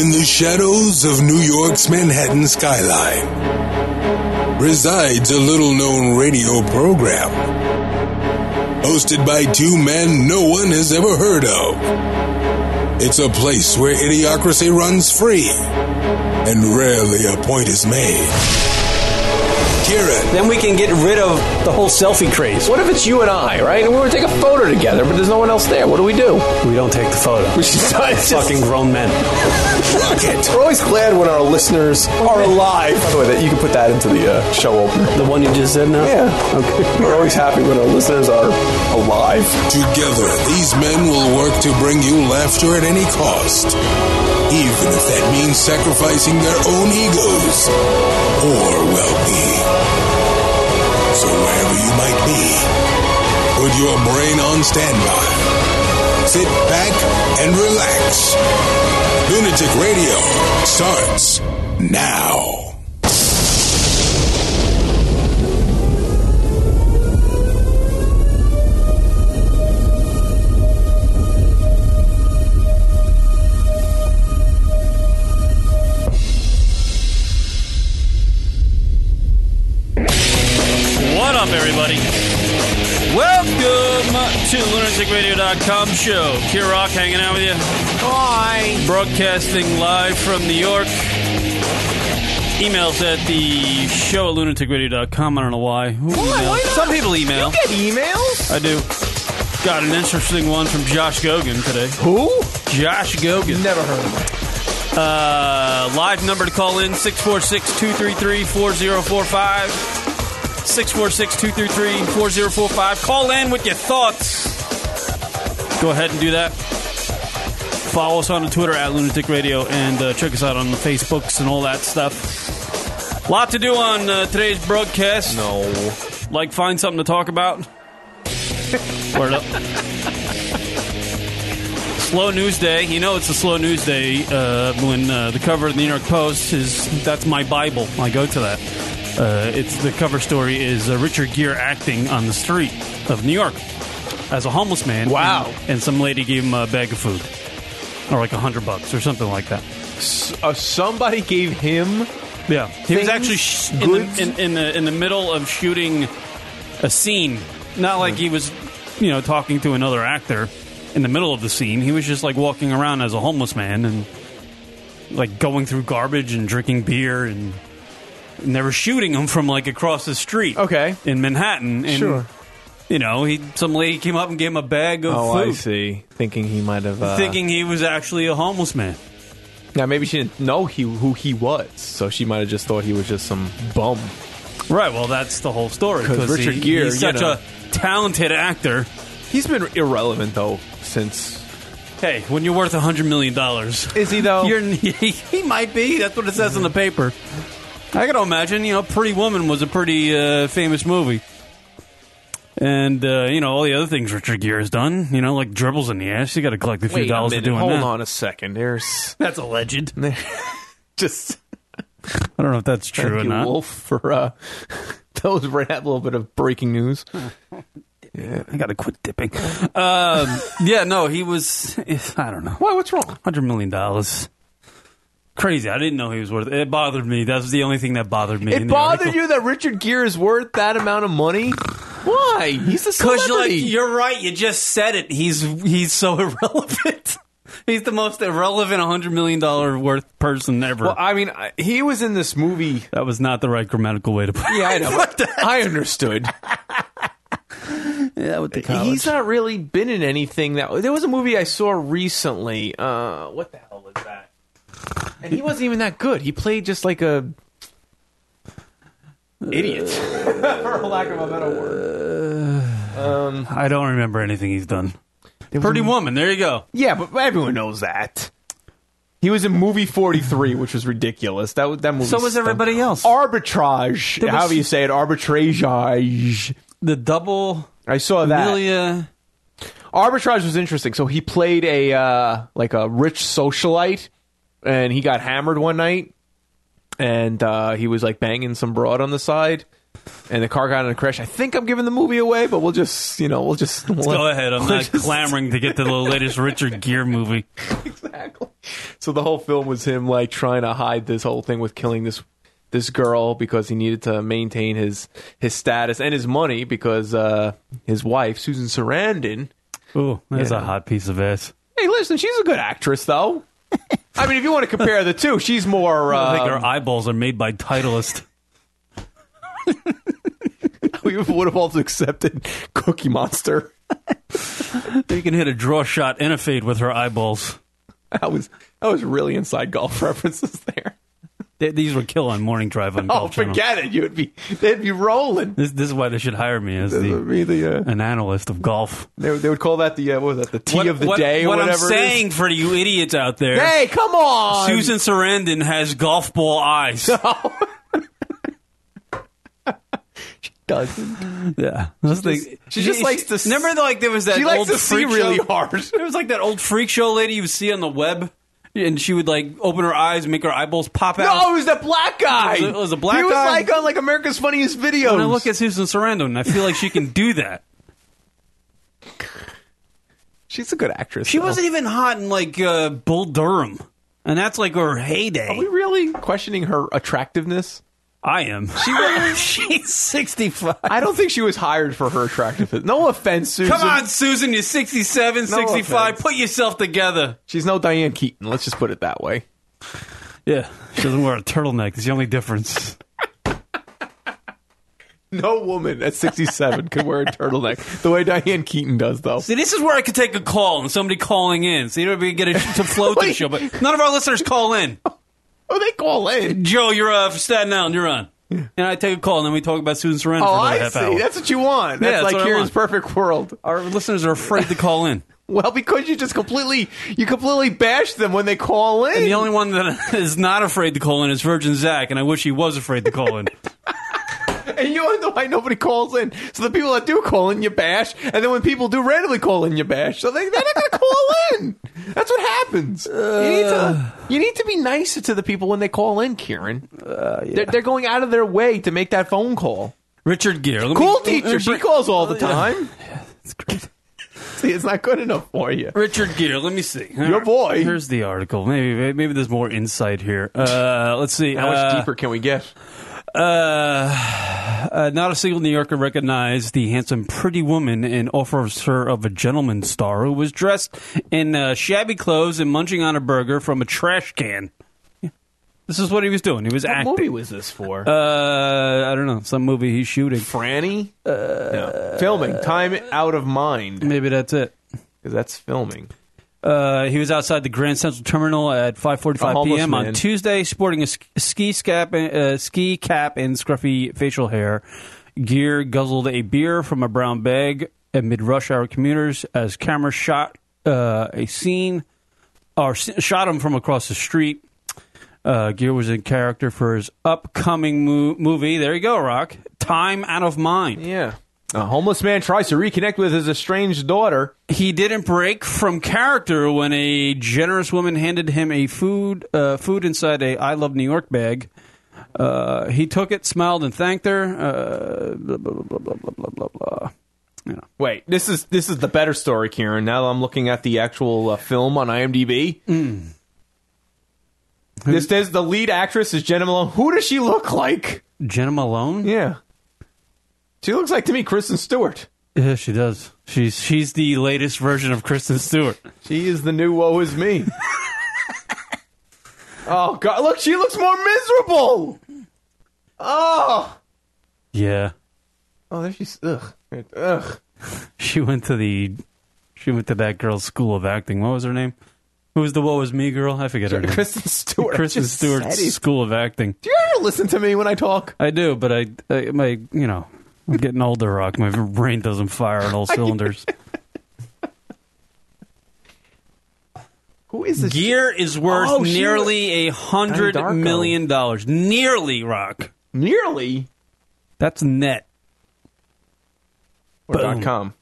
In the shadows of New York's Manhattan skyline resides a little known radio program hosted by two men no one has ever heard of. It's a place where idiocracy runs free and rarely a point is made. Kieran Then we can get rid of the whole selfie craze. What if it's you and I, right? And we were take a photo together, but there's no one else there. What do we do? We don't take the photo. We should it's just- Fucking grown men. Rocket. We're always glad when our listeners are alive. By the way, that you can put that into the uh, show opener. The one you just said now? Yeah. Okay. We're always happy when our listeners are alive. Together, these men will work to bring you laughter at any cost, even if that means sacrificing their own egos or well being. So, wherever you might be, put your brain on standby. Sit back and relax. Lunatic Radio starts now. What up, everybody? Welcome to lunaticradio.com show. Kier Rock hanging out with you. Hi. Broadcasting live from New York. Emails at the show at lunaticradio.com. I don't know why. Who emails? Some people email. emails? I do. Got an interesting one from Josh Gogan today. Who? Josh Gogan. Never heard of them. Uh, live number to call in 646 233 4045. 646 233 4045. Call in with your thoughts. Go ahead and do that. Follow us on Twitter at Lunatic Radio and uh, check us out on the Facebooks and all that stuff. Lot to do on uh, today's broadcast. No. Like, find something to talk about. Word up. Slow news day. You know it's a slow news day uh, when uh, the cover of the New York Post is that's my Bible. I go to that. Uh, it's the cover story is uh, Richard Gere acting on the street of New York as a homeless man. Wow. And, and some lady gave him a bag of food, or like a hundred bucks, or something like that. Uh, somebody gave him. Yeah, he was Things, actually sh- in, goods. the, in, in the in the middle of shooting a scene. Not like he was, you know, talking to another actor in the middle of the scene. He was just like walking around as a homeless man and like going through garbage and drinking beer and, and they were shooting him from like across the street. Okay. in Manhattan. And, Sure. You know, he some lady came up and gave him a bag of Oh, food, I see. Thinking he might have. Uh, thinking he was actually a homeless man. Now, maybe she didn't know he, who he was, so she might have just thought he was just some bum. Right. Well, that's the whole story 'Cause he- Richard Gere, he's you such know. a talented actor. He's been irrelevant, though, since. Hey, when you're worth a hundred million dollars, Is he, though? you're he, might be. That's what it says in the paper. I gotta imagine. You know, Pretty Woman was a pretty uh, famous movie, and uh, you know all the other things Richard Gere has done. You know, like dribbles in the ass. You got to collect a few a dollars for minute, doing Hold that. on a second. There's That's alleged. just I don't know if that's true thank or you, not. Wolf, for uh, those right a little bit of breaking news. I gotta quit dipping. Um, yeah, no, he was. I don't know. Why? What's wrong? Hundred million dollars. Crazy. I didn't know he was worth it. It bothered me. That was the only thing that bothered me. in It the bothered article. you that Richard Gere is worth that amount of money? Why? He's a Because you're like, celebrity. you're right. You just said it. He's he's so irrelevant. he's the most irrelevant hundred million dollar worth person ever. well, I mean, I, he was in this movie. that was not the right grammatical way to put. Yeah, I know. I understood. yeah, with the He's not really been in anything that. There was a movie I saw recently. Uh, what the hell was that? And he wasn't even that good. He played just like a idiot, for lack of a better word. Um, I don't remember anything he's done. Pretty Woman. There you go. Yeah, but everyone knows that. He was in movie forty three, which was ridiculous. That was that movie. So was stunk. everybody else. Arbitrage, There was- however you say it, arbitrage. The double I saw that. Amelia. arbitrage was interesting. So he played a uh, like a rich socialite, and he got hammered one night, and uh, he was like banging some broad on the side, and the car got in a crash. I think I'm giving the movie away, but we'll just, you know, we'll just we'll- Go ahead. I'm we'll not just- clamoring to get to the latest Richard Gere movie. exactly. So the whole film was him like trying to hide this whole thing with killing this this girl because he needed to maintain his his status and his money because uh, his wife Susan Sarandon. Ooh, that's a Yeah. hot piece of ass. Hey, listen, she's a good actress though. I mean, if you want to compare the two, she's more. I think Uh, our eyeballs are made by Titleist. we would have also accepted Cookie Monster. you can hit a draw shot and a fade with her eyeballs. That was that was really inside golf references there. Th- these were kill on Morning Drive on Oh, Golf Channel. forget it. You'd be they'd be rolling. This, this is why they should hire me as It the would be the, uh, an analyst of golf. they, would- they would call that the uh, what was that the tea What- of the what- day or What whatever. I'm it is. saying for you idiots out there, Hey, come on, Susan Sarandon has golf ball eyes. doesn't. yeah, Those things- she, just likes to s- Remember, like there was that She likes old to see freak really show? hard. There was like that old freak show lady you would see on the web, and she would like open her eyes, make her eyeballs pop out. No, it was that black guy. It was a- it was a black He was guy? like on like America's Funniest Videos. And I look at Susan Sarandon, and I feel like she can do that. she's a good actress. She though. wasn't even hot in like uh, Bull Durham, and that's like her heyday. Are we really questioning her attractiveness? I am. She she's sixty five. I don't think she was hired for her attractiveness. No offense, Susan. Come on, Susan, you're 67, No 65. offense. Put yourself together. she's no Diane Keaton. Let's just put it that way. Yeah. She doesn't wear a turtleneck. It's the only difference. No woman at 67 could wear a turtleneck the way Diane Keaton does, though. See, this is where I could take a call and somebody calling in. See, it'll be get a to float the Wait. show, but none of our listeners call in. Oh, they call in. Joe, you're uh, from Staten Island. You're on. And I take a call, and then we talk about Susan Sarandon for Oh, another I half see. hour. That's what you want. That's that's like what I here's want. perfect world. Our listeners are afraid to call in. Well, because you just completely you completely bash them when they call in. And the only one that is not afraid to call in is Virgin Zach, and I wish he was afraid to call in. And you wonder why nobody calls in. So the people that do call in, you bash. And then when people do randomly call in, you bash. So they, they're not going to call in. That's what happens. you, need Uh. to, you need to be nicer to the people when they call in, Kieran. Uh, they're, they're going out of their way to make that phone call. Richard Gere. let me- Cool let me teacher. She bring- calls all the yeah. time. It's great. See, it's not good enough for you. Richard Gere. Let me see. All Your right. boy. Here's the article. Maybe maybe there's more insight here. Uh, let's see. How much Uh, deeper can we get? Uh, uh, not a single New Yorker recognized the handsome, pretty woman and offers her of a gentleman star who was dressed in uh, shabby clothes and munching on a burger from a trash can. This is what he was doing. He was acting. What movie was this for? Uh, I don't know. Some movie he's shooting. Uh, Franny? no. Filming. Time out of mind. Maybe that's it. Because that's filming. Uh, he was outside the Grand Central Terminal at A 5:45 homeless p.m. on man. Tuesday, sporting a sk- ski cap, uh, ski cap and scruffy facial hair. Gear guzzled a beer from a brown bag amid rush hour commuters as camera shot uh, a scene or s- shot him from across the street. Uh, Gear was in character for his upcoming mo- movie. There you go, Rock. Time out of mind. Yeah. A homeless man tries to reconnect with his estranged daughter. he didn't break from character when a generous woman handed him a food uh, food inside a I Love New York bag. Uh, he took it, smiled, and thanked her. Uh, blah blah blah blah blah blah blah blah. You know. Wait, this is this is the better story, Kieran. Now that I'm looking at the actual uh, film on IMDb, this says the lead actress is Jenna Malone. Who does she look like? Jenna Malone. Yeah, she looks like to me Kristen Stewart. Yeah, she does. She's she's the latest version of Kristen Stewart. She is the new woe is me. oh God! Look, she looks more miserable. Oh, Yeah, oh, there she's. Ugh, ugh. she went to the she went to that girl's school of acting. What was her name? Who was the What Was Me girl? I forget her name. Kristen Stewart. I Kristen just Stewart's said it. school of acting. Do you ever listen to me when I talk? I do, but I, I my you know I'm getting older, Rock. My brain doesn't fire on all cylinders. Who is this? Gear is worth Oh, she nearly a hundred Donnie Darko. million dollars. Nearly, Rock. Nearly. That's net. Or Boom. dot com.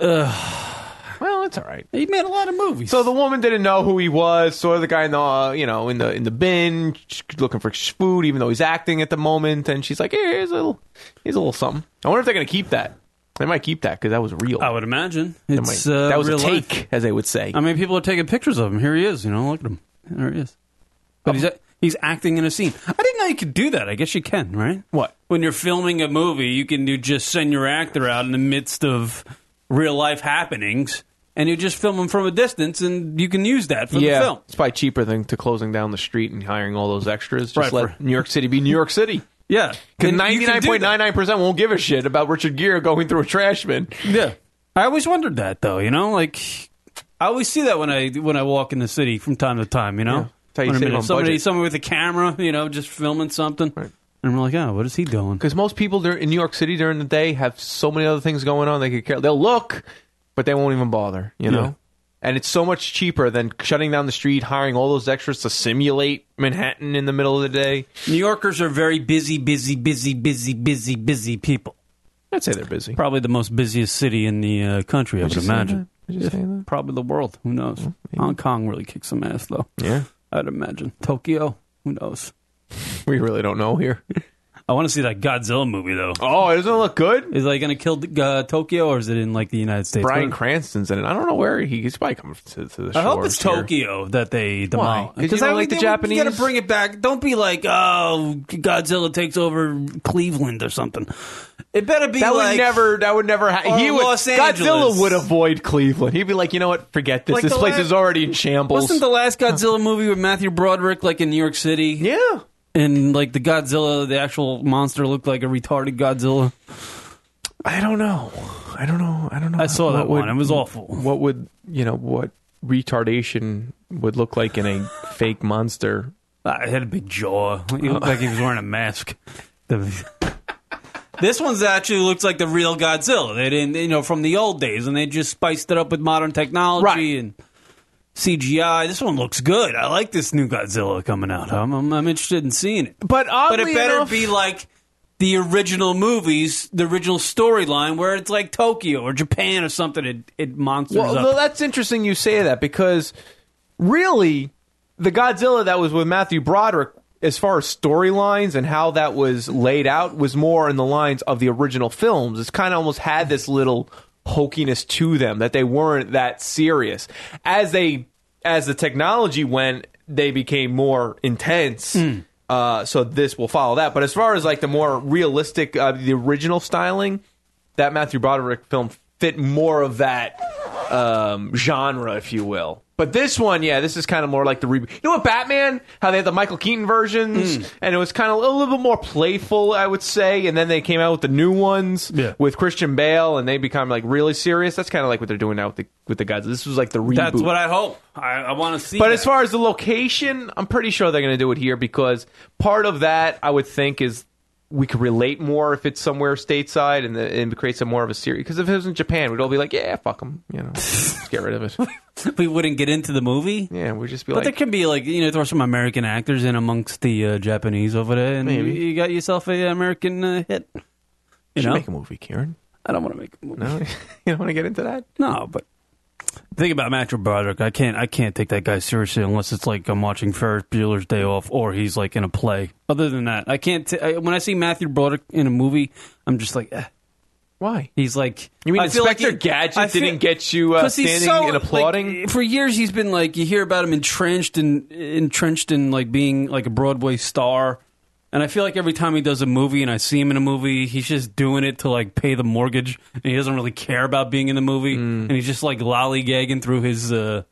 Well, That's all right. He made a lot of movies. So the woman didn't know who he was. Saw the guy in the uh, you know in the in the bin sh- looking for sh- food, even though he's acting at the moment. And she's like, "Here, here's a little, here's a little something." I wonder if they're gonna keep that. They might keep that because that was real. I would imagine They might- it's uh, that was real a take, life. as they would say. I mean, people are taking pictures of him. Here he is. You know, look at him. There he is. But Oh. he's he's acting in a scene. I didn't know you could do that. I guess you can, right? What? When you're filming a movie, you can do just send your actor out in the midst of real life happenings, and you just film them from a distance, and you can use that for yeah, the film. it's probably cheaper than to closing down the street and hiring all those extras. Just Right, let for- New York City be New York City. Yeah, Because And you ninety can nine do point nine that. nine percent won't give a shit about Richard Gere going through a trash bin. Yeah, I always wondered that though. You know, like I always see that when I when I walk in the city from time to time. You know, Yeah. That's how you When I'm save in- on somebody budget. somebody with a camera, you know, just filming something, Right. and I'm like, oh, what is he doing? Because most people dur- in New York City during the day have so many other things going on they could care. They'll look, but they won't even bother. You know. Yeah. And it's so much cheaper than shutting down the street, hiring all those extras to simulate Manhattan in the middle of the day. New Yorkers are very busy, busy, busy, busy, busy, busy people. I'd say they're busy. Probably the most busiest city in the uh, country, I would imagine. Did you say that? Probably the world. Who knows? Hong Kong really kicks some ass, though. Yeah, I'd imagine. Tokyo. Who knows? we really don't know here. I want to see that Godzilla movie, though. Oh, it doesn't look good. Is that going to kill uh, Tokyo, or is it in like the United States? Brian Cranston's in it. I don't know where he, he's probably coming to, to the I hope it's shores here. Tokyo that they demolish. 'Cause you don't like the You got Japanese? to bring it back. Don't be like, oh, Godzilla takes over Cleveland or something. It better be That like would never. That would never. Ha- or he would. Los Angeles. Godzilla would avoid Cleveland. He'd be like, you know what? Forget this. Like this the place la- is already in shambles. Wasn't the last Godzilla movie with Matthew Broderick like in New York City? yeah. And like the Godzilla, the actual monster looked like a retarded Godzilla. I don't know. I don't know. I don't know. I saw that What would- one. It was awful. What would you know? What retardation would look like in a fake monster? Uh, It had a big jaw. He looked like he was wearing a mask. The- this one's actually looks like the real Godzilla. They didn't, you know, from the old days, and they just spiced it up with modern technology Right. and CGI. This one looks good. I like this new Godzilla coming out. I'm, I'm, I'm interested in seeing it. But but oddly it better enough, be like the original movies, the original storyline, where it's like Tokyo or Japan or something. It, it monsters Well, up. well, that's interesting you say that because really, the Godzilla that was with Matthew Broderick, as far as storylines and how that was laid out, was more in the lines of the original films. It's kind of almost had this little hokiness to them that they weren't that serious as they as the technology went they became more intense Hmm. uh, so this will follow that but as far as like the more realistic uh, the original styling that Matthew Broderick film fit more of that um, genre, if you will. But this one, yeah, this is kind of more like the reboot. You know what, Batman? How they had the Michael Keaton Hmm. versions, and it was kind of a little bit more playful, I would say. And then they came out with the new ones Yeah. with Christian Bale, and they become like really serious. That's kind of like what they're doing now with the with the Godzilla. This was like the reboot. that's what I hope. I, I want to see. But that. as far as the location, I'm pretty sure they're going to do it here because part of that I would think is we could relate more if it's somewhere stateside and, the, and create some more of a series. Because if it was in Japan, we'd all be like, yeah, fuck them, you know, just get rid of it. we wouldn't get into the movie. Yeah, we'd just be But there like, can be like you know throw some American actors in amongst the uh, Japanese over there, and Maybe. you, you got yourself a uh, American uh, hit. You should know, make a movie, Karen. I don't want to make a movie. No, you don't want to get into that. No, but think about Matthew Broderick. I can't. I can't take that guy seriously unless it's like I'm watching Ferris Bueller's Day Off or he's like in a play. Other than that, I can't. T- I, when I see Matthew Broderick in a movie, I'm just like, eh. Why? he's like. You mean I feel Inspector like he- Gadget I feel- didn't get you uh, 'Cause he's standing so, and like, applauding? for years, he's been like you hear about him entrenched and entrenched in like being like a Broadway star. And I feel like every time he does a movie and I see him in a movie, he's just doing it to like pay the mortgage, and he doesn't really care about being in the movie, Mm. and he's just like lollygagging through his uh,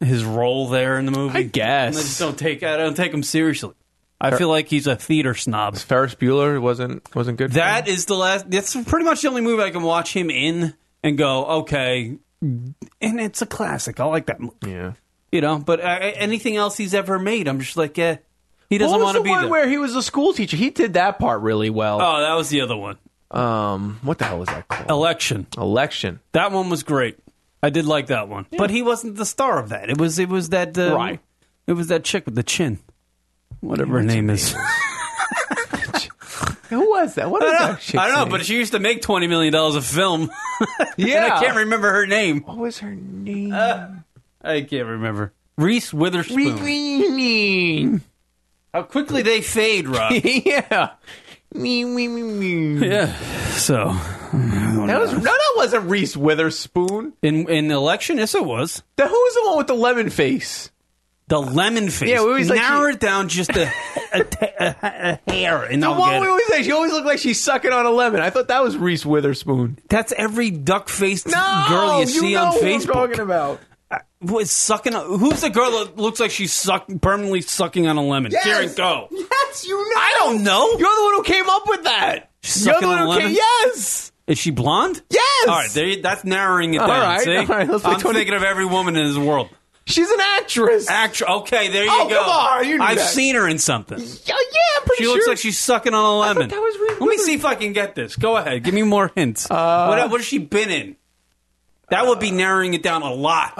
his role there in the movie. I guess. And I just don't take I don't take him seriously. I feel like he's a theater snob. Ferris Bueller wasn't wasn't good. for That him? is the last. That's pretty much the only movie I can watch him in and go, okay. And it's a classic. I like that movie. yeah. You know, but uh, anything else he's ever made, I'm just like, eh, he doesn't What was want the to be one there. where he was a school teacher? He did that part really well. oh, that was the other one. Um, what the hell was that called? Oh. Election. Election. That one was great. I did like that one, but he wasn't the star of that. It was it was that uh, Right. It was that chick with the chin, whatever her name is. Who was that? What is I that don't, chick's I don't know, name? but she used to make twenty million dollars a film. yeah, I can't remember her name. What was her name? uh, I can't remember. Reese Witherspoon. Mean. How quickly they fade, Rob. yeah. Me, me, me, me. yeah. So That was no, that wasn't Reese Witherspoon. in in the election, yes, it was The, who was the one with the lemon face? the lemon face. Yeah, we always like narrow she- it down just a, a, t- a- a hair, and The I'll one get we it. always say she always looked like she's sucking on a lemon. I thought that was Reese Witherspoon. That's every duck faced No, girl you, see know on who I'm Facebook. Uh, talking about. Who is sucking? on- who's the girl that looks like she's suck, permanently sucking on a lemon? Yes. Karen, go. Yes, you know. I don't know. You're the one who came up with that. She's You're the sucking one on who a came. lemon? Yes. Is she blonde? Yes. All right, there you, that's narrowing it down. right, see? all right, let's play I'm 20 thinking of every woman in this world. She's an actress. Actr okay, there you Oh, go. come on, you knew I've that. seen her in something. She yeah, yeah, I'm pretty sure. looks like she's sucking on a lemon. that was Reese Let me Witherspoon. see if I can get this. Go ahead, give me more hints. Uh, what, what has she been in? That would be narrowing it down a lot.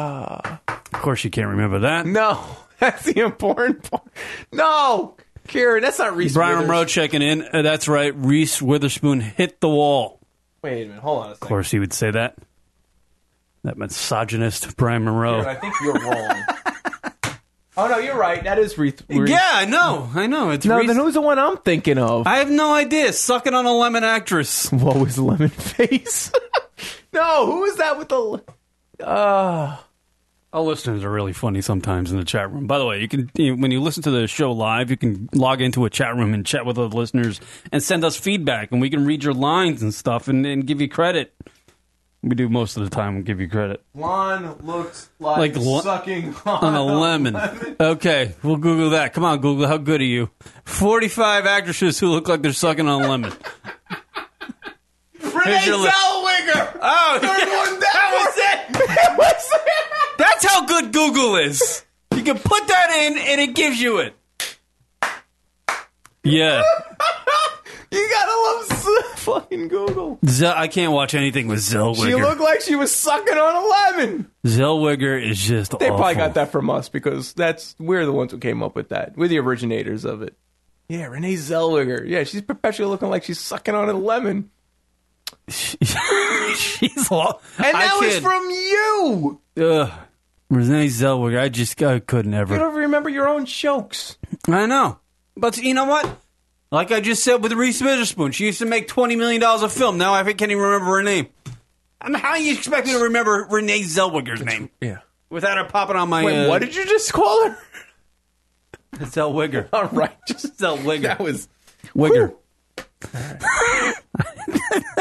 of course, you can't remember that. uh, No, that's the important part. No, Karen, that's not Reese. Brian Witherspoon. Monroe checking in. Uh, that's right. Reese Witherspoon hit the wall. Wait a minute, hold on a Of second. course, he would say that. That misogynist Brian Monroe. Karen, I think you're wrong. oh no, you're right. That is Reese. Reese- yeah, I know. I know. It's No, Reese- then who's the one I'm thinking of? I have no idea. Sucking on a lemon actress. what was Lemon Face? no, who is that with the? Our Ah, listeners are really funny sometimes in the chat room. By the way, you can you, when you listen to the show live, you can log into a chat room and chat with other listeners and send us feedback, and we can read your lines and stuff and, and give you credit. We do most of the time give you credit. Lon looks Like lo- sucking on, on a lemon. Okay, we'll Google that. Come on, Google. How good are you? Forty-five actresses who look like they're sucking on a lemon. Renee Here's your list. Zellweger. Oh, that was it. That was it. that's how good Google is. You can put that in, and it gives you it. Yeah, You gotta love s- fucking Google. Z- I can't watch anything with Zellweger. She looked like she was sucking on a lemon. Zellweger is just. They probably got that from us because that's we're the ones who came up with that. We're the originators of it. Yeah, Renee Zellweger. Yeah, she's perpetually looking like she's sucking on a lemon. She's lo- And I that was can't- from you. Ugh. Renee Zellweger. I just I couldn't ever. You don't remember your own jokes. I know. But you know what? Like I just said with Reese Witherspoon, she used to make $20 million a film. Now I can't even remember her name. I mean, how do you expect me to remember Renee Zellweger's name Yeah. without her popping on my. Wait, uh, what did you just call her? Zellweger. All right, just Zellweger. that was Wigger.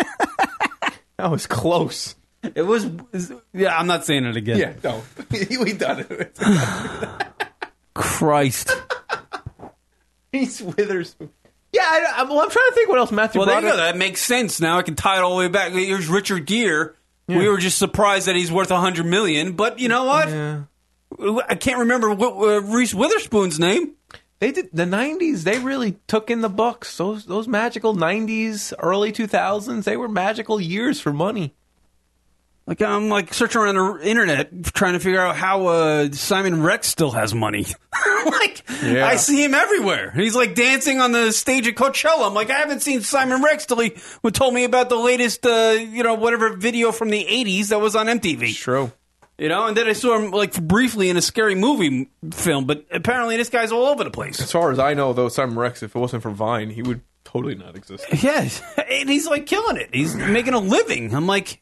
that was close. It was. Yeah, I'm not saying it again. Yeah, no, we done it. Christ. Reese Witherspoon. Yeah, I, I, well, I'm trying to think what else Matthew. Well, there you brought go. up. That makes sense. Now I can tie it all the way back. Here's Richard Gere. We were just surprised that he's worth a hundred million, but you know what? I can't remember what, uh, Reese Witherspoon's name. They did the '90s. They really took in the books. Those those magical '90s, early 2000s. They were magical years for money. Like I'm like searching around the internet trying to figure out how uh, Simon Rex still has money. like Yeah. I see him everywhere. He's like dancing on the stage at Coachella. I'm like I haven't seen Simon Rex till he would told me about the latest uh, you know whatever video from the 80s that was on MTV. True. You know, and then I saw him like briefly in a scary movie m- film, but apparently this guy's all over the place. As far as I know, though, Simon Rex, if it wasn't for Vine, he would totally not exist. Yes, and he's like killing it. He's making a living. I'm like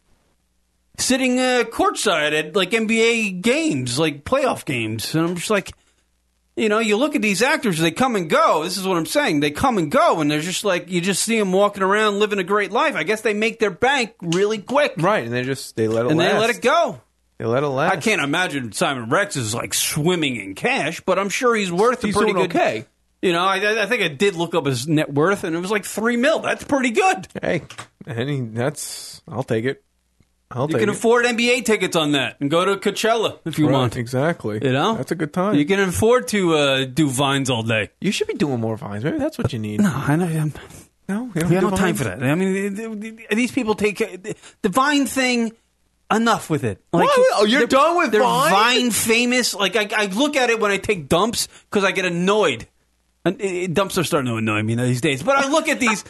sitting uh, courtside at like NBA games, like playoff games, and I'm just like, you know, you look at these actors, they come and go. This is what I'm saying. They come and go, and they're just like you just see them walking around living a great life. I guess they make their bank really quick, Right, and they just they let it and last. they let it go. They let it last. I can't imagine Simon Rex is like swimming in cash, but I'm sure he's worth He's a pretty doing good. okay. You know, I, I think I did look up his net worth, and it was like three mil. That's pretty good. Hey, any that's I'll take it. I'll You take can it. afford NBA tickets on that, and go to Coachella if you Right, want. exactly. You know, that's a good time. You You, can afford to uh, do vines all day. should be doing more vines. Maybe that's what you need. No, I know. I'm, No, you don't we have do no time vines? for that. I mean, th- th- th- these people take uh, the vine thing. Enough with it. Like, What? Oh, you're they're- done with they're Vine? vine famous. Like I, I look at it when I take dumps because I get annoyed. And it, dumps are starting to annoy me these days. But I look at these,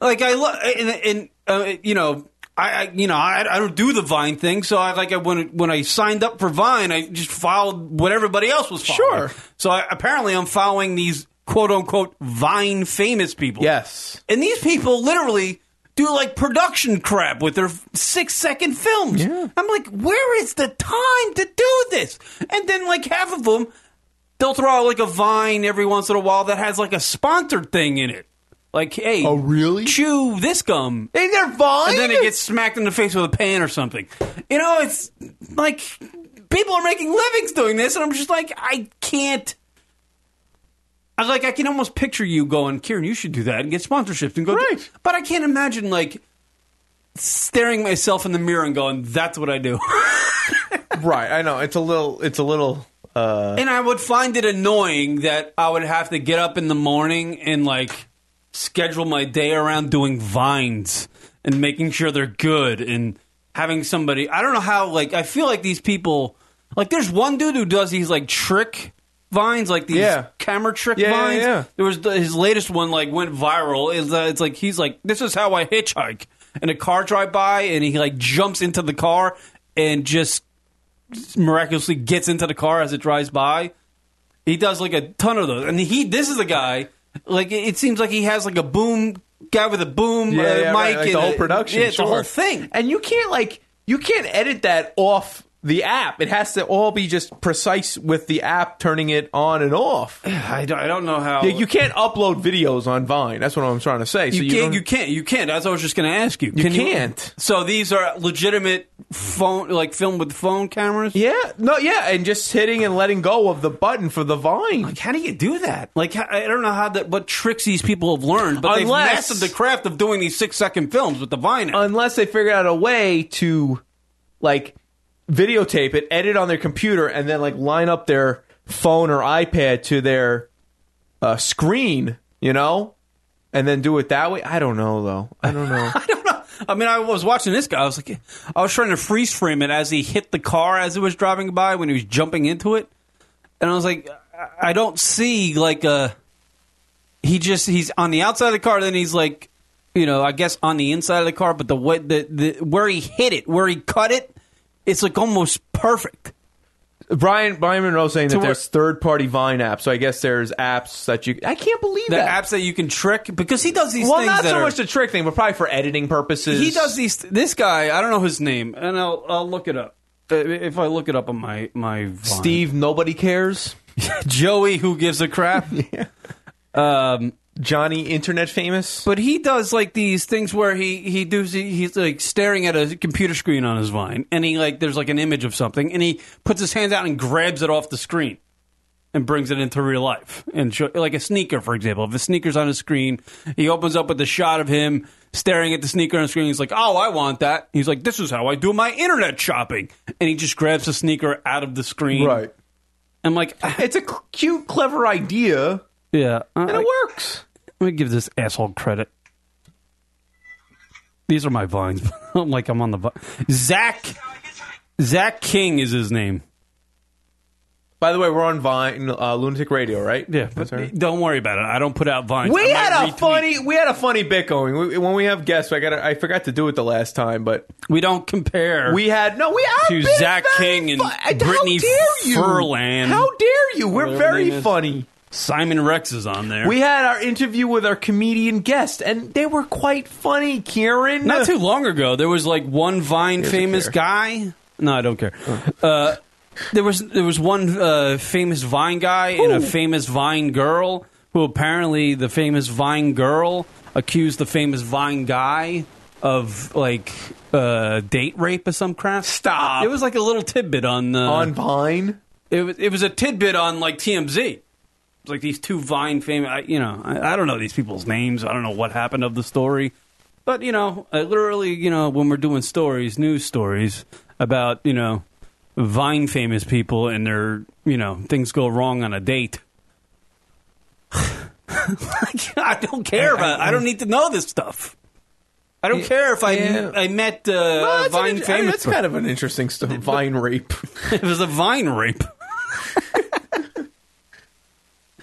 like I look, and, and uh, you know, I, I you know, I, I don't do the Vine thing. So I like I, when when I signed up for Vine, I just followed what everybody else was following. Sure. So I, apparently, I'm following these quote unquote Vine famous people. Yes. And these people literally do like production crap with their six second films. I'm like, where is the time to do this? And then like half of them, they'll throw out like a vine every once in a while that has like a sponsored thing in it. Like, hey, Oh, really? Chew this gum. And they're Vine. And then it gets smacked in the face with a pan or something. You know, it's like people are making livings doing this, and I'm just like, I can't. I like, I can almost picture you going, Kieran, you should do that and get sponsorships and go. do-" Right. but I can't imagine like staring myself in the mirror and going, "That's what I do," right. I know it's a little. It's a little. Uh, and I would find it annoying that I would have to get up in the morning and like schedule my day around doing vines and making sure they're good and having somebody. I don't know how. Like, I feel like these people. Like, there's one dude who does these like trick vines, like these Yeah. camera trick Yeah, yeah, vines. yeah. There was the, his latest one like went viral. Is uh, it's like he's like this is how I hitchhike, and a car drive by, and he like jumps into the car and just miraculously gets into the car as it drives by. He does like a ton of those, and he this is the guy. Like it it seems like he has like a boom guy with a boom yeah, uh, yeah, mic, right, like and the whole a- production, yeah, it's the sure. whole thing. And you can't like you can't edit that off the app. It has to all be just precise with the app turning it on and off. I don't, I don't know how Yeah, you can't upload videos on Vine. That's what I'm trying to say. So You you, can't. don't- You can't. You can't. That's what I was just going to ask you. You can't. so these are legitimate phone, like filmed with phone cameras. yeah, no, yeah, and just hitting and letting go of the button for the Vine. Like, how do you do that? Like, how- I don't know how that. What tricks these people have learned, but Unless- they've mastered the craft of doing these six second films with the Vine. app. Unless they figure out a way to like videotape it, edit on their computer, and then like line up their phone or iPad to their uh, screen, you know, and then do it that way. I don't know though. I don't know. I mean, I was watching this guy. I was like, I was trying to freeze frame it as he hit the car as it was driving by when he was jumping into it, and I was like, I- I don't see like a. He just he's on the outside of the car. Then he's like, you know, I guess on the inside of the car. But the way the, the where he hit it, where he cut it, it's like almost perfect. Brian Brian Monroe saying that what- there's third party Vine apps, so I guess there's apps that you. I can't believe The that. apps that you can trick because he does these well, things. not that so are- much the trick thing, but probably for editing purposes. He does these. This guy, I don't know his name, and I'll I'll look it up. Uh, If I look it up on my my Vine. Steve, nobody cares. Joey, who gives a crap. Um, Johnny, internet famous. but he does like these things where he he does he's like staring at a computer screen on his vine, and he like there's like an image of something, and he puts his hands out and grabs it off the screen, and brings it into real life, and show, like a sneaker, for example, if a sneaker's on a screen, he opens up with a shot of him staring at the sneaker on the screen. He's like, "Oh, I want that." He's like, "This is how I do my internet shopping," and he just grabs the sneaker out of the screen. I'm like, It's a cl- cute, clever idea, yeah, and it works. Let me give this asshole credit. These are my vines. I'm like I'm on the vi- Zach. Zach King is his name. By the way, we're on Vine, uh, Lunatic Radio, right? but That's right. don't worry about it. I don't put out vines. We I might had a retweet. funny, we had a funny bit going we, when we have guests. I got, I forgot to do it the last time, but We don't compare. we had no. We our To bit is Zach very King and fu- How Brittany dare you? Furlan. How dare you? We're Whatever name very is. funny. Simon Rex is on there. We had our interview with our comedian guest, and they were quite funny, Kieran. not too long ago there was like one Vine a famous care. guy. No, I don't care. Uh, there was there was one uh, famous Vine guy and a famous Vine girl who apparently the famous Vine girl accused the famous Vine guy of like uh, date rape or some crap. Stop. It was like a little tidbit on uh, on Vine. it was, it was a tidbit on like TMZ. It was like these two Vine famous, I, you know, I, I don't know these people's names. I don't know what happened of the story, but you know, I literally, you know, when we're doing stories, news stories about you know Vine famous people and their you know things go wrong on a date. Like, I don't care about. I, don't need to know this stuff. I don't care if I yeah. I met uh, Well, a that's an Vine inter- I mean, famous. that's kind of an interesting stuff. Vine rape. it was a Vine rape.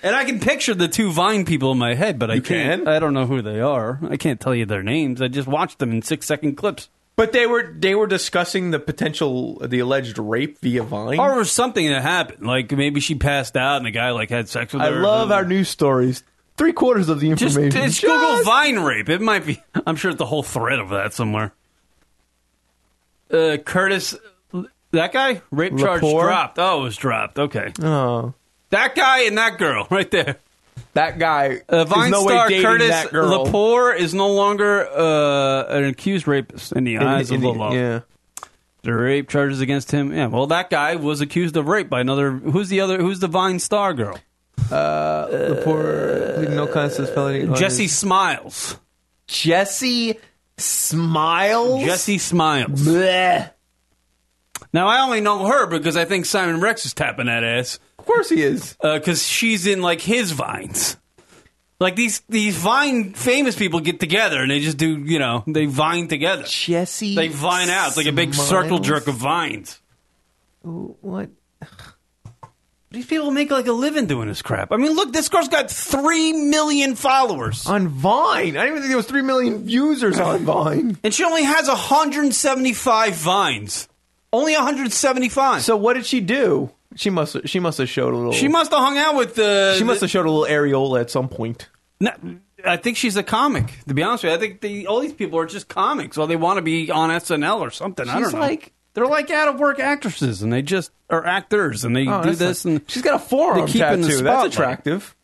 And I can picture the two Vine people in my head, but I can't. can? I don't know who they are. I can't tell you their names. I just watched them in six second clips. But they were they were discussing the potential, the alleged rape via Vine. Or something that happened. Like maybe she passed out and the guy like had sex with I her. or love our something. news stories. Three quarters of the just, information. just Google Vine rape. It might be. I'm sure it's the whole thread of that somewhere. Uh, Curtis, that guy rape charge Lepore? dropped. Oh, it was dropped. Okay, Oh. that guy and that girl right there. That guy. Uh, Vine there's no star way dating Curtis that girl. Lepore is no longer uh, an accused rapist in the In- eyes in of the, the- law. Yeah. The rape charges against him. Yeah, well, that guy was accused of rape by another. Who's the other? Who's the Vine star girl? The poor pleading no contest felony. Jesse Smiles. Jesse smiles. Jesse Smiles. Bleh. Now I only know her because I think Simon Rex is tapping that ass. Of course he is. because she's in like his vines. Like these these vine famous people get together and they just do you know they vine together. Jesse. They vine out. It's like a big circle jerk of vines. What? These people make like a living doing this crap. I mean, look, this girl's got three million followers, On Vine. I didn't even think there was three million users on Vine. and she only has 175 vines. Only 175. So what did she do? She must. She must have showed a little. she must have uh, hung out with the. She must have showed a little areola at some point. No, I think she's a comic. To be honest with you, I think the, all these people are just comics. Well, they want to be on SNL or something. I She's don't know. like- they're like out of work actresses, and they just are actors, and they Oh, do that's this. nice. and she's got a forearm they keep in the tattoo. That's spotlight. attractive.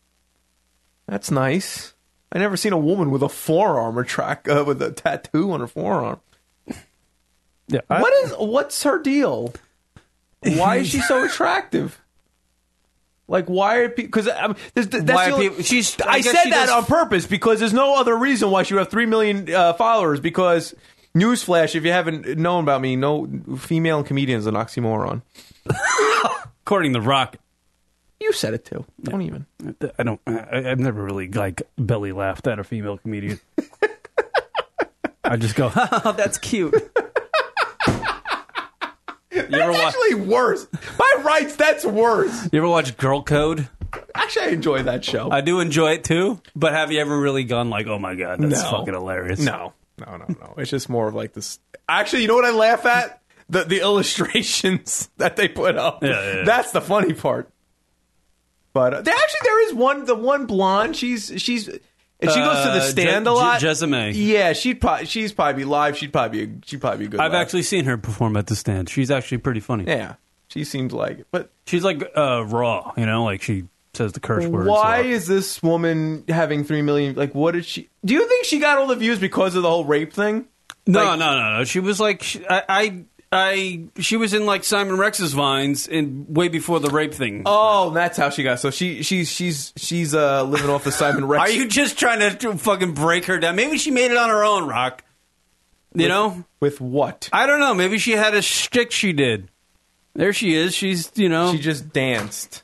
That's nice. I never seen a woman with a forearm attract uh, with a tattoo on her forearm. Yeah, I- What is what's her deal? Why is she so attractive? Like why are people? Because I mean, there's, that's Why the are only- people- she's- I I, guess said she that does- on purpose because there's no other reason why she would have three million uh, followers. Because newsflash, if you haven't known about me, no female comedian is an oxymoron. according to Rocket. You said it too. Don't even. I don't. I, I've never really like belly laughed at a female comedian. I just go, Oh, that's cute. you ever That's watch? actually worse. By rights, that's worse. You ever watch Girl Code? Actually, I enjoy that show. I do enjoy it too, but have you ever really gone like, "Oh my god, that's No. fucking hilarious"? no, no, no, no. It's just more of like this. Actually, you know what I laugh at? The the illustrations that they put up. Yeah, yeah, yeah. That's the funny part. But uh, there, actually, there is one. The one blonde. She's she's. And she goes to the Uh, stand Je- a lot. Je- Jesime. Yeah, she'd probably she's probably be live. She'd probably be a, she'd probably be a good. I've laugh. actually seen her perform at the stand. She's actually pretty funny. yeah. She seems like it, but She's like uh, raw, you know, like she says the curse words. a Why lot. is this woman having three million? Like, what did she? Do you think she got all the views because of the whole rape thing? No, like- no, no, no. She was like she, I, I, I. She was in like Simon Rex's vines and way before the rape thing. Oh, that's how she got. So she she's she's she's uh living off the Simon Rex. Are you just trying to t- fucking break her down? Maybe she made it on her own, Rock. You know, with what? I don't know. Maybe she had a shtick she did. There she is. She's you know. She just danced.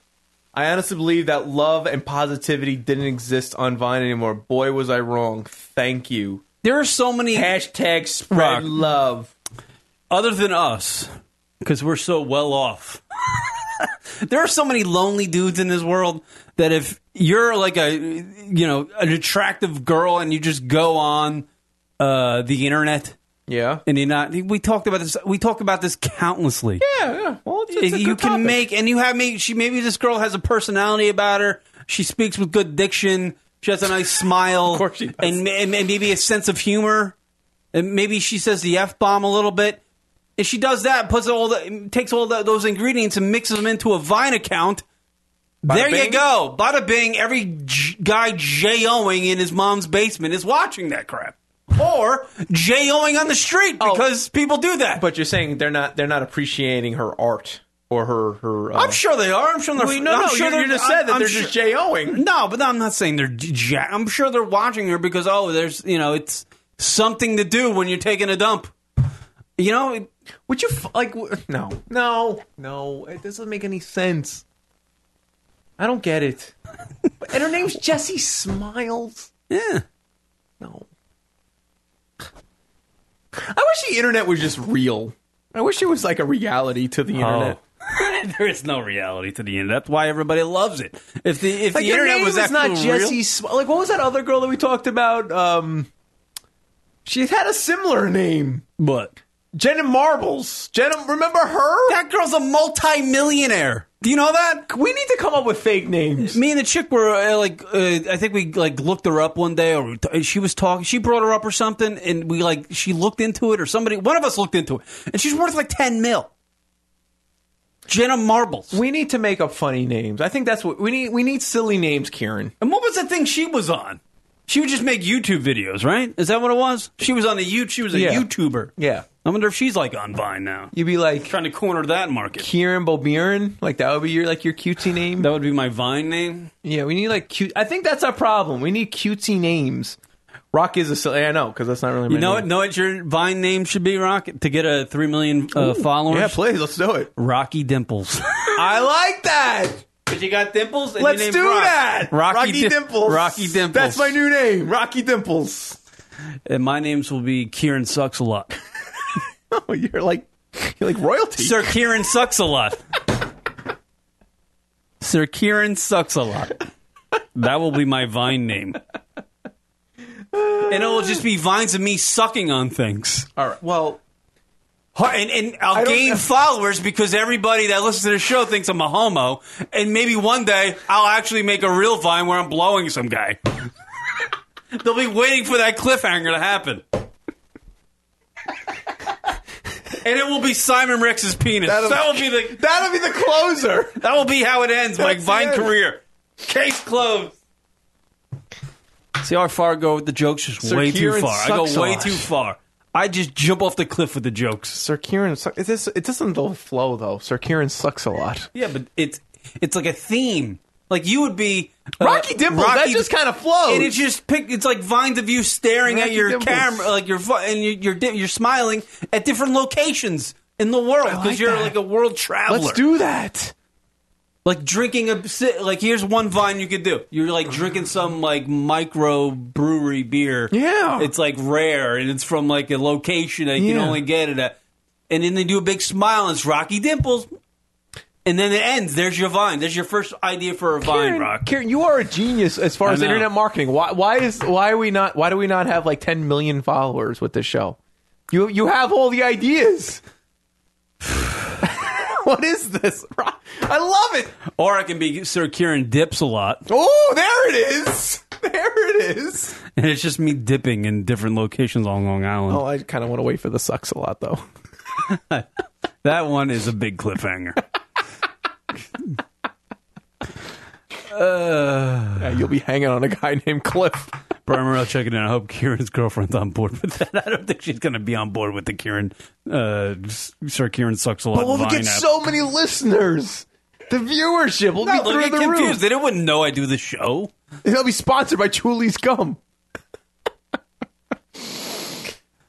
I honestly believe that love and positivity didn't exist on Vine anymore. Boy, was I wrong. Thank you. there are so many Hashtag spread Rock. love. other than us, because we're so well off. there are so many lonely dudes in this world that if you're like a you know an attractive girl and you just go on uh, the internet Yeah. and you're not we talked about this we talk about this countlessly yeah, yeah. Well, it's, it's a you good can topic. make and you have maybe she maybe this girl has a personality about her. She speaks with good diction. She has a nice smile. course she does. And, ma- and maybe a sense of humor. And maybe she says the f bomb a little bit. And she does that, puts all the takes all the, those ingredients and mixes them into a Vine account. there you bing. go. Bada bing. Every j- guy J-O-ing in his mom's basement is watching that crap. Or J-O-ing on the street because people do that. Oh. But you're saying they're not they're not appreciating her art or her her. Uh, I'm sure they are. I'm sure they're. no, I'm no, sure you, they're- you just said I'm- that I'm they're sure- just J-O-ing. No, but I'm not saying they're jack. I'm sure they're watching her because oh, there's you know it's something to do when you're taking a dump. You know, it- Would you f- like? W- no, no, no. It doesn't make any sense. I don't get it. and her name's Jessie Smiles. yeah. No. Oh. I wish the internet was just real. I wish it was like a reality to the internet. there is no reality to the internet. That's why everybody loves it. If the if Like the her internet name was is not actually real- Jessie. Sw- like what was that other girl that we talked about? Um, she had a similar name. but Jenna Marbles. Jenna, remember her? that girl's a multimillionaire. Do you know that? we need to come up with fake names. Me and the chick were uh, like, uh, I think we like looked her up one day, or we t- uh, she was talking. She brought her up or something, and we like she looked into it, or somebody, one of us looked into it, and she's worth like ten mil. Jenna Marbles. We need to make up funny names. I think that's what we need. We need silly names, Kieran. and what was the thing she was on? She would just make YouTube videos, right? Is that what it was? She was on the YouTube. She was a Yeah. YouTuber. Yeah, I wonder if she's like on Vine now, you'd be like trying to corner that market. Kieran Bobirin. Like that would be your like your cutesy name. That would be my Vine name. Yeah, we need like cute. I think that's our problem. We need cutesy names. Rock is a silly. I know because that's not really my You know what? name. Know what your Vine name should be, Rocket, to get a three million uh, followers. Yeah, please let's do it. Rocky Dimples. I like that. But you got dimples. And Let's do that. Rocky, Dim- Dimples. Rocky Dimples. That's my new name. Rocky Dimples. And my names will be Kieran sucks a lot. Oh, you're like you're like royalty. Sir Kieran sucks a lot. Sir Kieran sucks a lot. That will be my Vine name. And it will just be vines of me sucking on things. All right. Well, And, and I'll I don't gain know. followers because everybody that listens to the show thinks I'm a homo. And maybe one day I'll actually make a real vine where I'm blowing some guy. They'll be waiting for that cliffhanger to happen. and it will be Simon Rex's penis. That'll- that will be the that'll be the closer. that will be how it ends, my That's vine it. career. Case closed. See how far I go with the jokes? Just Sir way Kieran too far. I go sucks a way lot. too far. I just jump off the cliff with the jokes. Sir Kieran, suck- it, is, it doesn't all flow though. Sir Kieran sucks a lot. Yeah, but it's it's like a theme. Like you would be uh, Rocky Dimples, that just kinda flows. and it just pick. It's like vines of you staring at Rocky your Dimples. camera, like your fu- and you're you're, di- you're smiling at different locations in the world because like you're that. like a world traveler. Let's do that. like drinking a si- like here's one vine you could do. You're like drinking some like micro brewery beer. Yeah. it's like rare and it's from like a location that you can Yeah. only get it at. And then they do a big smile and it's Rocky Dimples. And then it ends. There's your vine. There's your first idea for a vine, Kieran, Rock. Kieran, you are a genius as far I as know. internet marketing. Why, why is why are we not why do we not have like 10 million followers with this show? You you have all the ideas. what is this? Ro- I love it. Or I can be Sir Kieran dips a lot, Oh, there it is. There it is. and it's just me dipping in different locations on Long Island. Oh, I kind of want to wait for the sucks a lot though. That one is a big cliffhanger. Uh. Yeah, you'll be hanging on a guy named Cliff. Brian Morrell checking in. I hope Kieran's girlfriend's on board with that. I don't think she's going to be on board with the Kieran, uh, Sir Kieran sucks a lot. But we'll Vine get app. so many listeners. The viewership will No, be they'll through get the confused. roof. They wouldn't know I do the show. It'll be sponsored by Chuli's Gum.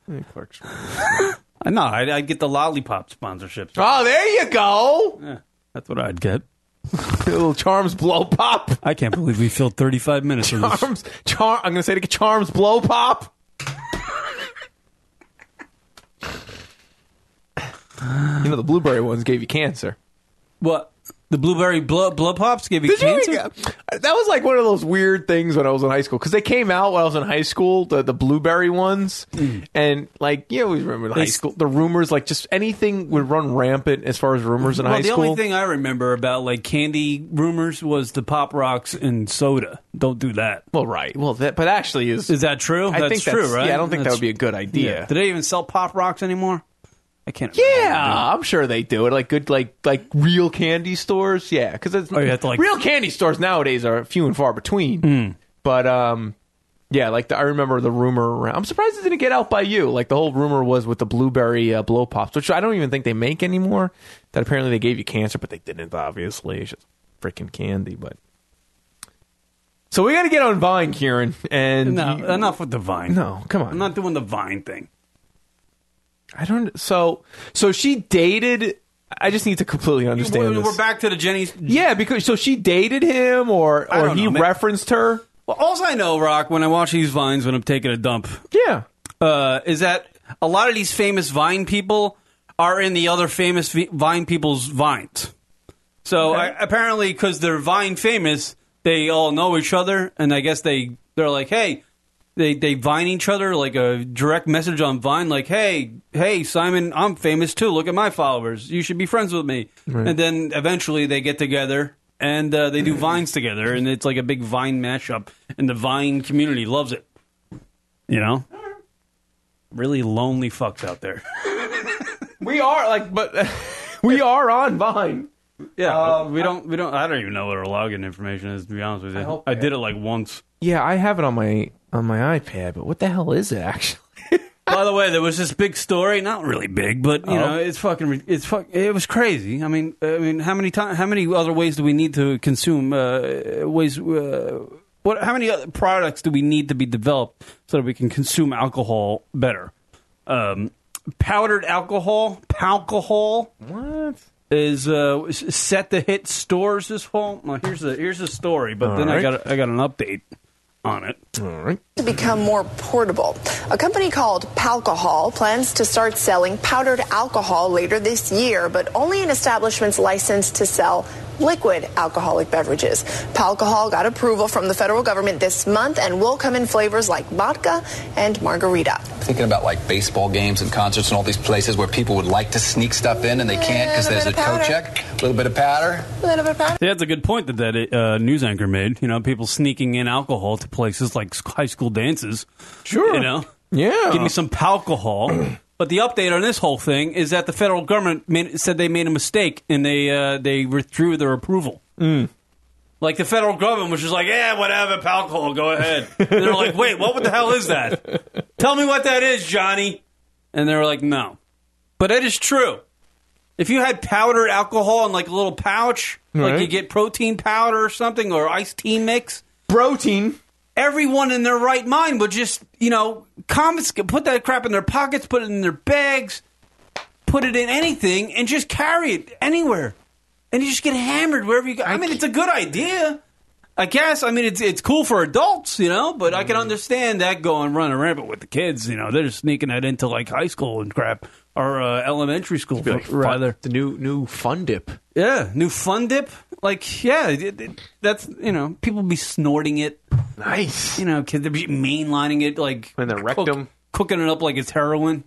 I know. I'd, I'd get the lollipop sponsorships. Oh, there you go. That's what I'd get. little charms blow pop. I can't believe we filled 35 minutes of this. Charms, char- I'm gonna say it again. Charms blow pop. you know the blueberry ones gave you cancer. What? The blueberry blood, blood pops gave you cancer? That was like one of those weird things when I was in high school because they came out when I was in high school, the the blueberry ones, and like you always remember in high Mm. s- school the rumors, like just anything would run rampant as far as rumors in Well, high the school. only thing I remember about like candy rumors was the pop rocks and soda. Don't do that. well, right, well, that but actually is Is that true? I that's think true, right? Yeah, I don't think That's- that would be a good idea. Do they even sell Pop Rocks anymore? I can't. Yeah, I'm sure they do it. Like good, like like real candy stores. Yeah, because it's you have to, Oh, like- Hmm. real candy stores nowadays are few and far between. But um, yeah, like the, I remember the rumor. around I'm surprised it didn't get out by you. Like the whole rumor was with the blueberry uh, blow pops, which I don't even think they make anymore. That apparently they gave you cancer, but they didn't. Obviously, it's just freaking candy. But so we got to get on Vine, Kieran, and No, you- enough with the Vine. no, come on, I'm not doing the Vine thing. I don't. So, so she dated. I just need to completely understand We're, this. we're back to the Jenny's. Yeah, because so she dated him, or I or don't he know, man. referenced her. Well, all I know, Rock, when I watch these Vines when I'm taking a dump, Yeah, uh, is that a lot of these famous Vine people are in the other famous v- Vine people's Vines. So I, apparently, because they're Vine famous, they all know each other, and I guess they they're like, hey, they they Vine each other like a direct message on Vine, like, hey, hey, Simon, I'm famous too. Look at my followers. You should be friends with me. And then eventually they get together and uh, they do vines together, and it's like a big Vine mashup, and the Vine community loves it. You know, really lonely fucks out there. We are like, but we are on Vine. Yeah, Um, we don't. We don't. I don't even know what our login information is. To be honest with you, hope- I did it like once. Yeah, I have it on my on my iPad, but what the hell is it actually? By the way, there was this big story. Not really big, but Oh. you know, it's fucking. re- It's fuck. It was crazy. I mean, I mean, how many time, How many other ways do we need to consume? Uh, ways. Uh, what? How many other products do we need to be developed so that we can consume alcohol better? Um, powdered alcohol, palcohol. What? is uh, s- set to hit stores this fall. Well, here's the here's the story, but then I right. got I got an update on it. All right. to become more portable. A company called Palcohol plans to start selling powdered alcohol later this year, but only in establishments licensed to sell liquid alcoholic beverages. Palcohol got approval from the federal government this month and will come in flavors like vodka and margarita. Thinking about like baseball games and concerts and all these places where people would like to sneak stuff in and they can't because there's a toe check, a little bit of powder. Yeah, that's a good point that that uh, news anchor made. You know, people sneaking in alcohol to places like s- high school dances. Sure. You know, Yeah. give me some alcohol. but the update on this whole thing is that the federal government made, said they made a mistake and they uh, they withdrew their approval. Like the federal government was just like, yeah, whatever, alcohol, go ahead. And they're like, wait, what the hell is that? Tell me what that is, Johnny. And they were like, no. But it is true. If you had powdered alcohol in like a little pouch, Right. like you get protein powder or something or iced tea mix, Protein. everyone in their right mind would just, you know, confiscate, put that crap in their pockets, put it in their bags, put it in anything, and just carry it anywhere. And you just get hammered wherever you go. I, mean, it's a good idea. I guess. I mean, it's it's cool for adults, you know, but I can Mm-hmm. understand that going running rampant with the kids. You know, they're just sneaking that into like high school and crap or uh, elementary school, rather. the new new fun dip. Yeah, new fun dip. Like, yeah, it- it- that's you know, people be snorting it Nice. you know, kids, they're be mainlining it like And their rectum. cooking it up like it's heroin.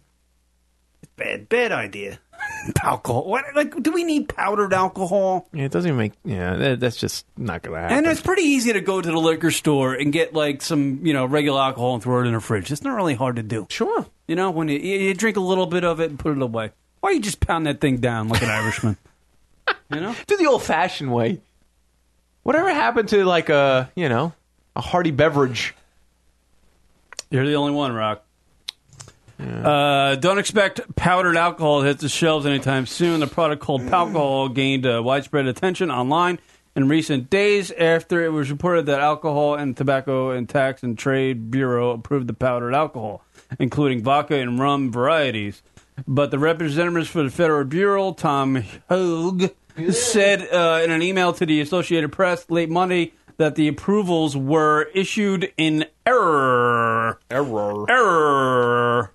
Bad, bad idea. alcohol. What, like, do we need powdered alcohol? Yeah, it doesn't even make. Yeah, that, that's just not gonna happen. And it's pretty easy to go to the liquor store and get like some, you know, regular alcohol and throw it in the fridge. It's not really hard to do. sure. You know, when you, you you drink a little bit of it and put it away. Why you just pound that thing down like an Irishman? You know, Do the old fashioned way. Whatever happened to like a you know a hearty beverage? you're the only one, Rock. Uh, don't expect powdered alcohol to hit the shelves anytime soon. The product called Palcohol gained uh, widespread attention online in recent days after it was reported that Alcohol and Tobacco and Tax and Trade Bureau approved the powdered alcohol, including vodka and rum varieties. But the representatives for the Federal Bureau, Tom Hogue, said uh, in an email to the Associated Press late Monday that the approvals were issued in error. Error. Error.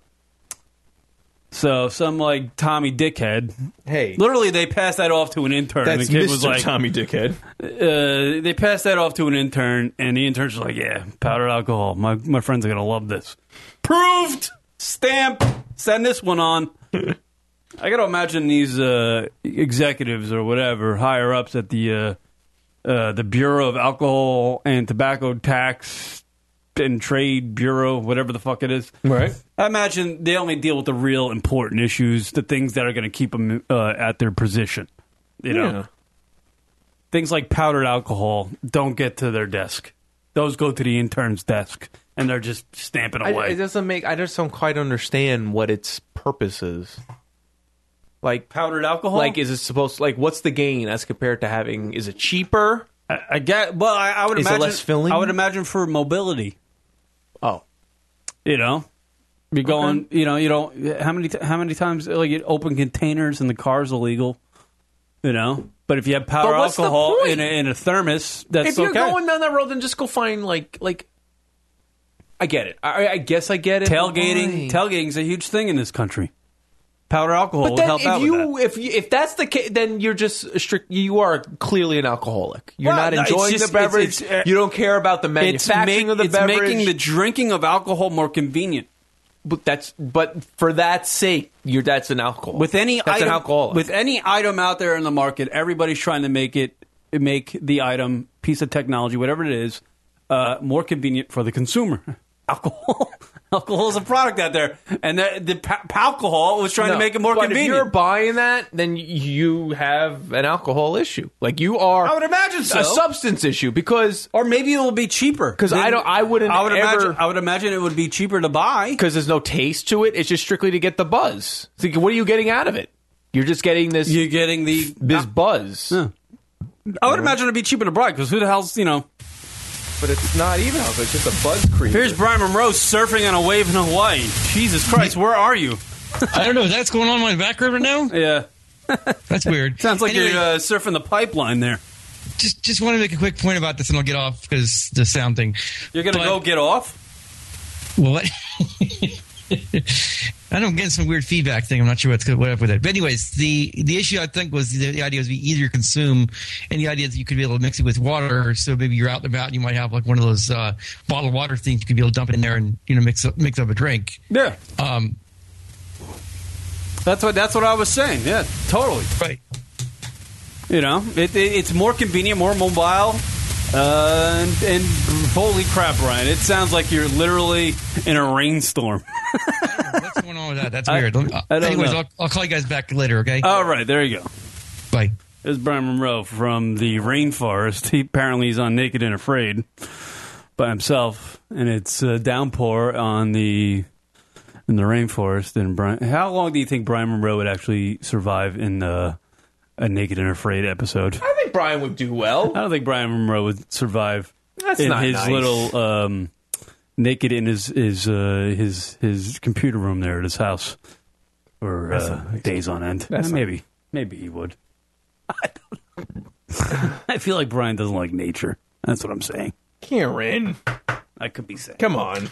So some like Tommy Dickhead. Hey. Literally, they passed that off to an intern. and the kid was like, Dickhead. uh, they passed that off to an intern, and the intern's like, Oh, "Yeah, powdered alcohol. My my friends are gonna love this." Proved. Stamp. Send this one on. I gotta imagine these uh, executives or whatever higher ups at the uh, uh, the Bureau of Alcohol and Tobacco Tax and Trade Bureau, whatever the fuck it is. Right. I imagine they only deal with the real important issues, the things that are going to keep them uh, at their position. You know, Yeah. things like powdered alcohol don't get to their desk; those go to the intern's desk, and they're just stamping I, away. it doesn't make. I just don't quite understand what its purpose is. Like powdered alcohol, Like, is it supposed? Like, what's the gain as compared to having? Is it cheaper? I, I get. Well, I, I would Is it imagine less filling? I would imagine for mobility. Oh, You know, you're going. You know, you don't. How many? T- how many times? Like you open containers and the car's illegal. You know, but if you have powder what's the alcohol point? in a, in a thermos, that's if you're okay. going down that road, then just go find like like. I get it. I, I guess I get it. tailgating Why? tailgating's a huge thing in this country Powder alcohol But would then, help out with if you that. if you, if that's the case, then you're just a strict. You are clearly an alcoholic. You're Well, not no, it's enjoying just- the beverage. it's- it's, uh, you don't care about the It's, manufacturing make- of the it's beverage. making the drinking of alcohol more convenient. but that's but for that sake, you're that's an alcohol. With any that's item, an alcoholic. with any item out there in the market, everybody's trying to make it make the item piece of technology, whatever it is, uh, more convenient for the consumer. Alcohol, alcohol is a product out there, and the, the pa- alcohol was trying to No, make it more but If you're convenient. buying that, then you have an alcohol issue. Like you are. I would imagine so. a substance issue because or maybe it will be cheaper 'Cause I Then- don't- I wouldn't I would imagine. ever- I would imagine it would be cheaper to buy. because there's no taste to it. It's just strictly to get the buzz. It's like, what are you getting out of it? You're just getting this You're getting the. this buzz. I would imagine it'd be cheaper to buy because who the hell's you know? But it's not even alcohol. It's just a buzz creator. Here's Brian Monroe surfing on a wave in Hawaii. Jesus Christ, where are you? I don't know. if That's going on in my background right now. Yeah, That's weird. sounds like Anyway, you're uh, surfing the pipeline there. just just want to make a quick point about this, and I'll get off because the sound thing. You're gonna But- go get off. What? I don't get some weird feedback thing. I'm not sure what's good, what up with it. But anyways, the the issue I think was the, the idea is we either consume, and the idea is you could be able to mix it with water. So maybe you're out and about, and you might have like one of those uh, bottled water things you could be able to dump in there and you know mix up, mix up a drink. Yeah, Um, that's what that's what I was saying. Yeah, totally. right. You know, it, it, it's more convenient, more mobile, uh, and, and holy crap, Ryan! It sounds like you're literally in a rainstorm. What's going on with that? That's weird. Let me- I don't anyways, know. I'll, I'll call you guys back later. Okay. All right, there you go. Bye. There's Brian Monroe from the rainforest. He apparently he's on Naked and Afraid by himself, and it's a downpour on the in the rainforest. And Brian, how long do you think Brian Monroe would actually survive in uh, a Naked and Afraid episode? I think Brian would do well. I don't think Brian Monroe would survive That's in not his nice. little um, naked in his his uh, his his computer room there at his house for uh, days on end. Eh, maybe maybe he would. I, don't know. I feel like Brian doesn't like nature. That's what I'm saying. Karen, I could be saying. come on.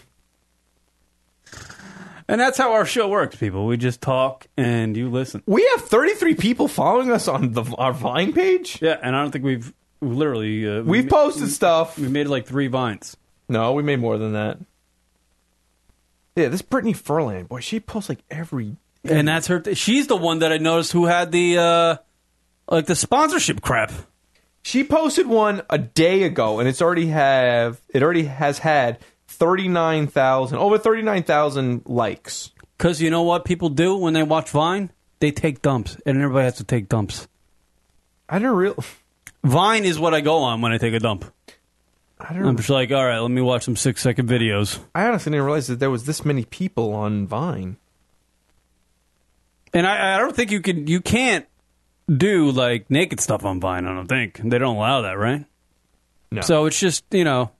And that's how our show works, people. We just talk and you listen. We have 33 people following us on the our Vine page. Yeah, and I don't think we've we literally uh, We've we- posted stuff. we made like three vines. No, we made more than that. Yeah, this Brittany Furland, boy, she posts like every. And that's her. she's the one that I noticed who had the uh, like the sponsorship crap. She posted one a day ago, and it's already have it already has had thirty nine thousand over thirty nine thousand likes. Because you know what people do when they watch Vine? They take dumps, and everybody has to take dumps. I don't real. Vine is what I go on when I take a dump. I I'm don't. just like, all right, let me watch some six second videos. I honestly didn't realize that there was this many people on Vine. And I, I don't think you can, you can't do like naked stuff on Vine. I don't think they don't allow that, right? No. So it's just you know,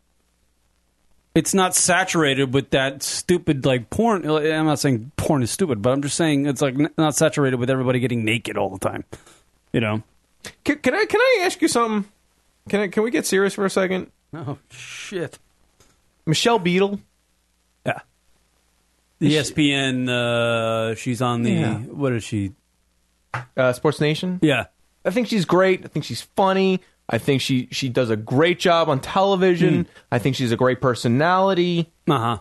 it's not saturated with that stupid like porn. I'm not saying porn is stupid, but I'm just saying it's like n- not saturated with everybody getting naked all the time. You know? Can, can I can I ask you something? Can I can we get serious for a second? Oh shit. Michelle Beadle. Yeah. E The ESPN, uh, she's on the, Yeah. what is she? uh, Sports Nation. Yeah. I think she's great. I think she's funny. I think she she does a great job on Hmm. television. I think she's a great personality. Uh huh.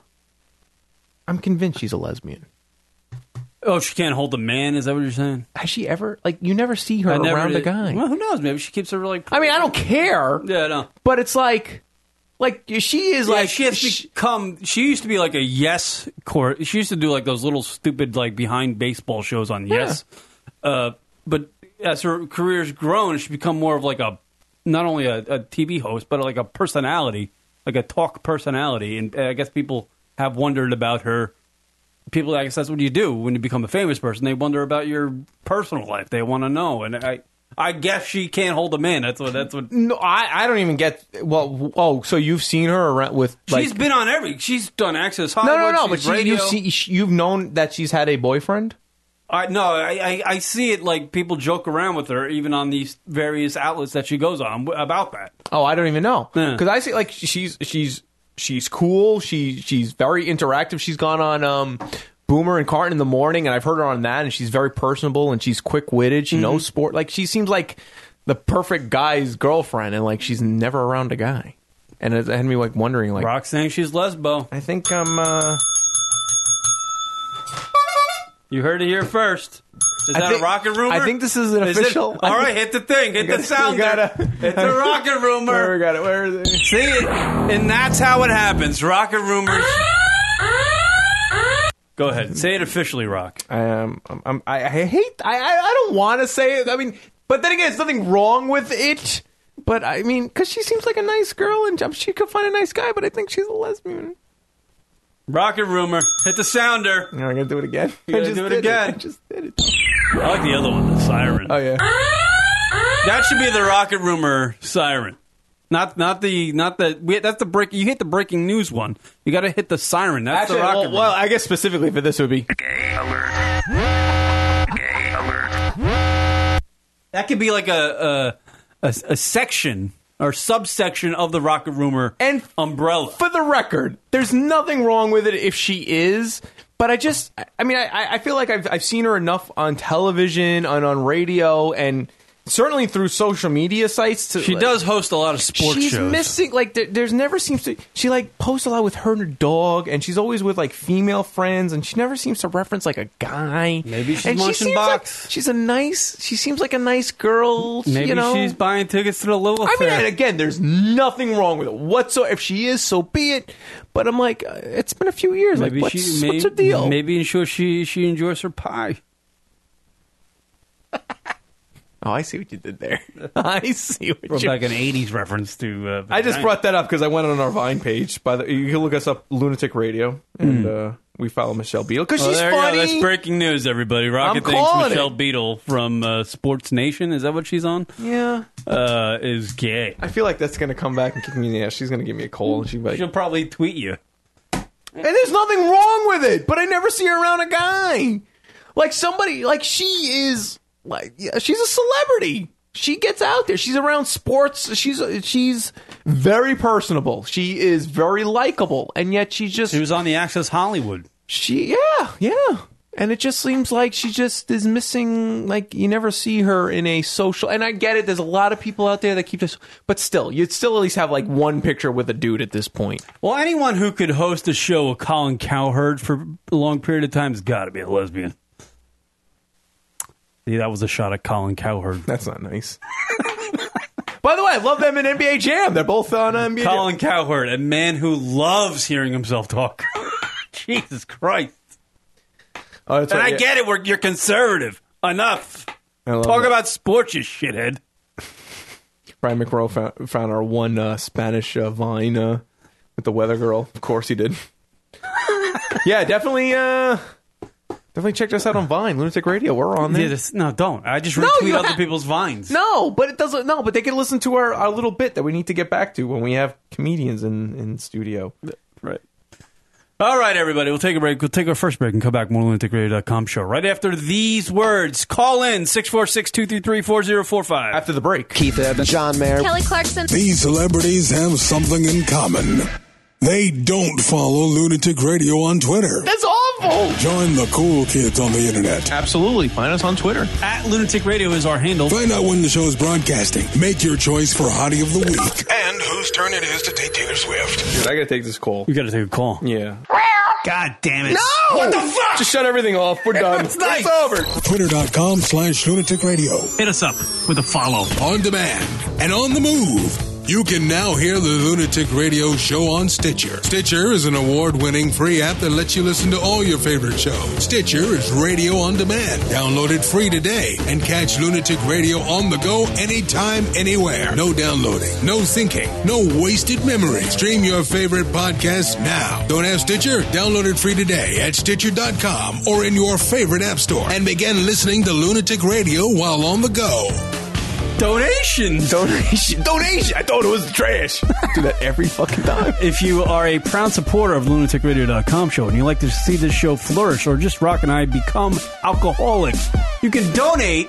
I'm convinced she's a lesbian. Oh, she can't hold a man. Is that what you're saying? Has she ever like you never see her I never around a did- guy? Well, who knows? Maybe she keeps her like. I mean, I don't care, Yeah, no. but it's like like she is Like like she has sh- become. She used to be like a yes court. She used to do like those little stupid like behind baseball shows on Yes. Uh, but as her career's grown, she's become more of like a not only a, a TV host but like a personality, like a talk personality. And uh, I guess people have wondered about her. People, I guess that's what you do when you become a famous person. They wonder about your personal life. They want to know, and I, I guess she can't hold them in. That's what. That's what. no, I I don't even get well. Oh, so you've seen her around with like she's been on every. She's done Access no Hollywood. no no, but she's she, radio. you've seen you've known that she's had a boyfriend. I no, I, I, I see it like people joke around with her, even on these various outlets that she goes on w- about that. Oh, I don't even know Yeah. because I see like she's she's she's cool. She she's very interactive. She's gone on um Boomer and Carton in the morning, and I've heard her on that, and she's very personable and she's quick witted. She Mm-hmm. knows sport. Like she seems like the perfect guy's girlfriend, and like she's never around a guy. And it had me like wondering, like Rock saying she's lesbo. I think I'm. Uh, You heard it here first. Is I that think- a rocket rumor? I think this is an it- official- all right, hit the thing. Hit the sound. we gotta- there. it's a rocket where rumor. we got it? Where is it? See it, and that's how it happens. Rocket rumors. Go ahead, say it officially, Rock. I um, I'm, I'm, I, I hate. I, I, I don't want to say it. I mean, but then again, there's nothing wrong with it. But I mean, because she seems like a nice girl, and um, she could find a nice guy. But I think she's a lesbian. Rocket rumor. Hit the sounder. Am I gonna do it again? I gotta just do it did again. I just did it. I like the other one, the siren. Oh yeah. That should be the rocket rumor siren. Not not the not the we, that's the break. You hit the breaking news one. You got to hit the siren. That's Actually, the rocket. well, rumor. well, I guess specifically for this would be that could be like a a, a a section or subsection of the rocket rumor And- umbrella. for the record, there's nothing wrong with it if she is. But I just, I mean, I, I feel like I've, I've seen her enough on television and on radio and certainly through social media sites. To, She like, does host a lot of sports She's shows. missing, like, there, there's never seems to, she, like, posts a lot with her and her dog, and she's always with, like, female friends, and she never seems to reference, like, a guy. Maybe she's and she munching seems box. Like, she's a nice, she seems like a nice girl. Maybe you know? she's buying tickets to the Lilith I mean, Fair. and again, there's nothing wrong with it whatsoever. If she is, so be it. But I'm like, uh, it's been a few years. maybe like, she what's, may- what's her deal? Maybe ensure she she enjoys her pie. Oh, I see what you did there. I see what Brought you. back an '80s reference to. Uh, I just vagina. brought that up because I went on our Vine page. By the, you can look us up, Lunatic Radio, and uh, we follow Michelle Beadle because Oh, she's there you go. funny. That's breaking news, everybody. Rocket I'm thinks calling Michelle it. Beadle from uh, Sports Nation. Is that what she's on? Yeah, Uh, is gay. I feel like that's gonna come back and kick me in the ass. She's gonna give me a cold. And she's like, She'll probably tweet you. and there's nothing wrong with it, but I never see her around a guy. Like somebody, like she is, like yeah, she's a celebrity. She gets out there. She's around sports. She's she's very personable. She is very likable, and yet she just She was on the Access Hollywood. she yeah yeah. And it just seems like she just is missing. Like you never see her in a social. And I get it. There's a lot of people out there that keep this, but still, you'd still at least have like one picture with a dude at this point. Well, anyone who could host a show with Colin Cowherd for a long period of time has got to be a lesbian. See, that was a shot at Colin Cowherd. That's not nice. By the way, I love them in NBA Jam. They're both on NBA. Jam. Colin Cowherd, a man who loves hearing himself talk. Jesus Christ. Oh, that's And right, I yeah. get it, we're, you're conservative. Enough. I love Talk that. about sports, you shithead. Brian McRowe found, found our one uh, Spanish uh, vine uh, with the weather girl. Of course he did. yeah, definitely. Uh, definitely checked us out on Vine, Lunatic Radio. We're on there. no, don't. I just you retweet other ha- people's vines. No, but it doesn't. No, but they can listen to our, our little bit that we need to get back to when we have comedians in in studio. Right. All right, everybody. We'll take a break. We'll take our first break and come back. More lunaticradio.com show right after these words. Call in 646 233 4045. After the break, Keith Evans, John Mayer. Kelly Clarkson. These celebrities have something in common. They don't follow Lunatic Radio on Twitter. that's awful. Join the cool kids on the internet. Absolutely, find us on Twitter. At Lunatic Radio is our handle. Find out when the show is broadcasting. Make your choice for Hottie of the Week. And whose turn it is to take Taylor Swift. Dude, I gotta take this call. We got to take a call. Yeah. God damn it. What the fuck? Just shut everything off. We're done. It's over. Twitter.com slash lunatic radio. Hit us up with a follow. On demand and on the move. You can now hear the Lunatic Radio show on Stitcher. Stitcher is an award winning free app that lets you listen to all your favorite shows. Stitcher is radio on demand. Download it free today and catch Lunatic Radio on the go anytime, anywhere. No downloading, no syncing, no wasted memory. Stream your favorite podcast now. Don't have Stitcher? Download it free today at Stitcher.com or in your favorite app store and begin listening to Lunatic Radio while on the go. Donations. Donation. Donation. I thought it was trash. Do that every fucking time. If you are a proud supporter of lunaticradio.com show and you like to see this show flourish or just Rock and I become alcoholics, you can donate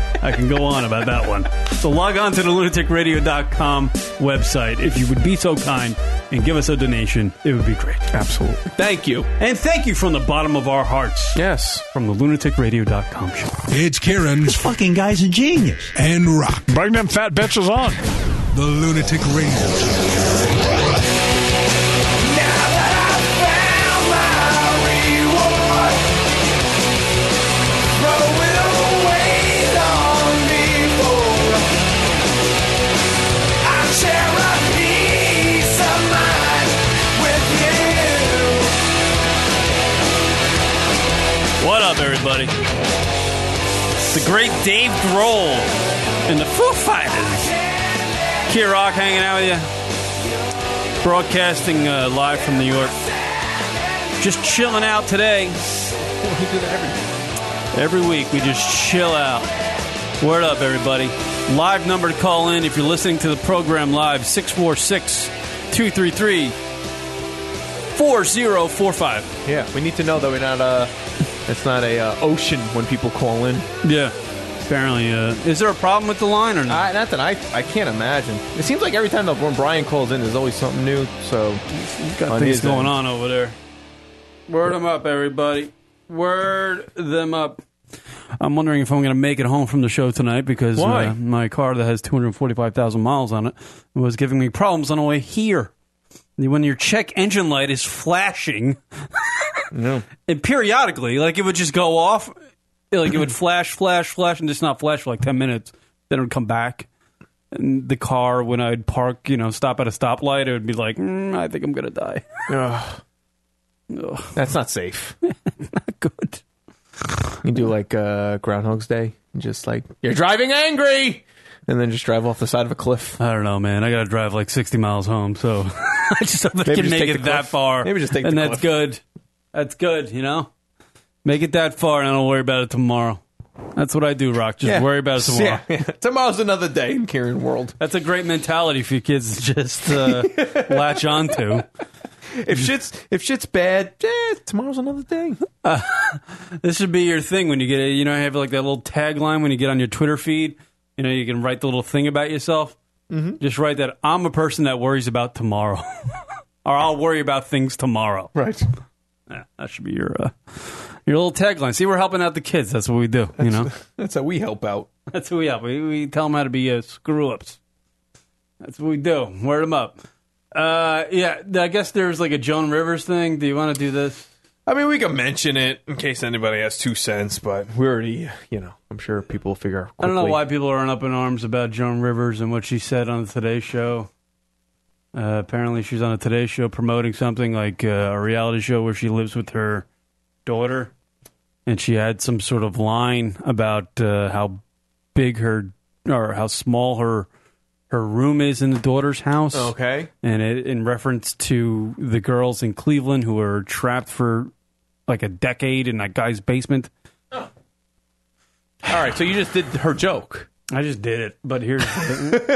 can go on about that one. So log on to the lunaticradio.com website if you would be so kind and give us a donation. It would be great. Absolutely. Thank you. And thank you from the bottom of our hearts Yes. from the lunaticradio.com show. It's Karen Fucking guy's a genius. and Rock. Bring them fat bitches on. The Lunatic Radio Show. What up, everybody? It's the great Dave Grohl and the Foo Fighters. Kid Rock hanging out with you. Broadcasting uh, live from New York. Just chilling out today. every week we just chill out. Word up, everybody. Live number to call in if you're listening to the program live 646 233 4045. Yeah, we need to know that we're not uh It's not a uh, ocean when people call in. Yeah. Apparently, uh, is there a problem with the line or not? I, not that I, I can't imagine. It seems like every time that when Brian calls in, there's always something new. So got on things his end. going on over there. Word them up, everybody. Word them up. I'm wondering if I'm going to make it home from the show tonight because Why? Uh, my car that has 245,000 miles on it was giving me problems on the way here. When your check engine light is flashing, and periodically, like it would just go off, like it would flash, flash, flash, and just not flash for like 10 minutes. Then it would come back. And the car, when I'd park, you know, stop at a stoplight, it would be like, mm, I think I'm going to die. that's not safe. Good. You do like uh, Groundhog's Day, and just like you're driving angry, and then just drive off the side of a cliff. I don't know, man. I got to drive like 60 miles home, so I just hope that I Maybe can just make take it the that cliff. far. Maybe just take And the that's cliff. good. That's good, you know? Make it that far and I don't worry about it tomorrow. That's what I do, Rock. Just worry about it tomorrow. Yeah, yeah. Tomorrow's another day in Karen World. That's a great mentality for your kids to just uh, latch onto. If shit's if shit's bad, eh, tomorrow's another day. This should be your thing when you get it. You know, I have like that little tagline when you get on your Twitter feed. You know, you can write the little thing about yourself. Mm-hmm. Just write that I'm a person that worries about tomorrow, or I'll worry about things tomorrow. Right. Yeah, that should be your uh, your little tagline. See, we're helping out the kids. That's what we do. you know, That's how we help out. that's who we help. We, we tell them how to be uh, screw ups. That's what we do. Word them up. Uh, yeah, I guess there's like a Joan Rivers thing. Do you want to do this? I mean, we can mention it in case anybody has two cents, but we already, you know, I'm sure people will figure out. I don't know quickly. why people aren't up in arms about Joan Rivers and what she said on the Today Show. Uh, apparently, she's on a Today Show promoting something like uh, a reality show where she lives with her daughter, and she had some sort of line about uh, how big her or how small her her room is in the daughter's house. Okay. and it, in reference to the girls in Cleveland who were trapped for like a decade in that guy's basement. All right. So you just did her joke. I just did it, but here's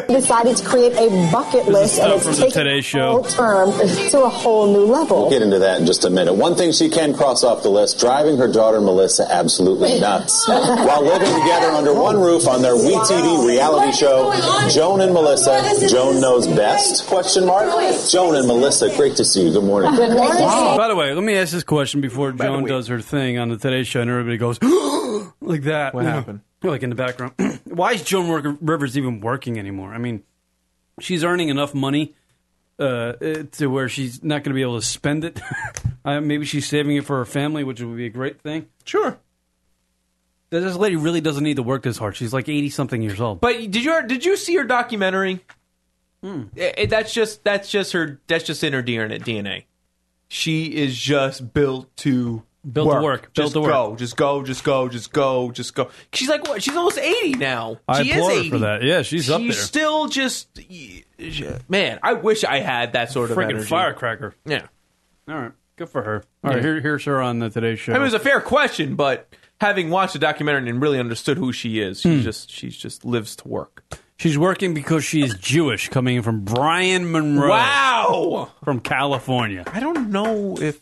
decided to create a bucket list and stuff it's from the taken Today Show. all term to a whole new level. Get into that in just a minute. One thing she can cross off the list driving her daughter Melissa absolutely nuts. While living together under one roof on their WE TV reality show, Joan and Melissa, Joan knows best? Question mark. Joan and Melissa, great to see you. Good morning. By the way, let me ask this question before Joan does her thing on the Today Show, and everybody goes like that. What happened? Like in the background. Why is Joan Work- Rivers even working anymore? I mean, she's earning enough money uh, uh, to where she's not going to be able to spend it. uh, maybe she's saving it for her family, which would be a great thing. Sure. This lady really doesn't need to work this hard. She's like eighty something years old. But did you did you see her documentary? Hmm. Eh, eh, that's just that's just her that's just in her DNA. DNA. She is just built to Built to work. Built Just to work. go. Just go. Just go. Just go. Just go. She's like what? She's almost eighty now. I she applaud is her 80. for that. Yeah, she's up there. still just man. I wish I had that sort of Freaking energy. firecracker. Yeah. All right. Good for her. All right. Here, here's her on the Today Show. I mean, it was a fair question, but having watched the documentary and really understood who she is, Hmm. she just she's just lives to work. She's working because she is Jewish, coming in from Brian Monroe. Wow. From California. I don't know if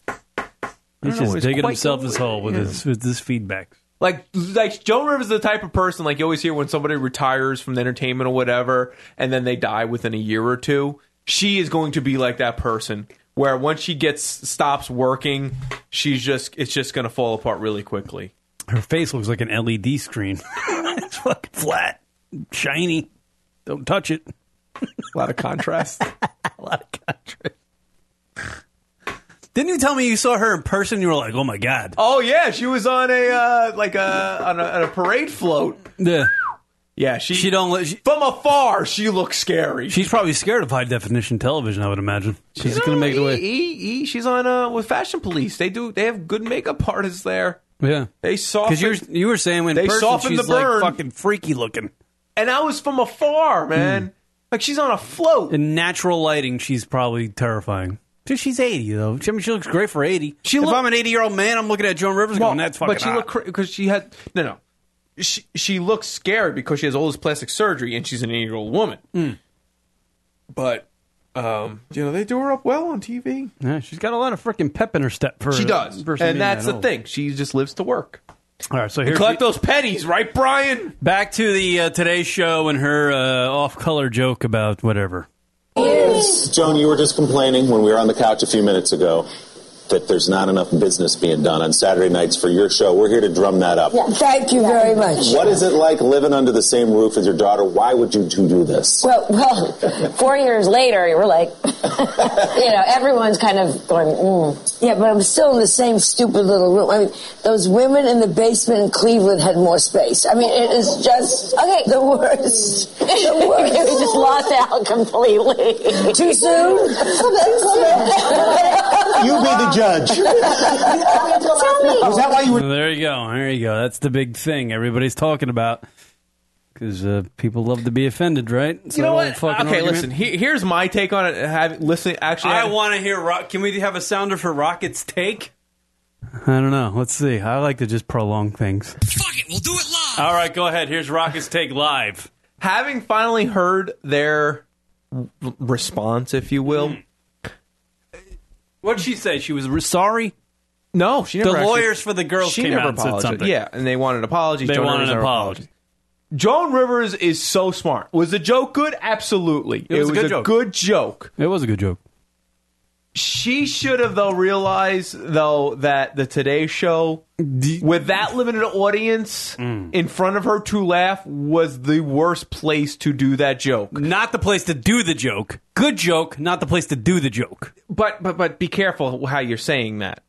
He's know, just it's digging quite himself his hole with yeah. his with this feedback. like like Joan Rivers is the type of person like you always hear when somebody retires from the entertainment or whatever and then they die within a year or two. She is going to be like that person where once she gets stops working, she's just it's just going to fall apart really quickly. Her face looks like an LED screen. it's fucking flat, shiny. Don't touch it. A lot of contrast. A lot of contrast. Didn't you tell me you saw her in person? You were like, "Oh my god!" oh yeah, she was on a uh, like a on a, on a parade float. Yeah. Yeah, she, She don't. li- She, from afar she looks scary. she's probably scared of high definition television. I would imagine. She's gonna make it on away. E- E- E. she's on uh, with Fashion Police. They do they have good makeup artists there. Yeah. They Because you were, soften you were saying when They person, softened she's the burn. like fucking freaky looking. and I was from afar, man. Like she's on a float. Hmm. In natural lighting, she's probably terrifying. She- She's 80, though. She- I mean, she looks great for 80. She if look- I'm an 80 year old man, I'm looking at Joan Rivers going, that's fucking but she hot." looked because she had no no. She she looks scared because she has all this plastic surgery and she's an eighty year old woman. But um, you know they do her up well on TV. Yeah, she's got a lot of freaking pep in her step. For She does, for being and that's that the old. thing. She just lives to work. All right, so here's Collect the- those pennies, right, Brian? back to the uh, Today Show and her uh, off color joke about whatever. Joan, you were just complaining when we were on the couch a few minutes ago that there's not enough business being done on Saturday nights for your show. We're here to drum that up. Thank you very much. What is it like living under the same roof as your daughter? Why would you two do this? Well, well, four years later, we're like, you know, everyone's kind of going, mm. yeah, but I'm still in the same stupid little room. I mean, those women in the basement in Cleveland had more space. I mean, it is just okay. The worst. The worst. it was just lost out completely. Too soon. You be the judge. Was that why you were? So there you go. There you go. That's the big thing everybody's talking about. Because uh, people love to be offended, right? So You know that what? Okay, fucking argument. listen. He, here's my take on it. Have, listen, actually, I want to hear. Rock. Can we have a sounder for Rocket's take? I don't know. Let's see. I like to just prolong things. Fuck it, we'll do it live. All right, go ahead. Here's Rocket's take live. having finally heard their r- response, if you will. Hmm. What'd she say? She was re- sorry. No, she The never. actually- lawyers for the girls she came never out and said apologized. something. Yeah, and they wanted an apology. They Joan wanted Rivers an never apology. apologized. Joan Rivers is so smart. Was the joke good? Absolutely, It was a good joke. joke. It was a good joke. She should have though realized though that the Today Show with that limited audience Mm. in front of her to laugh was the worst place to do that joke. Not the place to do the joke. Good joke. Not the place to do the joke. but but but be careful how you're saying that.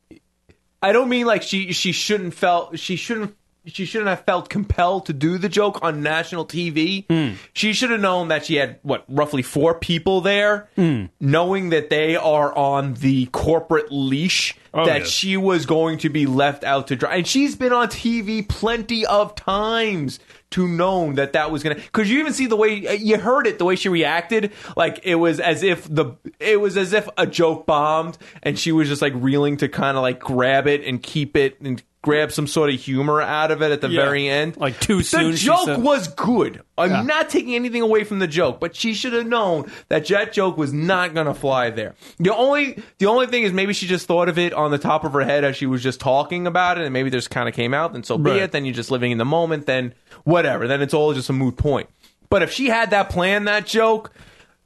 I don't mean like she she shouldn't felt she shouldn't she shouldn't have felt compelled to do the joke on national TV. Hmm. She should have known that she had what roughly four people there, Hmm. knowing that they are on the corporate leash that yeah. she was going to be left out to dry. And she's been on TV plenty of times to known that that was gonna. Because you even see the way you heard it, the way she reacted, like it was as if the it was as if a joke bombed, and she was just like reeling to kind of like grab it and keep it and grab some sort of humor out of it at the Yeah. very end. Like, too soon, The she joke said. was good. I'm not taking anything away from the joke, but she should have known that that joke was not gonna fly there. The only the only thing is maybe she just thought of it on the top of her head as she was just talking about it, and maybe this kind of came out. Then so be Right. it. Then you're just living in the moment. Then whatever. Then it's all just a moot point. But if she had that plan, that joke,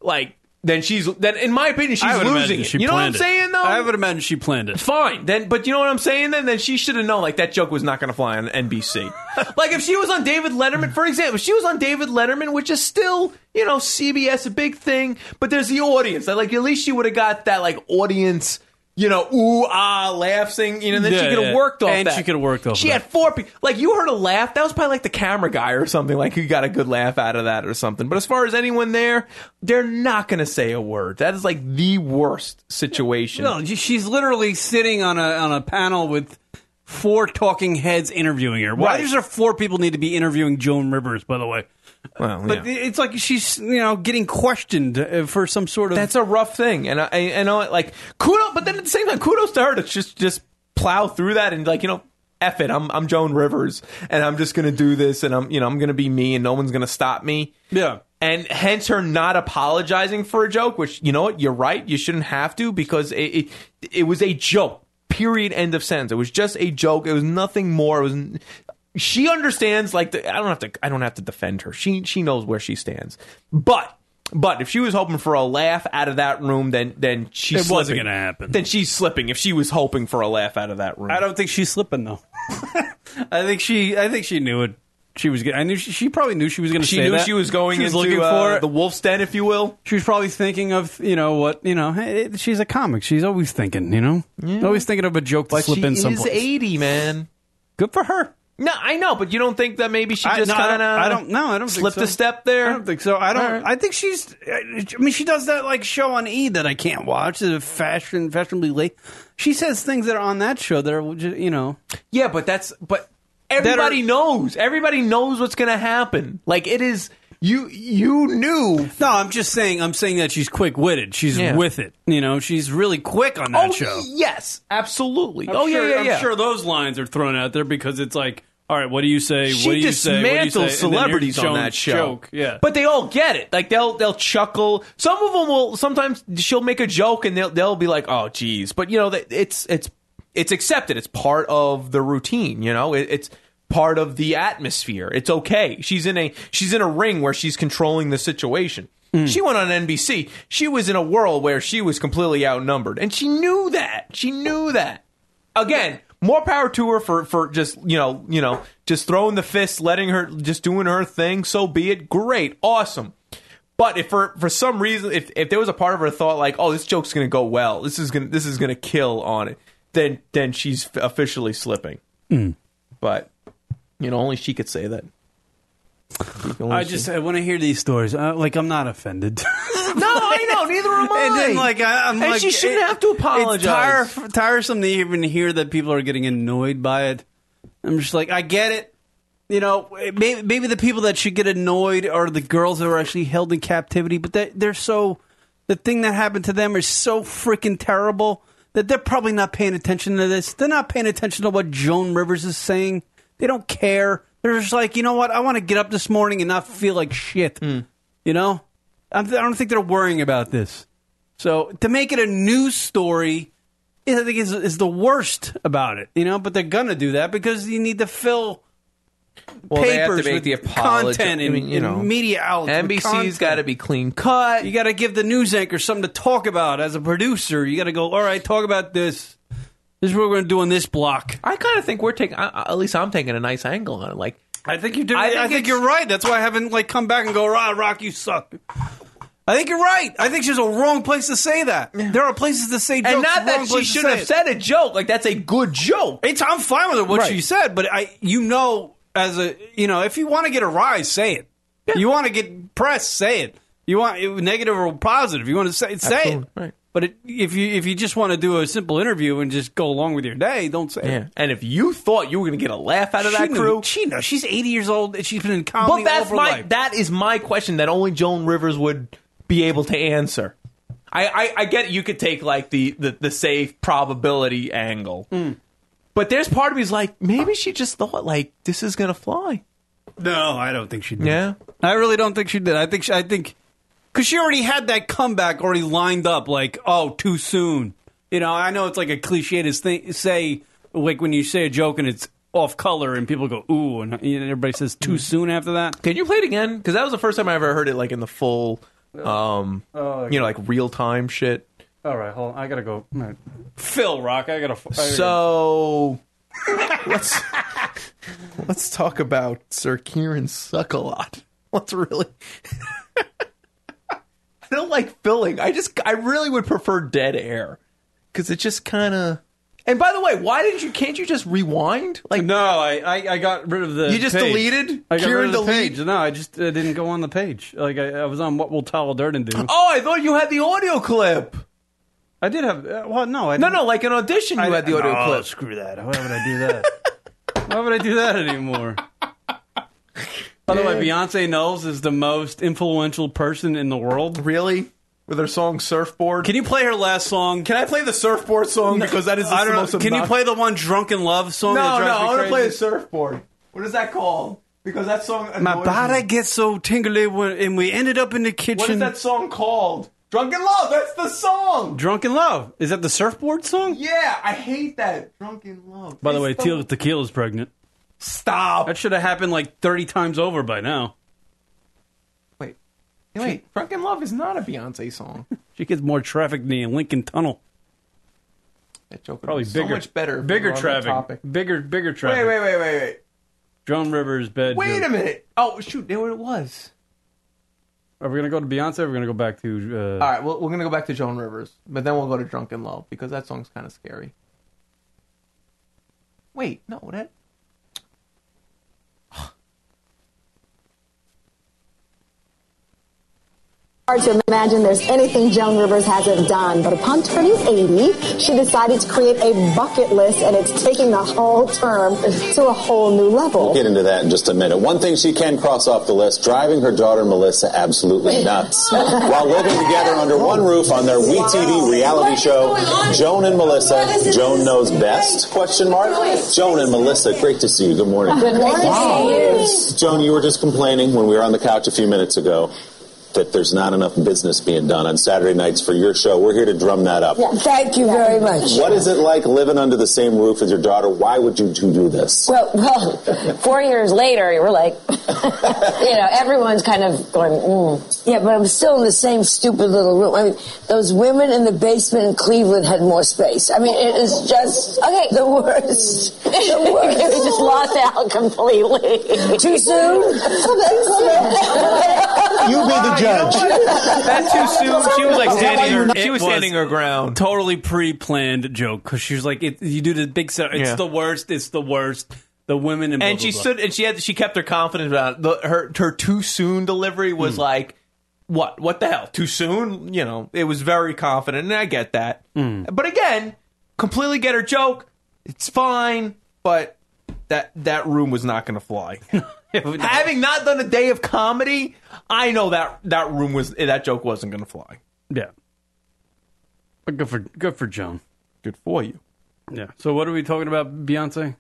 like then she's then in my opinion she's I would losing imagine it. she you know what I'm planned it. saying though? I would imagine she planned it. fine. Then, but you know what I'm saying? Then, then she should have known like that joke was not going to fly on NBC. like if she was on David Letterman, for example, if she was on David Letterman, which is still you know CBS a big thing, but there's the audience. Like at least she would have got that like audience. You know, ooh ah, laugh thing. You know, then Yeah, she could have yeah. worked off And that. she could have worked off She of had that. four people. Like you heard a laugh. That was probably like the camera guy or something. Like who got a good laugh out of that or something. But as far as anyone there, they're not going to say a word. That is like the worst situation. No, she's literally sitting on a on a panel with four talking heads interviewing her. Why Right. does there four people need to be interviewing Joan Rivers? By the way, Well, but yeah. it's like she's you know getting questioned uh, for some sort of that's a rough thing, and I, I, I know, it, like kudos. But then at the same time, kudos to her to just just plow through that and like you know. F it, I'm I'm Joan Rivers, and I'm just gonna do this, and I'm you know I'm gonna be me, and no one's gonna stop me. yeah. and hence her not apologizing for a joke which you know what you're right you shouldn't have to because it it, it was a joke period end of sentence it was just a joke it was nothing more it was n- she understands like the, i don't have to i don't have to defend her she she knows where she stands but but if she was hoping for a laugh out of that room then then she It wasn't gonna happen. then she's slipping if she was hoping for a laugh out of that room I don't think she's slipping though. I think she I think she knew it. She was. get- I knew she, she probably knew she was going to she say knew that. she was going She was into looking uh, for it. the wolf's den if you will She was probably thinking of you know what you know. Hey, it- she's a comic. She's always thinking. You know, always thinking of a joke to but slip she in is someplace. 80 man Good for her. No, I know, but you don't think that maybe she I- just no, I kind don't- of I don't- no, I don't think slipped so. a step there. I don't think so. I don't. All right. I think she's. I mean, she does that like show on E that I can't watch. The fashion, fashionably late. She says things that are on that show that are ju- you know. Yeah, but that's but everybody are- knows. Everybody knows what's going to happen. Like it is you you knew. No, I'm just saying. I'm saying that she's quick witted. She's Yeah. with it. You know, she's really quick on that oh show. yes, absolutely. I'm oh sure, yeah, yeah, I'm yeah. sure those lines are thrown out there because it's like, all right, what do you say? she what do you say? What do you dismantles say? And then celebrities here's on Joan's that show. Joke. Yeah, but they all get it. Like they'll they'll chuckle. Some of them will. Sometimes she'll make a joke and they'll they'll be like, "Oh, geez," but you know, that- it's it's it's accepted. It's part of the routine. You know, it, it's part of the atmosphere. It's okay. She's in a she's in a ring where she's controlling the situation. Mm. She went on NBC. She was in a world where she was completely outnumbered, and she knew that. She knew that again, more power to her for for just you know you know just throwing the fist, letting her just doing her thing. So be it. Great, awesome. But if for for some reason, if if there was a part of her thought like, oh, this joke's gonna go well, this is gonna this is gonna kill on it, then then she's officially slipping. Hmm. But you know, only she could say that. Only I she- just I want to hear these stories. Uh, like I'm not offended. no, I know. Neither am I. And then, like, I, I'm and like, she shouldn't it- have to apologize. It's tire, tiresome to even hear that people are getting annoyed by it. I'm just like, I get it. You know, maybe, maybe the people that should get annoyed are the girls that are actually held in captivity, but that they're so the thing that happened to them is so freaking terrible that they're probably not paying attention to this. They're not paying attention to what Joan Rivers is saying. They don't care. They're just like, you know what? I want to get up this morning and not feel like shit. Hmm. You know, I'm, I don't think they're worrying about this. So to make it a news story, I think is is the worst about it. You know, but they're gonna do that because you need to fill Well, they have to papers make with the apology- content and, I mean, you and know, media outlets. with NBC's content. got to be clean cut. You got to give the news anchor something to talk about as a producer. You got to go. All right, talk about this. This is what we're going to do on this block. I kind of think we're taking, I- I- at least I'm taking a nice angle on it. Like, I think you're doing. I I think think, it's- you're right. That's why I haven't like come back and go, "Rah, Rock, you suck." I think you're right. I think she's a wrong place to say that. There are places to say jokes. and not wrong that she place to shouldn't say have it. said a joke. Like, that's a good joke. It's I'm fine with it what Right. she said, but I you know as a you know if you want to get a rise, say it. You want to get press, say it. You want it, negative or positive, you want to say it, say Absolutely, it. right. But it, if you if you just want to do a simple interview and just go along with your day, don't say it. And if you thought you were going to get a laugh out of she that knew- crew, she knows she's 80 years old and she's been in comedy but that's all of her my life. that is my question that only Joan Rivers would be able to answer. I, I, I get you could take like the, the, the safe probability angle, Hmm. but there's part of me's like maybe she just thought like this is gonna fly. no, I don't think she did. Yeah. I really don't think she did. I think she, I think because she already had that comeback already lined up. Like, oh, too soon. You know, I know it's like a cliche to thi- say, like when you say a joke and it's off color and people go ooh, and you know, everybody says too soon after that. Can you play it again? Because that was the first time I ever heard it like in the full, um, you know, like real time shit. Oh, All right, hold on. I gotta go. Phil Rock, I gotta. I gotta go. So let's let's talk about Sir Kieran Suckalot. Let's really. I don't like filling. I just I really would prefer dead air because it just kind of. And by the way, why didn't you? Can't you just rewind? Like no, I, I I got rid of the. You just page. deleted? I got Kieran rid of the delete? page. No, I just uh, didn't go on the page. Like I, I was on what will Tyler Durden do? Oh, I thought you had the audio clip. I did have. uh, Well, no, I No, didn't- no, like an audition. You I, had the audio no, clip. Screw that. Why would I do that? Why would I do that anymore? By the way, Beyonce Knowles is the most influential person in the world. Really? With her song "Surfboard." Can you play her last song? Can I play the surfboard song because that is the I don't know. most Can you obnox- play the one "Drunken Love" song? that No, no, drives I me want to crazy? play the surfboard. What is that called? Because that song. My annoys body me. gets so tingly when, and we ended up in the kitchen. What is that song called? Drunken Love. That's the song. Drunken Love. Is that the surfboard song? Yeah, I hate that. Drunken Love. By the It's way, Teal Tequila's pregnant. Stop. That should have happened like 30 times over by now. Wait, wait. Drunken Love is not a Beyonce song. She gets more traffic than the Lincoln Tunnel. That joke Probably so bigger. much better. if we Bigger were on that traffic. Topic. Bigger, bigger traffic. Wait, wait, wait, wait, wait. Joan Rivers' bed. Wait a minute. Oh shoot, there what it was. Are we going to go to Beyonce or are we going to go back to. Uh, All right, well, we're gonna go back to Joan Rivers, but then we'll go to Drunken Love because that song's kind of scary. Wait, no, that. hard to imagine there's anything Joan Rivers hasn't done, but upon turning 80, she decided to create a bucket list, and it's taking the whole term to a whole new level. We'll get into that in just a minute. One thing she can cross off the list driving her daughter Melissa absolutely nuts. While living together under one roof on their WeTV reality show, Joan and Melissa, Joan knows best? Question mark. Joan and Melissa, great to see you. Good morning. Good morning. Joan, you were just complaining when we were on the couch a few minutes ago that there's not enough business being done on Saturday nights for your show. We're here to drum that up. Thank you very much. What is it like living under the same roof as your daughter? Why would you two do this? Well, well, four years later, we're like, you know, everyone's kind of going, mm. yeah, but I'm still in the same stupid little room. I mean, those women in the basement in Cleveland had more space. I mean, it is just okay. The worst. The worst. we just lost out completely. Too soon. You be the judge. That's too soon. She was like standing her, She was standing her ground. Totally pre planned joke because she was like, it, you do the big set. It's Yeah. the worst. It's the worst. The women and blah, and she blah, blah. stood and she had she kept her confidence about it. The, her her too soon delivery was Hmm. like what what the hell too soon you know it was very confident and I get that Hmm. but again completely get her joke it's fine but that that room was not going to fly having not done a day of comedy I know that that room was that joke wasn't going to fly Yeah. But good for, good for Joan. good for you Yeah. So what are we talking about, Beyonce?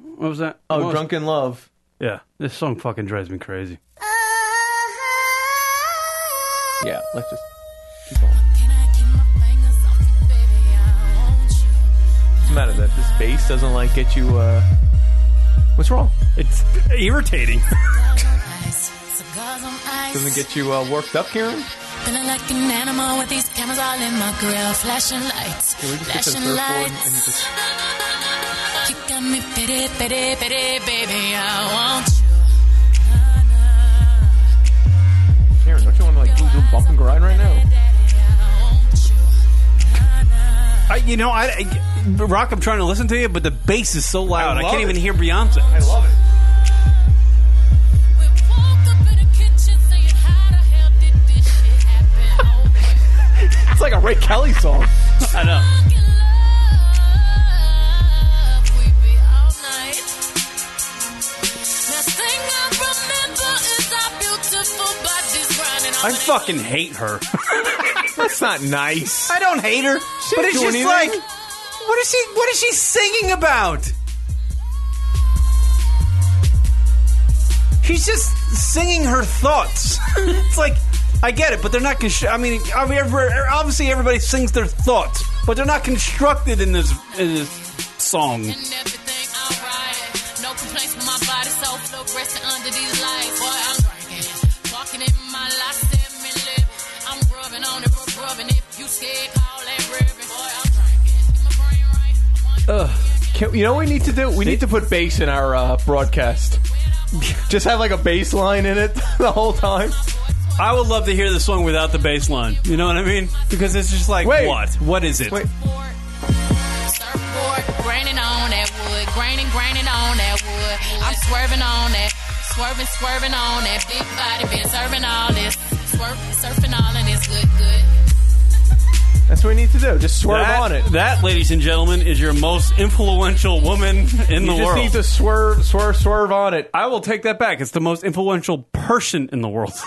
What was that? oh What was- drunken love Yeah. This song fucking drives me crazy. yeah let's just what's the matter that this bass doesn't like get you uh what's wrong It's irritating. Doesn't get you uh, worked up, Karen? Feeling like an animal with these cameras all in my grill. Flashing lights, Can we just get to the flashing surfboard lights. and just- You got me pity, pity, pity, baby. I want Karen, don't you want to like do a little bump and grind right now? I, you know, I, I- Rock. I'm trying to listen to you, but the bass is so loud. I, love can't even it. hear Beyonce. I love it. you. It's like a Ray Kelly song. I know. I fucking hate her. That's not nice. I don't hate her, but it's doing just anything. like, what is she? What is she singing about? She's just singing her thoughts. it's like I get it, but they're not. Constr- I mean, I mean, every- obviously everybody sings their thoughts, but they're not constructed in this in this song. Can, you know what we need to do? We need to put bass in our uh, broadcast. Just have like a bass line in it the whole time. I would love to hear the song without the bass line. You know what I mean? Because it's just like, Wait. what? What is it? Wait. Surfboard, graining on that wood, graining, graining on that wood. I'm swerving on that, swerving, swerving on that big body, been serving all this, swerve, surfing all in this good, good. That's what we need to do. Just swerve that, on it. That, ladies and gentlemen, is your most influential woman in you the just world. need to swerve, swerve, swerve on it. I will take that back. It's the most influential person in the world.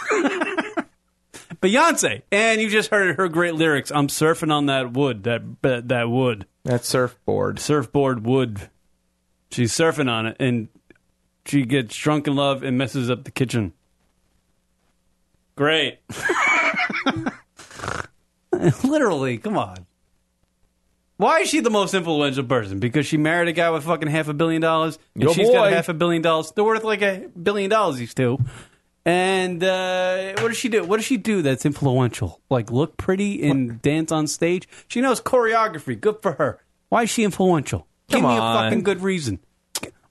Beyonce. And you just heard her great lyrics. I'm surfing on that wood, that that- that wood. That surfboard. Surfboard wood. She's surfing on it and she gets drunk in love and messes up the kitchen. Great. Literally, come on. Why is she the most influential person? Because she married a guy with fucking half a billion dollars, and Your she's got boy. half a billion dollars. They're worth like a billion dollars these two. And uh, what does she do? What does she do that's influential? Like look pretty and dance on stage. She knows choreography. Good for her. Why is she influential? Give Come me on. a fucking good reason.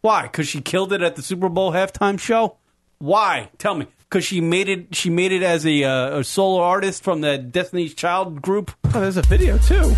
Why? Because she killed it at the Super Bowl halftime show. Why? Tell me. Because she made it. She made it as a, uh, a solo artist from the Destiny's Child group. Oh, there's a video too.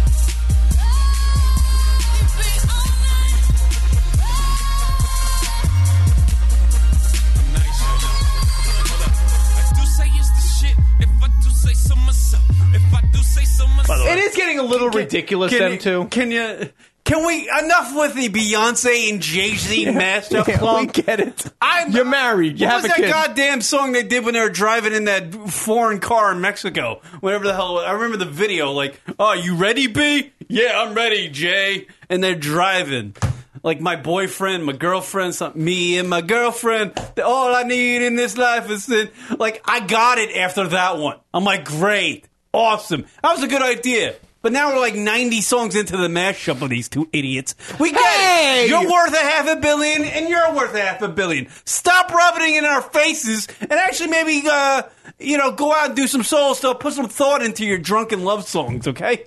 It is getting a little ridiculous. Can Them you, two. Can you? Can we? Enough with the Beyonce and Jay Z master yeah, plan. we get it. I'm, You're married. You what have was a that kid. goddamn song they did when they were driving in that foreign car in Mexico? Whatever the hell. I remember the video. Like, oh, you ready, B? Yeah, I'm ready, Jay. And they're driving. Like my boyfriend, my girlfriend, some, me and my girlfriend. All I need in this life is sin. Like I got it after that one. I'm like, great, awesome. That was a good idea. But now we're like 90 songs into the mashup of these two idiots. We get Hey! it. You're worth a half a billion, and you're worth a half a billion. Stop rubbing it in our faces, and actually maybe, uh, you know, go out and do some soul stuff. Put some thought into your drunken love songs, okay?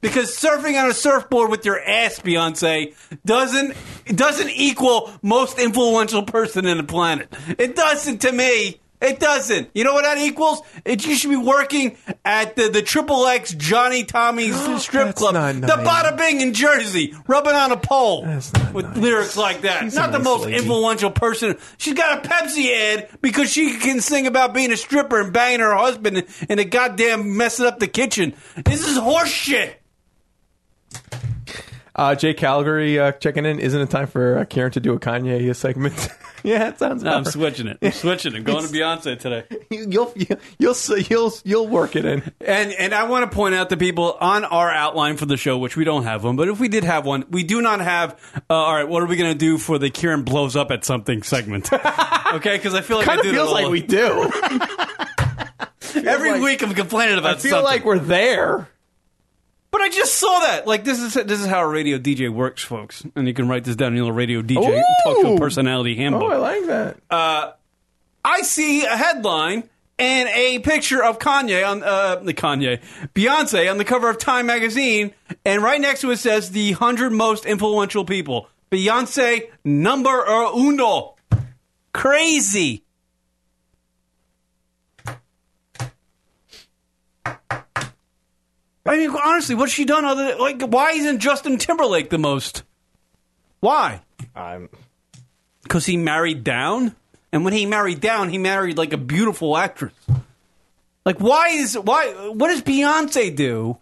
Because surfing on a surfboard with your ass, Beyonce, doesn't doesn't equal most influential person in the planet. It doesn't to me. It doesn't. You know what that equals? It you should be working at the the Triple X Johnny Tommy's strip That's club, not the nice. Bada Bing in Jersey, rubbing on a pole That's not with nice. lyrics like that. She's a not the nice most lady. influential person. She's got a Pepsi ad because she can sing about being a stripper and banging her husband and a goddamn messing up the kitchen. This is horse shit. Uh, Jay Calgary uh, checking in. Isn't it time for uh, Kieran to do a Kanye segment? yeah, it sounds. I'm better. switching it. I'm switching it. I'm going to Beyonce today. You- You'll you'll you'll you'll you'll work it in. And and I want to point out to people on our outline for the show, which we don't have one, but if we did have one, we do not have. Uh, all right, what are we going to do for the Kieran blows up at something segment? okay, because I feel like I Kind of do that feels all- like we do. every like- week. I'm complaining I about. feel something. like we're there. But I just saw that. Like this is this is how a radio DJ works, folks. And you can write this down in your radio DJ Ooh. talk show personality handbook. Oh, I like that. Uh, I see a headline and a picture of Kanye on uh, the Kanye Beyonce on the cover of Time magazine, and right next to it says the hundred most influential people. Beyonce number uh, uno. Crazy. I mean, honestly, what's she done other than, like, why isn't Justin Timberlake the most? Why? I'm because he married down, and when he married down, he married like a beautiful actress. Like, why is why? What does Beyonce do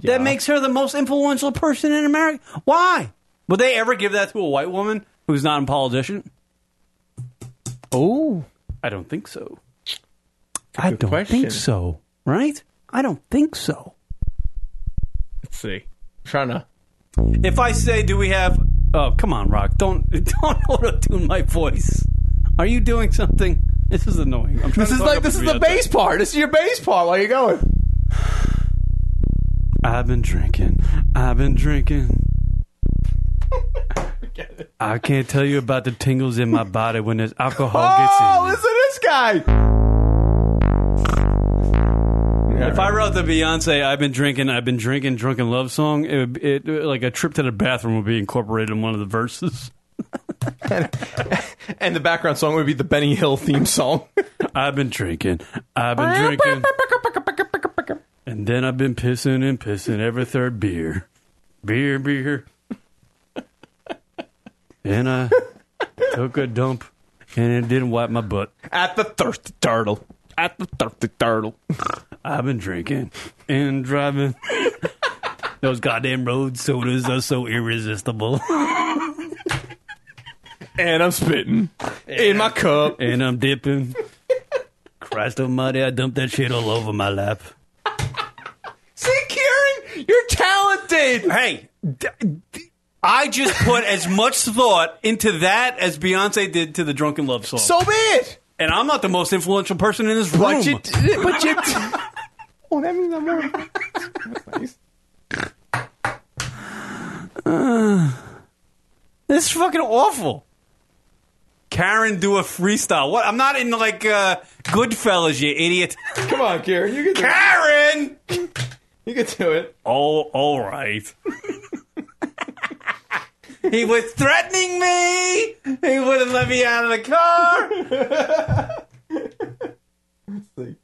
Yeah. that makes her the most influential person in America? Why would they ever give that to a white woman who's not a politician? oh. I don't think so. I Good don't question. think so. Right? I don't think so. Let's see. I'm trying to. If I say, do we have? Oh, come on, Rock! Don't don't auto tune my voice. Are you doing something? This is annoying. I'm trying This to is talk like up this to is the Beyonce. bass part. This is your bass part. Where you going? I've been drinking. I've been drinking. I can't tell you about the tingles in my body when this alcohol gets in. Oh, listen to this guy. If I wrote the Beyonce "I've been drinking, I've been drinking, drunken love" song, it would it like a trip to the bathroom would be incorporated in one of the verses. And the background song would be the Benny Hill theme song. I've been drinking. I've been drinking. And then I've been pissing and pissing every third beer. Beer, beer. And I took a dump and it didn't wipe my butt. At the thirsty turtle. At the thirsty turtle. I've been drinking and driving Those goddamn road sodas are so irresistible. and I'm spitting in my cup. And I'm dipping. Christ almighty, I dumped that shit all over my lap. See, Kieran, you're talented. Hey, d- d- I just put as much thought into that as Beyonce did to the Drunken Love song. So be it. and I'm not the most influential person in this room. But you, but you. oh, that means I'm wrong. That's nice. Uh, This is fucking awful. Karen, do a freestyle. What? I'm not in like uh, Goodfellas, you idiot. Come on, Kieran, you can do it. Karen. You can do it. Oh, all right. he was threatening me. He wouldn't let me out of the car. Let's see.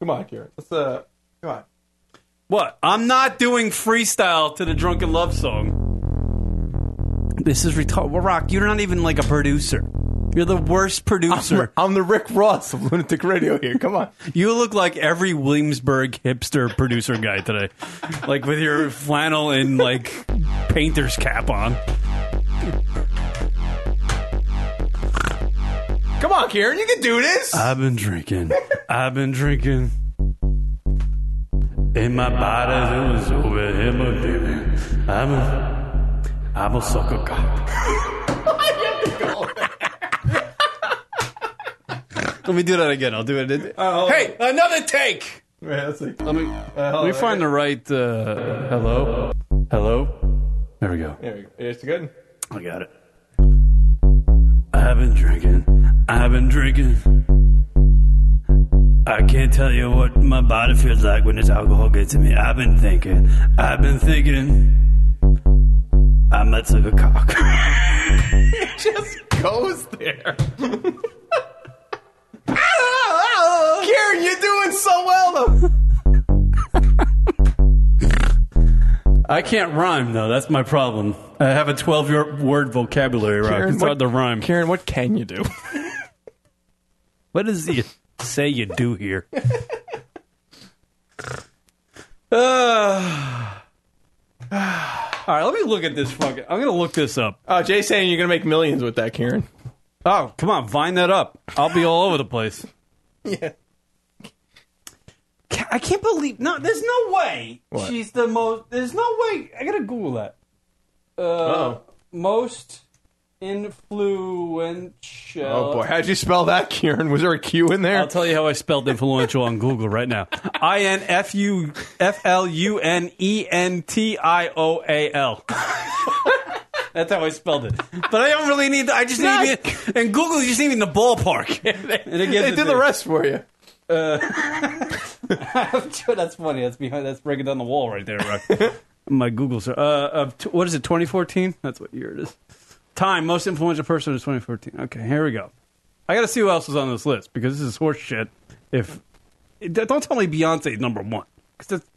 Come on, Kieran. Let's uh, come on. What? I'm not doing freestyle to the Drunken Love song. This is retarded. Well, Rock, you're not even like a producer. You're the worst producer. I'm the Rick Ross of Lunatic Radio here. Come on. You look like every Williamsburg hipster producer guy today. Like with your flannel and like painter's cap on. Come on, Kieran, you can do this. I've been drinking. I've been drinking. In my body, it was over in my baby. I'm a, I'm a sucker cock. Let me do that again. I'll do it. hey, another take. Wait, let's see. Let me, let me find the right. Uh, hello, hello. There we go. There we go. It's good. I got it. I've been drinking. I've been drinking. I can't tell you what my body feels like when this alcohol gets to me. I've been thinking. I've been thinking. I might suck a cock. Goes there. Kieran, you're doing so well though. I can't rhyme though. That's my problem. I have a 12 word vocabulary, Rock. Karen, it's hard what- to rhyme. Kieran, what can you do? What does it say you do here? Uh, all right, let me look at this fucking. I'm gonna look this up. Oh, Jay's saying you're gonna make millions with that, Kieran. Oh, come on, vine that up. I'll be all over the place. Yeah. Ca- I can't believe no. There's no way What? she's the most. There's no way. I gotta Google that. Uh, Oh. Most influential. Oh boy, how'd you spell that, Kieran? Was there a Q in there? I'll tell you how I spelled influential on Google right now. I N F U F L U N E N T I O A L. That's how I spelled it. But I don't really need. The, I just need. to be- And Google's just even the ballpark. And it gives they it did the there. rest for you. Sure, that's funny. That's behind. That's breaking down the wall right there. Rock. My Google search. Uh, of t- what is it? 2014. That's what year it is. Time most influential person is 2014. Okay, here we go. I got to see who else is on this list because this is horse shit. If it- don't tell me Beyonce's number one. 'Cause that's-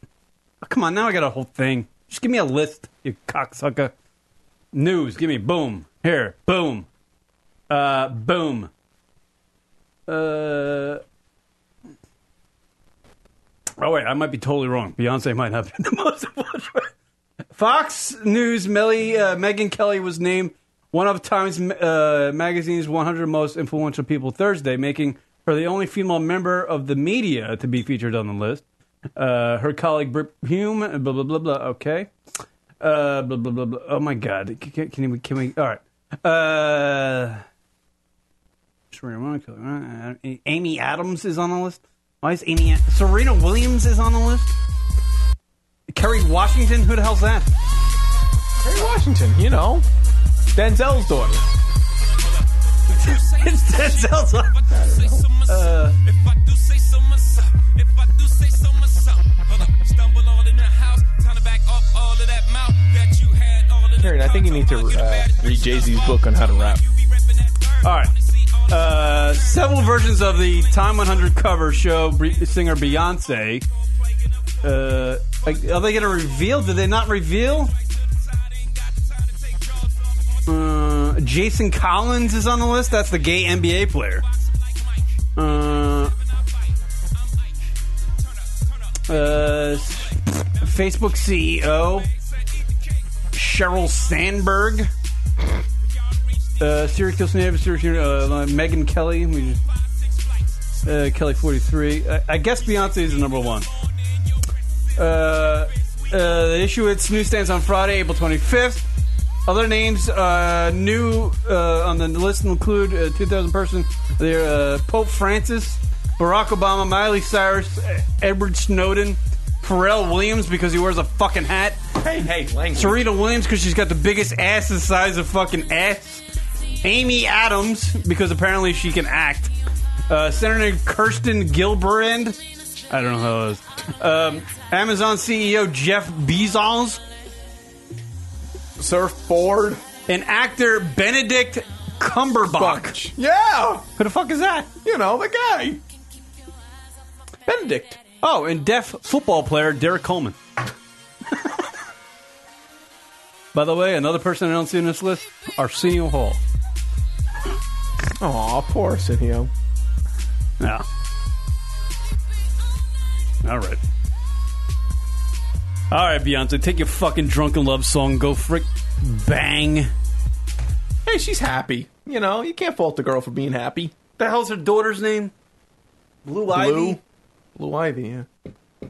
oh, come on, now I got a whole thing. Just give me a list, you cocksucker. News. Give me boom. Here, boom. Uh, boom. Uh. Oh wait, I might be totally wrong. Beyonce might have been the most influential. Fox News Melly uh, Megan Kelly was named one of Time's uh, magazine's 100 most influential people Thursday, making her the only female member of the media to be featured on the list. Uh, her colleague Britt Hume, blah blah blah blah. Okay, uh, blah blah blah blah. Oh my God, can, can we? Can we? All right. Uh, Serena Williams, uh, Amy Adams is on the list. Why is Amy? A- Serena Williams is on the list. Kerry Washington, who the hell's that? Kerry Washington, you know. Denzel's daughter. It's Denzel's. Uh, Karen, I think you need to uh, read Jay Z's book on how to rap. All right. Uh, several versions of the Time 100 cover show Bre- singer Beyonce. Uh, like, are they going to reveal? Did they not reveal? Uh, Jason Collins is on the list. That's the gay NBA player. Uh, uh, Facebook CEO Cheryl Sandberg, uh, Syracuse native, Syracuse, uh, Megan Kelly, we just- uh, Kelly forty three. I, I guess Beyonce is the number one. Uh, uh, the issue its newsstands on Friday, April 25th. Other names uh, new uh, on the list include uh, 2,000 person. They're uh, Pope Francis, Barack Obama, Miley Cyrus, uh, Edward Snowden, Pharrell Williams because he wears a fucking hat. Hey, hey, language. Serena Williams because she's got the biggest ass the size of fucking ass. Amy Adams because apparently she can act. Uh, Senator Kirsten Gillibrand. I don't know how that was. Um, Amazon CEO Jeff Bezos. Sir Ford. And actor Benedict Cumberbatch. Yeah! Who the fuck is that? You know, the guy. Benedict. Oh, and deaf football player Derek Coleman. By the way, another person I don't see on this list Arsenio Hall. Aw, poor Arsenio. No. All right. All right, Beyonce, take your fucking drunken love song, go frick bang. Hey, she's happy. You know, you can't fault the girl for being happy. The hell's her daughter's name? Blue Ivy. Blue Ivy, yeah.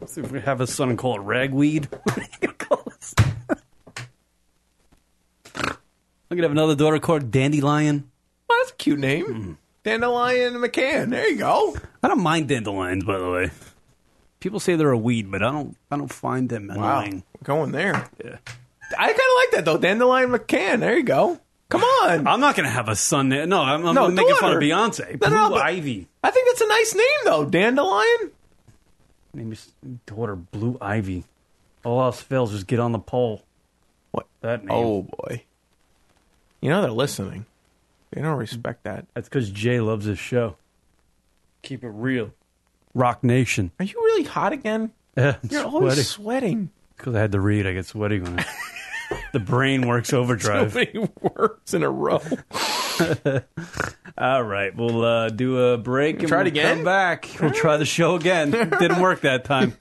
See if we have a son and call it ragweed. What are you gonna call us? I'm gonna have another daughter called Dandelion. Hmm. Well, that's a cute name. Dandelion McCann. There you go. I don't mind dandelions, by the way. People say they're a weed, but I don't. I don't find them annoying. We're going there. Yeah. I kind of like that though. Dandelion McCann. There you go. Come on. I'm not gonna have a son. na- No, I'm, I'm No, making fun daughter. of Beyonce. No, Blue no, but- Ivy. I think that's a nice name though. Dandelion. Name your s- daughter Blue Ivy. All else fails, just get on the pole. What? That name. Oh boy. You know they're listening. They don't respect that. That's because Jay loves his show. Keep it real. Rock Nation. Are you really hot again? Yeah, I'm You're always sweaty. sweating. Because I had to read, I get sweaty when I... the brain works Too overdrive. many words in a row. All right, we'll uh, do a break and Try it we'll again? Come back. We'll try the show again. Didn't work that time.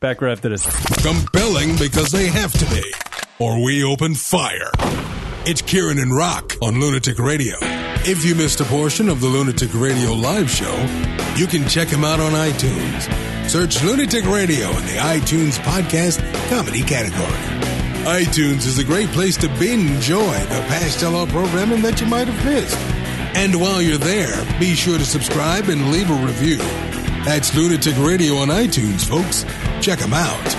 Back right after this. Compelling because they have to be, or we open fire. It's Kieran and Rock on Lunatic Radio. If you missed a portion of the Lunatic Radio live show, you can check him out on iTunes. Search Lunatic Radio in the iTunes podcast comedy category. iTunes is a great place to binge joy the past LR programming that you might have missed. And while you're there, be sure to subscribe and leave a review. That's Lunatic Radio on iTunes, folks. Check them out.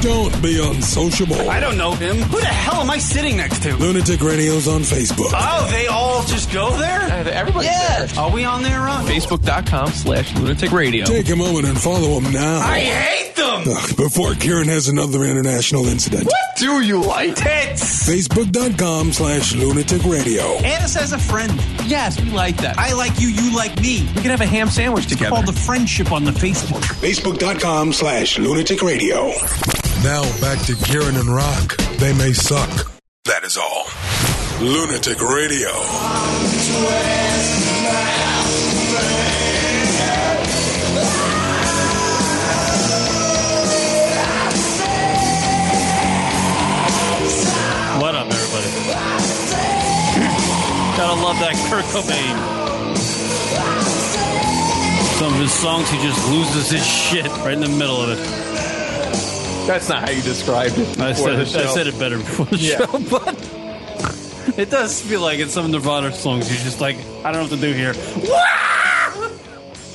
Don't be unsociable. I don't know him. Who the hell am I sitting next to? Lunatic Radio's on Facebook. Oh, they all just go there? Everybody. Yeah. Are we on there, Ron? Facebook.com slash lunatic radio. Take a moment and follow him now. I hate them! Ugh, before Kieran has another international incident. Do you like Tits! Facebook.com slash lunatic radio. Add us as a friend. Yes, we like that. I like you, you like me. We can have a ham sandwich together. Call the friendship on the Facebook. Facebook.com slash lunatic radio. Now back to Kieran and Rock. They may suck. That is all. Lunatic Radio. What up, everybody? Gotta love that Kurt Cobain. Some of his songs, he just loses his shit right in the middle of it. That's not how you described it. I before said, it, the I show. said it better before the show, but it does feel like in some Nirvana songs, you're just like, I don't know what to do here.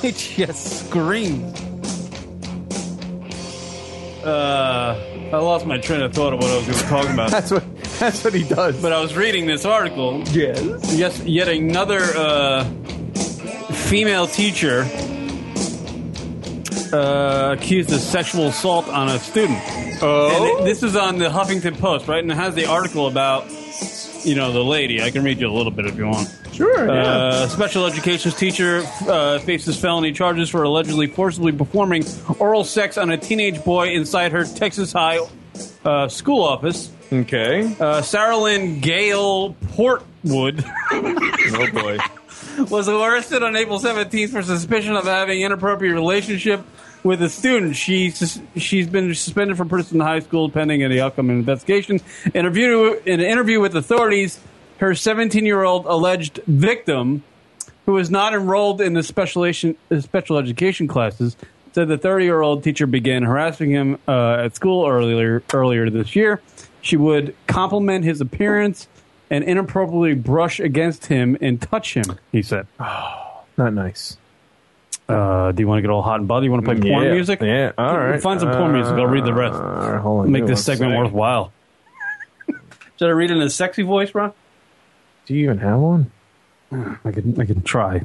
It just screams. Uh, I lost my train of thought of what I was going to talk about, That's what. That's what he does. but I was reading this article. yes. Yes, yet another uh, female teacher uh, accused of sexual assault on a student. Oh, this is on the Huffington Post, right? And it has the article about you know the lady. I can read you a little bit if you want. Sure. Uh, special educations teacher uh, faces felony charges for allegedly forcibly performing oral sex on a teenage boy inside her Texas High uh, school office. Okay. Uh, Sarah Lynn Gale Portwood Oh boy. was arrested on April 17th for suspicion of having inappropriate relationship with a student. She sus- she's been suspended from prison in high school pending any upcoming investigation. Interview in an interview with authorities, her 17 year old alleged victim, who is not enrolled in the special education, uh, special education classes, said the 30 year old teacher began harassing him uh, at school earlier earlier this year. She would compliment his appearance and inappropriately brush against him and touch him. He said. Ah. Not nice. Uh, do you want to get all hot and bothered? You want to play porn Mm, Yeah, music? yeah, all We'll right. Find some porn music. I'll read the rest. Uh, hold on, Make give me this one segment sec. worthwhile. Should I read it in a sexy voice, Ron? Do you even have one? I can. I can try.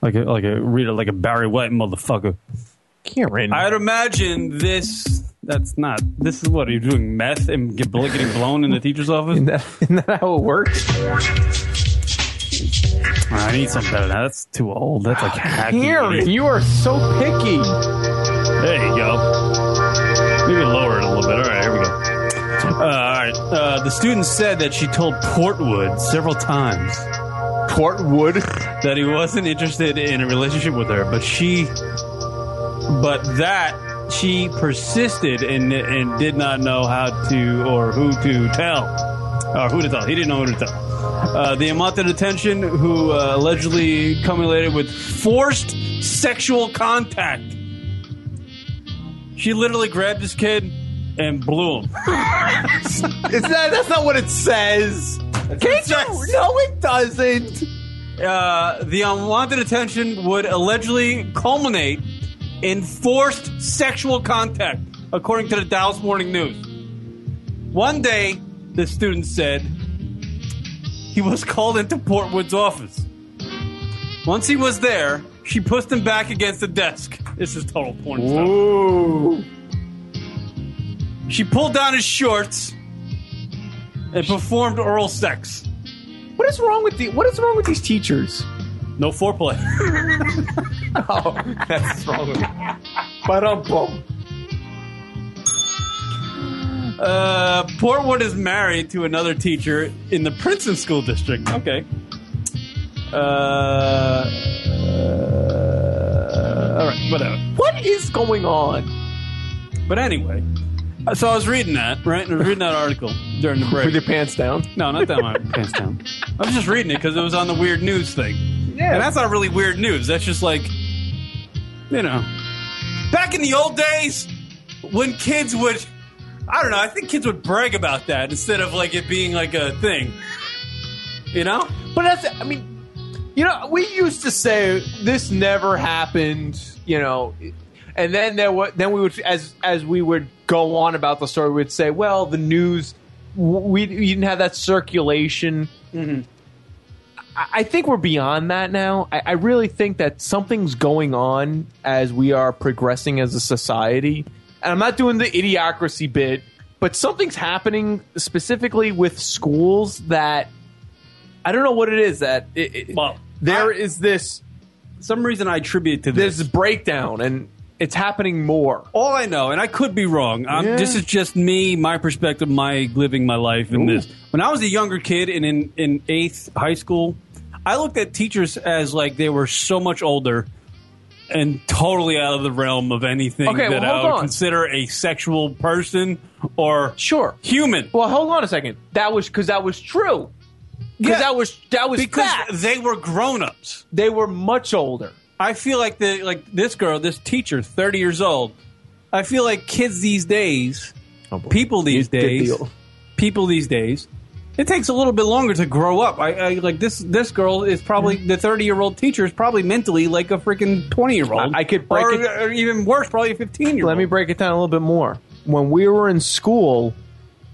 Like a, like a read it like a Barry White motherfucker. Karen. I'd imagine this. That's not. This is what are you doing? Meth and get bl- getting blown in the teacher's office? Isn't that, isn't that how it works? I need something better. than that. That's too old. That's like hacky. Karen, you are so picky. There you go. Maybe lower it a little bit. All right, here we go. Uh, all right. Uh, the student said that she told Portwood several times Portwood. that he wasn't interested in a relationship with her, but she, but that she persisted and and did not know how to or who to tell or who to tell. He didn't know who to tell. Uh, the amount of detention who uh, allegedly cumulated with forced sexual contact. She literally grabbed this kid and blew him. Is that that's not what it says? Can't you? No, it doesn't. Uh, the unwanted attention would allegedly culminate in forced sexual contact, according to the Dallas Morning News. One day, the student said he was called into Portwood's office. Once he was there, she pushed him back against the desk. This is total porn stuff. Ooh. She pulled down his shorts and performed oral sex. What is wrong with the? What is wrong with these teachers? No foreplay. Oh, that's wrong with me. But um, Uh, Portwood is married to another teacher in the Princeton School District. Okay. Uh, uh, all right, whatever. what is going on? But anyway, uh, so I was reading that, right? I was reading that article during the With your break. pants down. No, not that one. Pants down. I was just reading it because it was on the weird news thing. Yeah. And that's not really weird news. That's just like, you know, back in the old days when kids would, I don't know, I think kids would brag about that instead of like it being like a thing. You know? But that's, I mean, you know, we used to say this never happened, you know, and then there were, then we would, as as we would go on about the story, we'd say, well, the news, w- we, we didn't have that circulation. I, I think we're beyond that now. I, I really think that something's going on as we are progressing as a society, and I'm not doing the idiocracy bit. But something's happening specifically with schools that I don't know what it is that it, it, Well, there I- is this Some reason I attribute to there's this. this breakdown and it's happening more. all I know, and I could be wrong. I'm, Yeah. This is just me, my perspective, my living my life in this. When I was a younger kid and in, in eighth high school, I looked at teachers as like they were so much older and totally out of the realm of anything Okay, that well, I hold would on. consider a sexual person or Sure. human. Well, hold on a second. That was because that was true. Because Yeah. that was that was because fact. they were grown ups. They were much older. I feel like the like this girl, this teacher, thirty years old. I feel like kids these days, people these Oh, Good days, deal. people these days, it takes a little bit longer to grow up. I, I like this. This girl is probably Mm. the thirty year old teacher is probably mentally like a freaking twenty year old. I- I could break or, it- or even worse, probably a fifteen year old. Let me break it down a little bit more. When we were in school,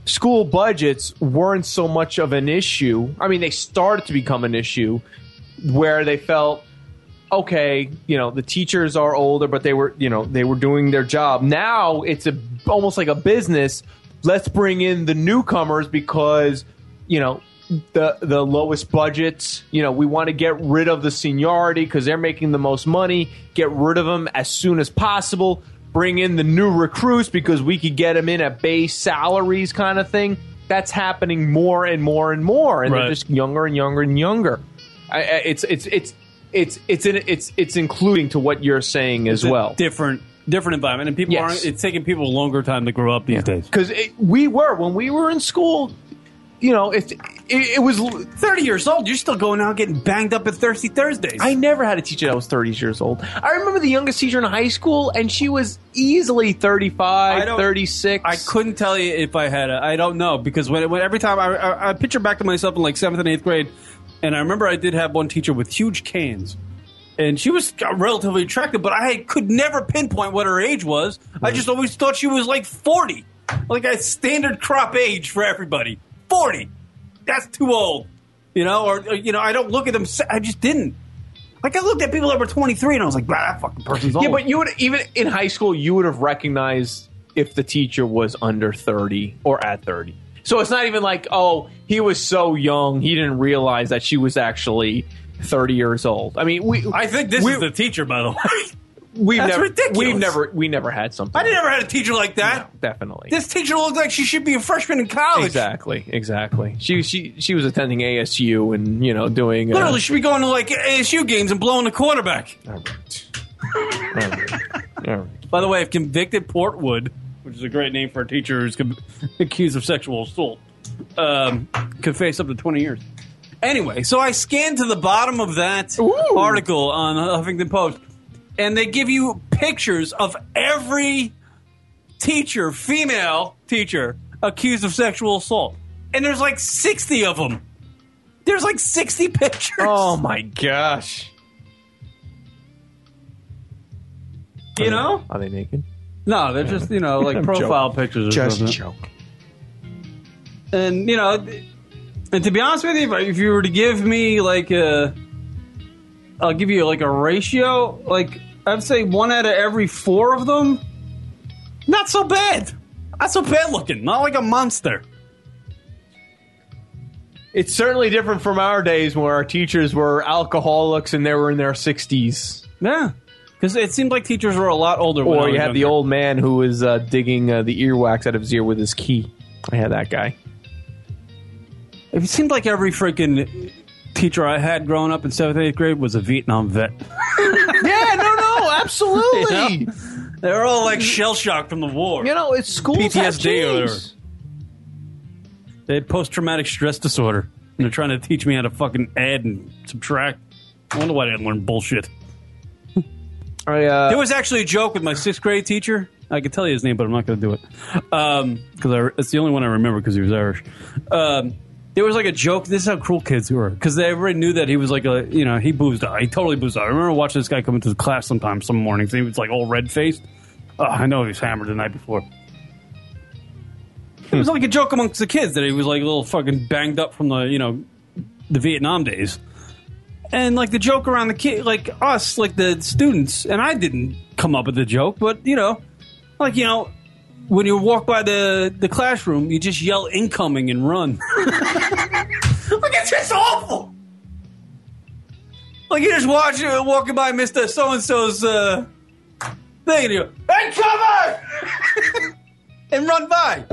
school budgets weren't so much of an issue. I mean, they started to become an issue where they felt okay, you know, the teachers are older, but they were, you know, they were doing their job. Now it's a almost like a business. Let's bring in the newcomers because, you know, the the lowest budgets. You know, we want to get rid of the seniority because they're making the most money. Get rid of them as soon as possible. Bring in the new recruits because we could get them in at base salaries, kind of thing. That's happening more and more and more, and Right. they're just younger and younger and younger. I, I, it's it's it's it's it's in, it's it's including to what you're saying as It's a well. different different environment, and people Yes. aren't. It's taking people a longer time to grow up these days. because we were when we were in school. You know, if it, it was thirty years old, you're still going out getting banged up at Thirsty Thursdays. I never had a teacher that was thirty years old. I remember the youngest teacher in high school, and she was easily 35, 36. I couldn't tell you if I had. A, I don't know because when, when every time I, I, I picture back to myself in like seventh and eighth grade, and I remember I did have one teacher with huge canes, and she was relatively attractive, but I could never pinpoint what her age was. I just always thought she was like forty, like a standard crop age for everybody. Forty, that's too old, you know. Or or, you know, I don't look at them. se- I just didn't. Like I looked at people that were twenty three, and I was like, "Wow, that fucking person's old." Yeah, but you would even in high school you would have recognized if the teacher was under thirty or at thirty. So it's not even like oh he was so young he didn't realize that she was actually thirty years old. I mean we I think this is the teacher, by the way. we've That's never ridiculous. we've never we never had something I never had a teacher like that. definitely This teacher looked like she should be a freshman in college. exactly exactly she she she was attending ASU and you know doing uh, Literally, should be going to like ASU games and blowing the quarterback. By the way, if convicted Portwood, which is a great name for a teacher who's con- accused of sexual assault, um, could face up to 20 years. Anyway, so I scanned to the bottom of that article on Huffington Post, and they give you pictures of every teacher, female teacher, accused of sexual assault. And there's like 60 of them. There's like 60 pictures. oh my gosh You know? are they naked No, they're just you know like I'm profile joking. pictures. Or Just something. joke. And you know, th- and to be honest with you, if I- if you were to give me like a, I'll give you like a ratio. Like I'd say one out of every four of them, not so bad. Not so bad looking. Not like a monster. It's certainly different from our days where our teachers were alcoholics and they were in their 60s. Yeah, because it seemed like teachers were a lot older. when I Or was you had the younger. old man who was uh, digging uh, the earwax out of his ear with his key. I had that guy. It seemed like every freaking teacher I had growing up in seventh, eighth grade was a Vietnam vet. yeah, no, no, absolutely. You They were all like shell shocked from the war. You know, it's schools have PTSD or changed. whatever. They had post traumatic stress disorder. And they're trying to teach me how to fucking add and subtract. I wonder why I didn't learn bullshit. I, uh, there was actually a joke with my sixth grade teacher. I could tell you his name, but I'm not going to do it because it's the only one I remember because he was Irish. Um, there was like a joke. This is how cruel kids were because they already knew that he was like a you know he boozed out. He totally boozed out. I remember watching this guy come into the class sometimes some mornings. He was like all red faced. Oh, I know he was hammered the night before. It was like a joke amongst the kids that he was like a little fucking banged up from the you know the Vietnam days and like the joke around the kid, like us, like the students, and I didn't come up with the joke, but you know, like you know, when you walk by the the classroom, you just yell incoming and run. like it's just awful. Like you just watch uh, walking by Mister So and So's uh, thing, and you go, incoming, and run by.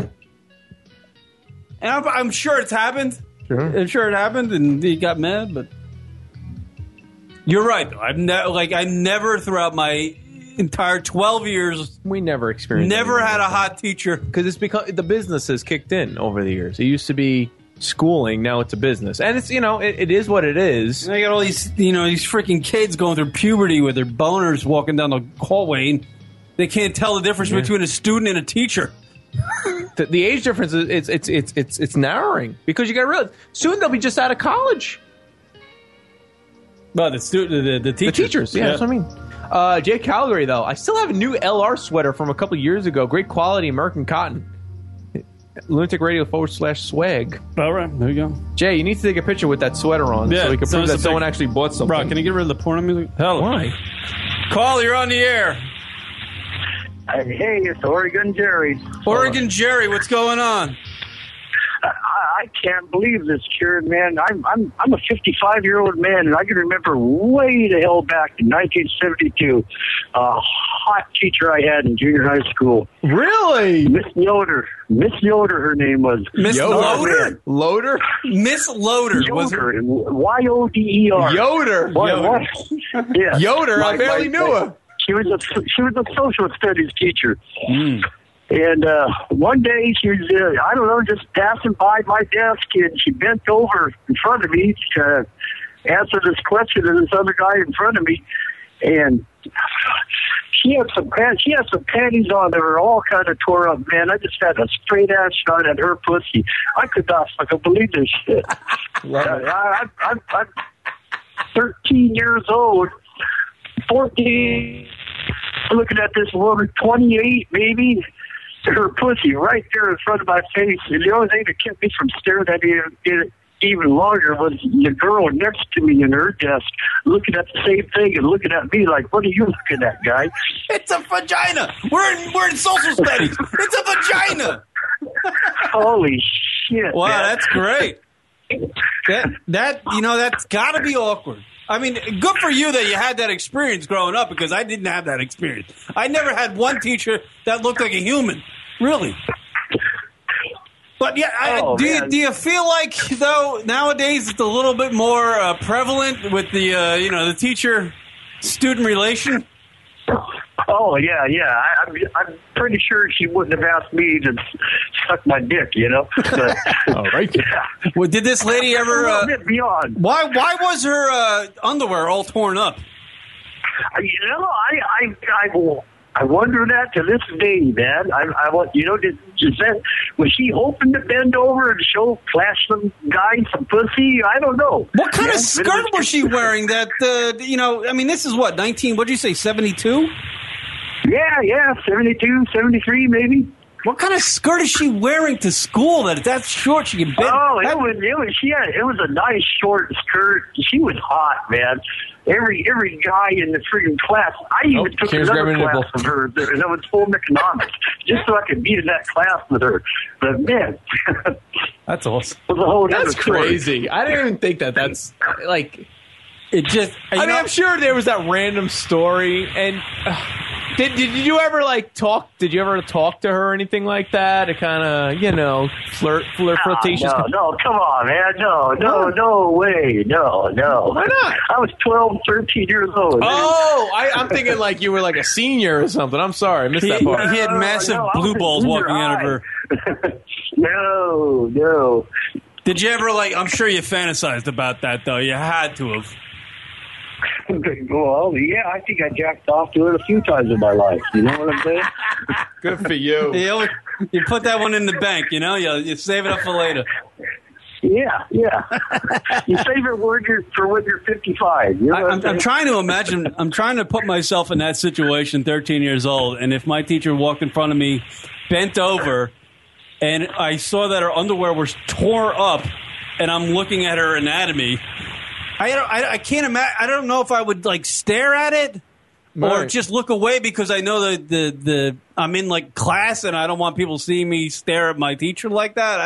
And I'm, I'm sure it's happened. I'm sure it happened, and he got mad, but. You're right. Though. I've ne- like I never throughout my entire 12 years we never experienced never had a hot teacher. Because it's become the business has kicked in over the years. It used to be schooling, now it's a business. And it's, you know, it, it is what it is. And I got all these you know these freaking kids going through puberty with their boners walking down the hallway and they can't tell the difference between a student and a teacher. the, the age difference is it's it's it's it's it's narrowing because you got to realize soon they'll be just out of college. Well, the student the, the The teachers. teachers, yeah, that's what I mean. Uh, Jay Calgary though, I still have a new LR sweater from a couple years ago. Great quality American cotton. Lunatic Radio forward slash swag. All right, there you go. Jay, you need to take a picture with that sweater on Yeah, so we can send prove us that a someone pic. actually bought something. Bro, can you get rid of the porno music? Hell, Why? Call, you're on the air. Hey, it's Oregon Jerry. Oregon Jerry, what's going on? I, I can't believe this, Jared, man. I'm I'm I'm a 55 year old man, and I can remember way the hell back in 1972, a hot teacher I had in junior high school, Really? Miss Yoder. Miss Yoder, her name was. Miss Oh, Loader? man. Loader? Miss Loader was Yoder, Y O D E R. Yoder. What, Yoder. what? Yeah. Yoder, I barely knew her. She was a she was a social studies teacher. Mm. And uh, one day she was, uh, I don't know, just passing by my desk, and she bent over in front of me to answer this question to this other guy in front of me, and she had some pants. She had some panties on that were all kind of tore up. Man, I just had a straight ass shot at her pussy. I could not fucking believe this shit. I, I, I'm, I'm 13 years old, 14, looking at this woman, 28 maybe, her pussy right there in front of my face. And the only thing that kept me from staring at it it- even longer was the girl next to me in her desk looking at the same thing and looking at me like, what are you looking at, guy? It's a vagina. We're in we're in social studies. It's a vagina. Holy shit! Wow, man. that's great. That that you know that's got to be awkward. I mean, good for you that you had that experience growing up because I didn't have that experience. I never had one teacher that looked like a human, really. But yeah, I, Oh, do you, man. do you feel like though nowadays it's a little bit more uh, prevalent with the uh, you know the teacher student relation? Oh yeah, yeah. I, I'm, I'm pretty sure she wouldn't have asked me to suck my dick, you know. But, All right. Well, did this lady ever? Uh, beyond. Why? Why was her uh, underwear all torn up? I- Uh, you know, I, I, I, will- I wonder that to this day, man. I, I want, you know, did Gisette, was she hoping to bend over and show, flash some guy some pussy? I don't know. What kind of skirt was she wearing? That uh, you know, I mean, this is what nineteen. What did you say? Seventy two. Yeah, yeah, 72, 73 maybe. What kind of skirt is she wearing to school? That that's short. She can bend. Oh, it was it was she had it was a nice short skirt. She was hot, man. Every every guy in the freaking class. I even Oh, took Kira's another grabbing a class nipple. from her that that was home economics, just so I could be in that class with her. But man, that's awesome. was a whole That's nother story. crazy. I didn't even think that. That's like it just. I mean, I'm sure there was that random story. And uh, did did you ever like talk? Did you ever talk to her or anything like that? To kind of you know flirt, flirt, Ah, flirtatious. no, no, come on, man. No, no, no way. No, no. Why not? I was 12, 13 years old. Oh, I, I'm thinking like you were like a senior or something. I'm sorry, I missed that part. He- he had massive No, I was blue a balls junior walking out of high. her. No, no. Did you ever like? I'm sure you fantasized about that though. You had to have. Well, yeah, I think I jacked off to it a few times in my life. You know what I'm saying? Good for you. You, you put that one in the bank. You know, you, you save it up for later. Yeah, yeah. you save it when you're, for when you're 55. You know what I'm, I'm trying to imagine. I'm trying to put myself in that situation, 13 years old, and if my teacher walked in front of me, bent over, and I saw that her underwear was tore up, and I'm looking at her anatomy. I don't, I, I can't imagine. I don't know if I would like stare at it. Or Right. just look away because I know that the, the I'm in like class and I don't want people seeing me stare at my teacher like that.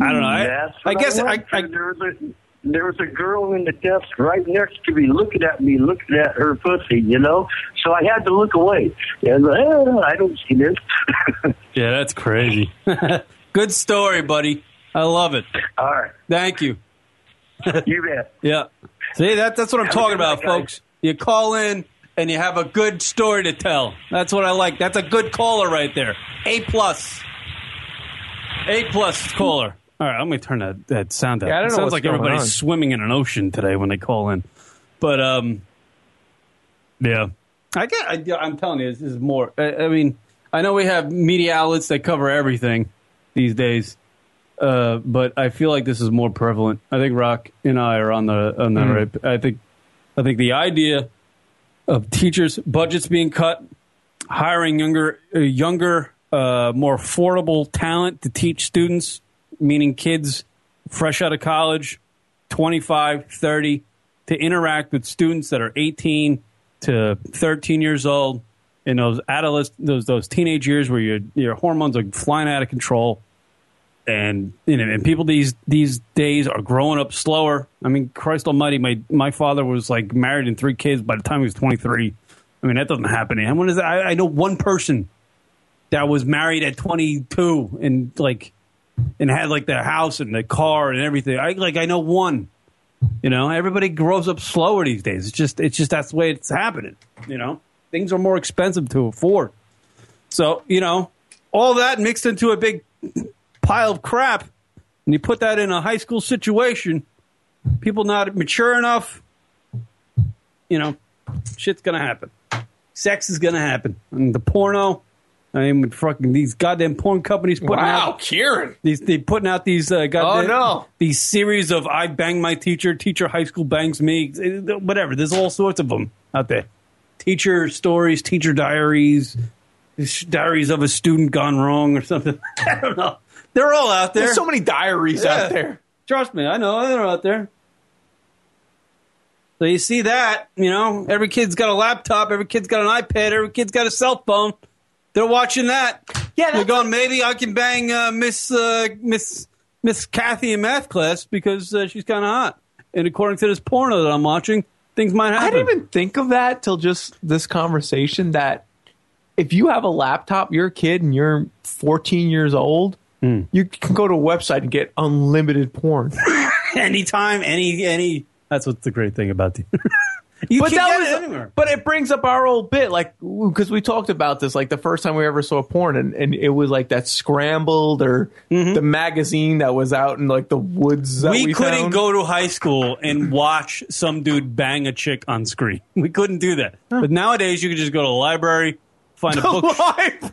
I, I don't know. I, That's I what guess I, went through. there, was a, there was a girl in the desk right next to me looking at me, looking at her pussy, you know? So I had to look away. And eh, I don't see this. Yeah, that's crazy. Good story, buddy. I love it. All right. Thank you. you bet. Yeah. See, that, that's what I'm Have a talking good night, about, guys. folks. You call in and you have a good story to tell. That's what I like. That's a good caller right there. A plus. A plus caller. All right, I'm going to turn that, that sound down. Yeah, I don't it know sounds what's like going everybody's on. swimming in an ocean today when they call in. But, um, yeah. I get, I, I'm telling you, this is more. I, I mean, I know we have media outlets that cover everything these days, uh, but I feel like this is more prevalent. I think Rock and I are on the on the right. I think, I think the idea of teachers' budgets being cut, hiring younger, uh, younger, uh, more affordable talent to teach students, meaning kids fresh out of college, 25, 30, to interact with students that are 18 to 13 years old in those adolescent, those, those teenage years where your, your hormones are flying out of control. And you know, and people these these days are growing up slower. I mean, Christ Almighty, my my father was like married and three kids by the time he was twenty three. I mean, that doesn't happen. And when is that? I, I know one person that was married at 22 and like and had like their house and their car and everything. I like I know one. You know, everybody grows up slower these days. It's just it's just that's the way it's happening. You know, Things are more expensive to afford. So, you know, all that mixed into a big pile of crap, and you put that in a high school situation, people not mature enough, you know, shit's going to happen. Sex is going to happen. And the porno, I mean, with fucking these goddamn porn companies putting Wow, out Kieran. these they putting out these uh, goddamn Oh, no. these series of I bang my teacher, teacher high school bangs me, eh, whatever. There's all sorts of them out there. Teacher stories, teacher diaries, sh- diaries of a student gone wrong or something. I don't know. They're all out there. There's so many diaries out there. Trust me, I know. They're out there. So you see that, you know, every kid's got a laptop, every kid's got an iPad, every kid's got a cell phone. They're watching that. Yeah, they're going. Maybe I can bang uh, Miss uh, Miss Miss Kathy in math class because uh, she's kind of hot. And according to this porno that I'm watching, things might happen. I didn't even think of that till just this conversation that if you have a laptop, you're a kid and you're 14 years old, Hmm. you can go to a website and get unlimited porn. anytime, any any. That's what's the great thing about the. you but can that get was, it anywhere. But it brings up our old bit, like because we talked about this, like the first time we ever saw porn, and, and it was like that scrambled or the magazine that was out in like the woods. That we, Mm-hmm. we, couldn't found. go to high school and watch some dude bang a chick on screen. We couldn't do that. But nowadays, you can just go to the library, find a The book.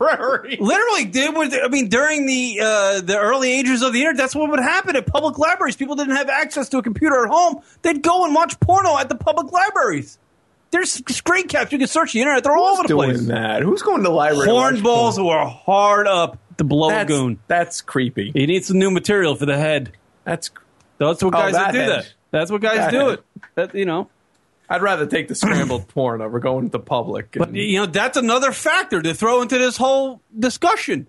library. Literally, dude. was- I mean, during the uh, the early ages of the internet, that's what would happen at public libraries. People didn't have access to a computer at home. They'd go and watch porno at the public libraries. There's screen caps. You can search the internet. They're all over the doing place. that? Who's going to the library? to watch Hornballs were hard up the blow That's- goon. That's creepy. You need some new material for the head. That's That's what Oh, guys that that do head. that. That's what guys That do head. it. That you know. I'd rather take the scrambled porn over going to the public. But you know, that's another factor to throw into this whole discussion.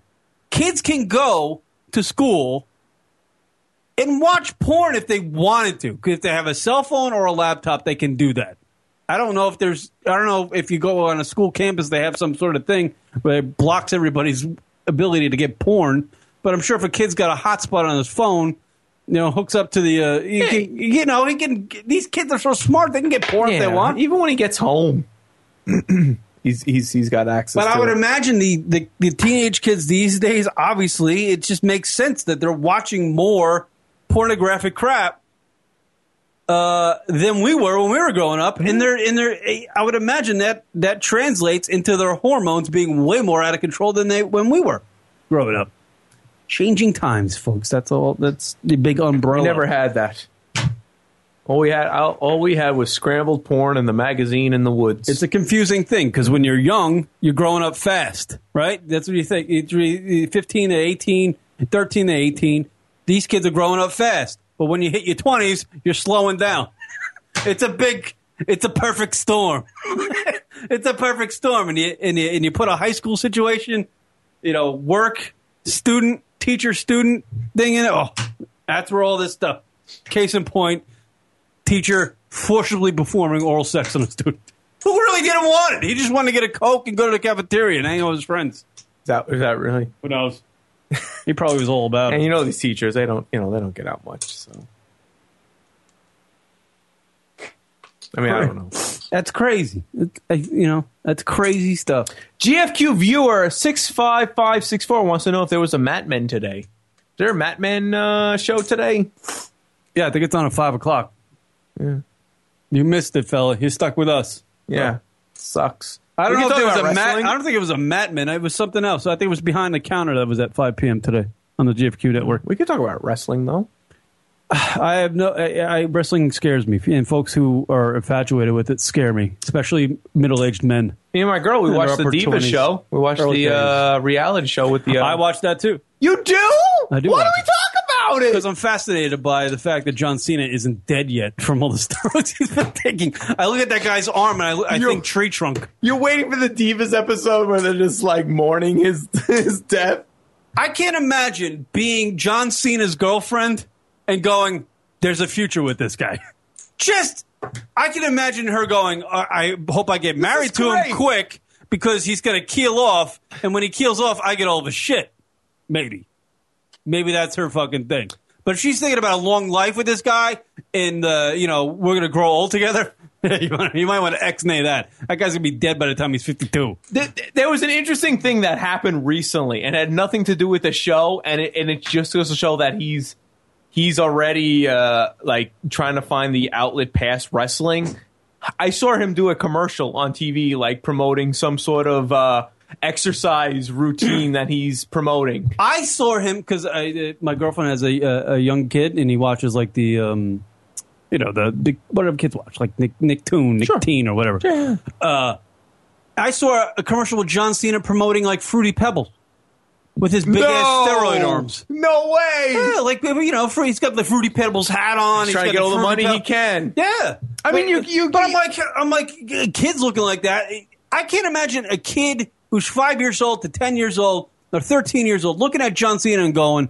Kids can go to school and watch porn if they wanted to. 'Cause If they have a cell phone or a laptop, they can do that. I don't know if there's I don't know if you go on a school campus they have some sort of thing where it blocks everybody's ability to get porn, but I'm sure if a kid's got a hotspot on his phone, you know, hooks up to the uh, you, can, you know, he can these kids are so smart they can get porn if they want. Even when he gets home, he's he's he's got access. But to I would it. imagine the, the, the teenage kids these days, obviously, it just makes sense that they're watching more pornographic crap uh, than we were when we were growing up. And they're, and they're, eh, I would imagine that that translates into their hormones being way more out of control than they when we were growing up. Changing times, folks. That's all. That's the big umbrella. We never had that. All we had, all, all we had was scrambled porn and the magazine in the woods. It's a confusing thing because when you're young, you're growing up fast, right? That's what you think. It's re- 15 to 18, 13 to 18. These kids are growing up fast. But when you hit your 20s, you're slowing down. it's a big, it's a perfect storm. it's a perfect storm. And you, and, you, and you put a high school situation, you know, work, student, teacher, student thing in it. Oh, that's where all this stuff. Case in point, teacher forcibly performing oral sex on a student who really didn't want it. He just wanted to get a coke and go to the cafeteria and hang out with his friends. Is that, is that really? Who knows? he probably was all about And it. you know these teachers, they don't, you know, they don't get out much. So, I mean, I don't know. That's crazy. It- I- you know, that's crazy stuff. GFQ viewer six five five six four wants to know if there was a Matmen today. Is there a Matmen uh, show today? Yeah, I think it's on at five o'clock. Yeah. You missed it, fella. You're stuck with us. Yeah, sucks. I don't We know if can talk it was about a Matt. wrestling. I don't think it was a Matman. It was something else. I think it was behind the counter that was at five p.m. today on the GFQ network. We could talk about wrestling though. I have no. I, I, wrestling scares me, and folks who are infatuated with it scare me, especially middle-aged men. Me and my girl, we Yeah, watched they're the upper Diva 20s. show. We watched Early the uh, reality show with the. Uh, I watched that too. You do? I do Why do watch we talk about it? because I'm fascinated by the fact that John Cena isn't dead yet from all the steroids he's been taking. I look at that guy's arm and I, I You're- think tree trunk. You're waiting for the Divas episode where they're just like mourning his his death. I can't imagine being John Cena's girlfriend and going, "There's a future with this guy." Just, I can imagine her going, "I, I hope I get married is to great. him quick because he's going to keel off, and when he keels off, I get all the shit." Maybe, maybe that's her fucking thing. But if she's thinking about a long life with this guy, and uh, you know we're gonna grow old together. you, wanna, you might want to ex nay that. That guy's gonna be dead by the time he's fifty two. Th- th- There was an interesting thing that happened recently, and had nothing to do with the show, and it, and it just goes to show that he's he's already uh, like trying to find the outlet past wrestling. I saw him do a commercial on TV, like promoting some sort of uh, exercise routine that he's promoting. I saw him because uh, my girlfriend has a, a a young kid, and he watches like the um, you know the, the whatever kids watch, like Nick Nicktoon, Nickteen, or whatever. Uh, I saw a commercial with John Cena promoting like Fruity Pebbles with his big ass No! steroid arms. No way! Yeah, like you know, Fru- he's got the Fruity Pebbles hat on. He's he's trying got to get all the Fruity money Peb- he can. Yeah, I mean, you- you- But I'm like, I'm like, kids looking like that. I can't imagine a kid who's five years old to ten years old or thirteen years old looking at John Cena and going,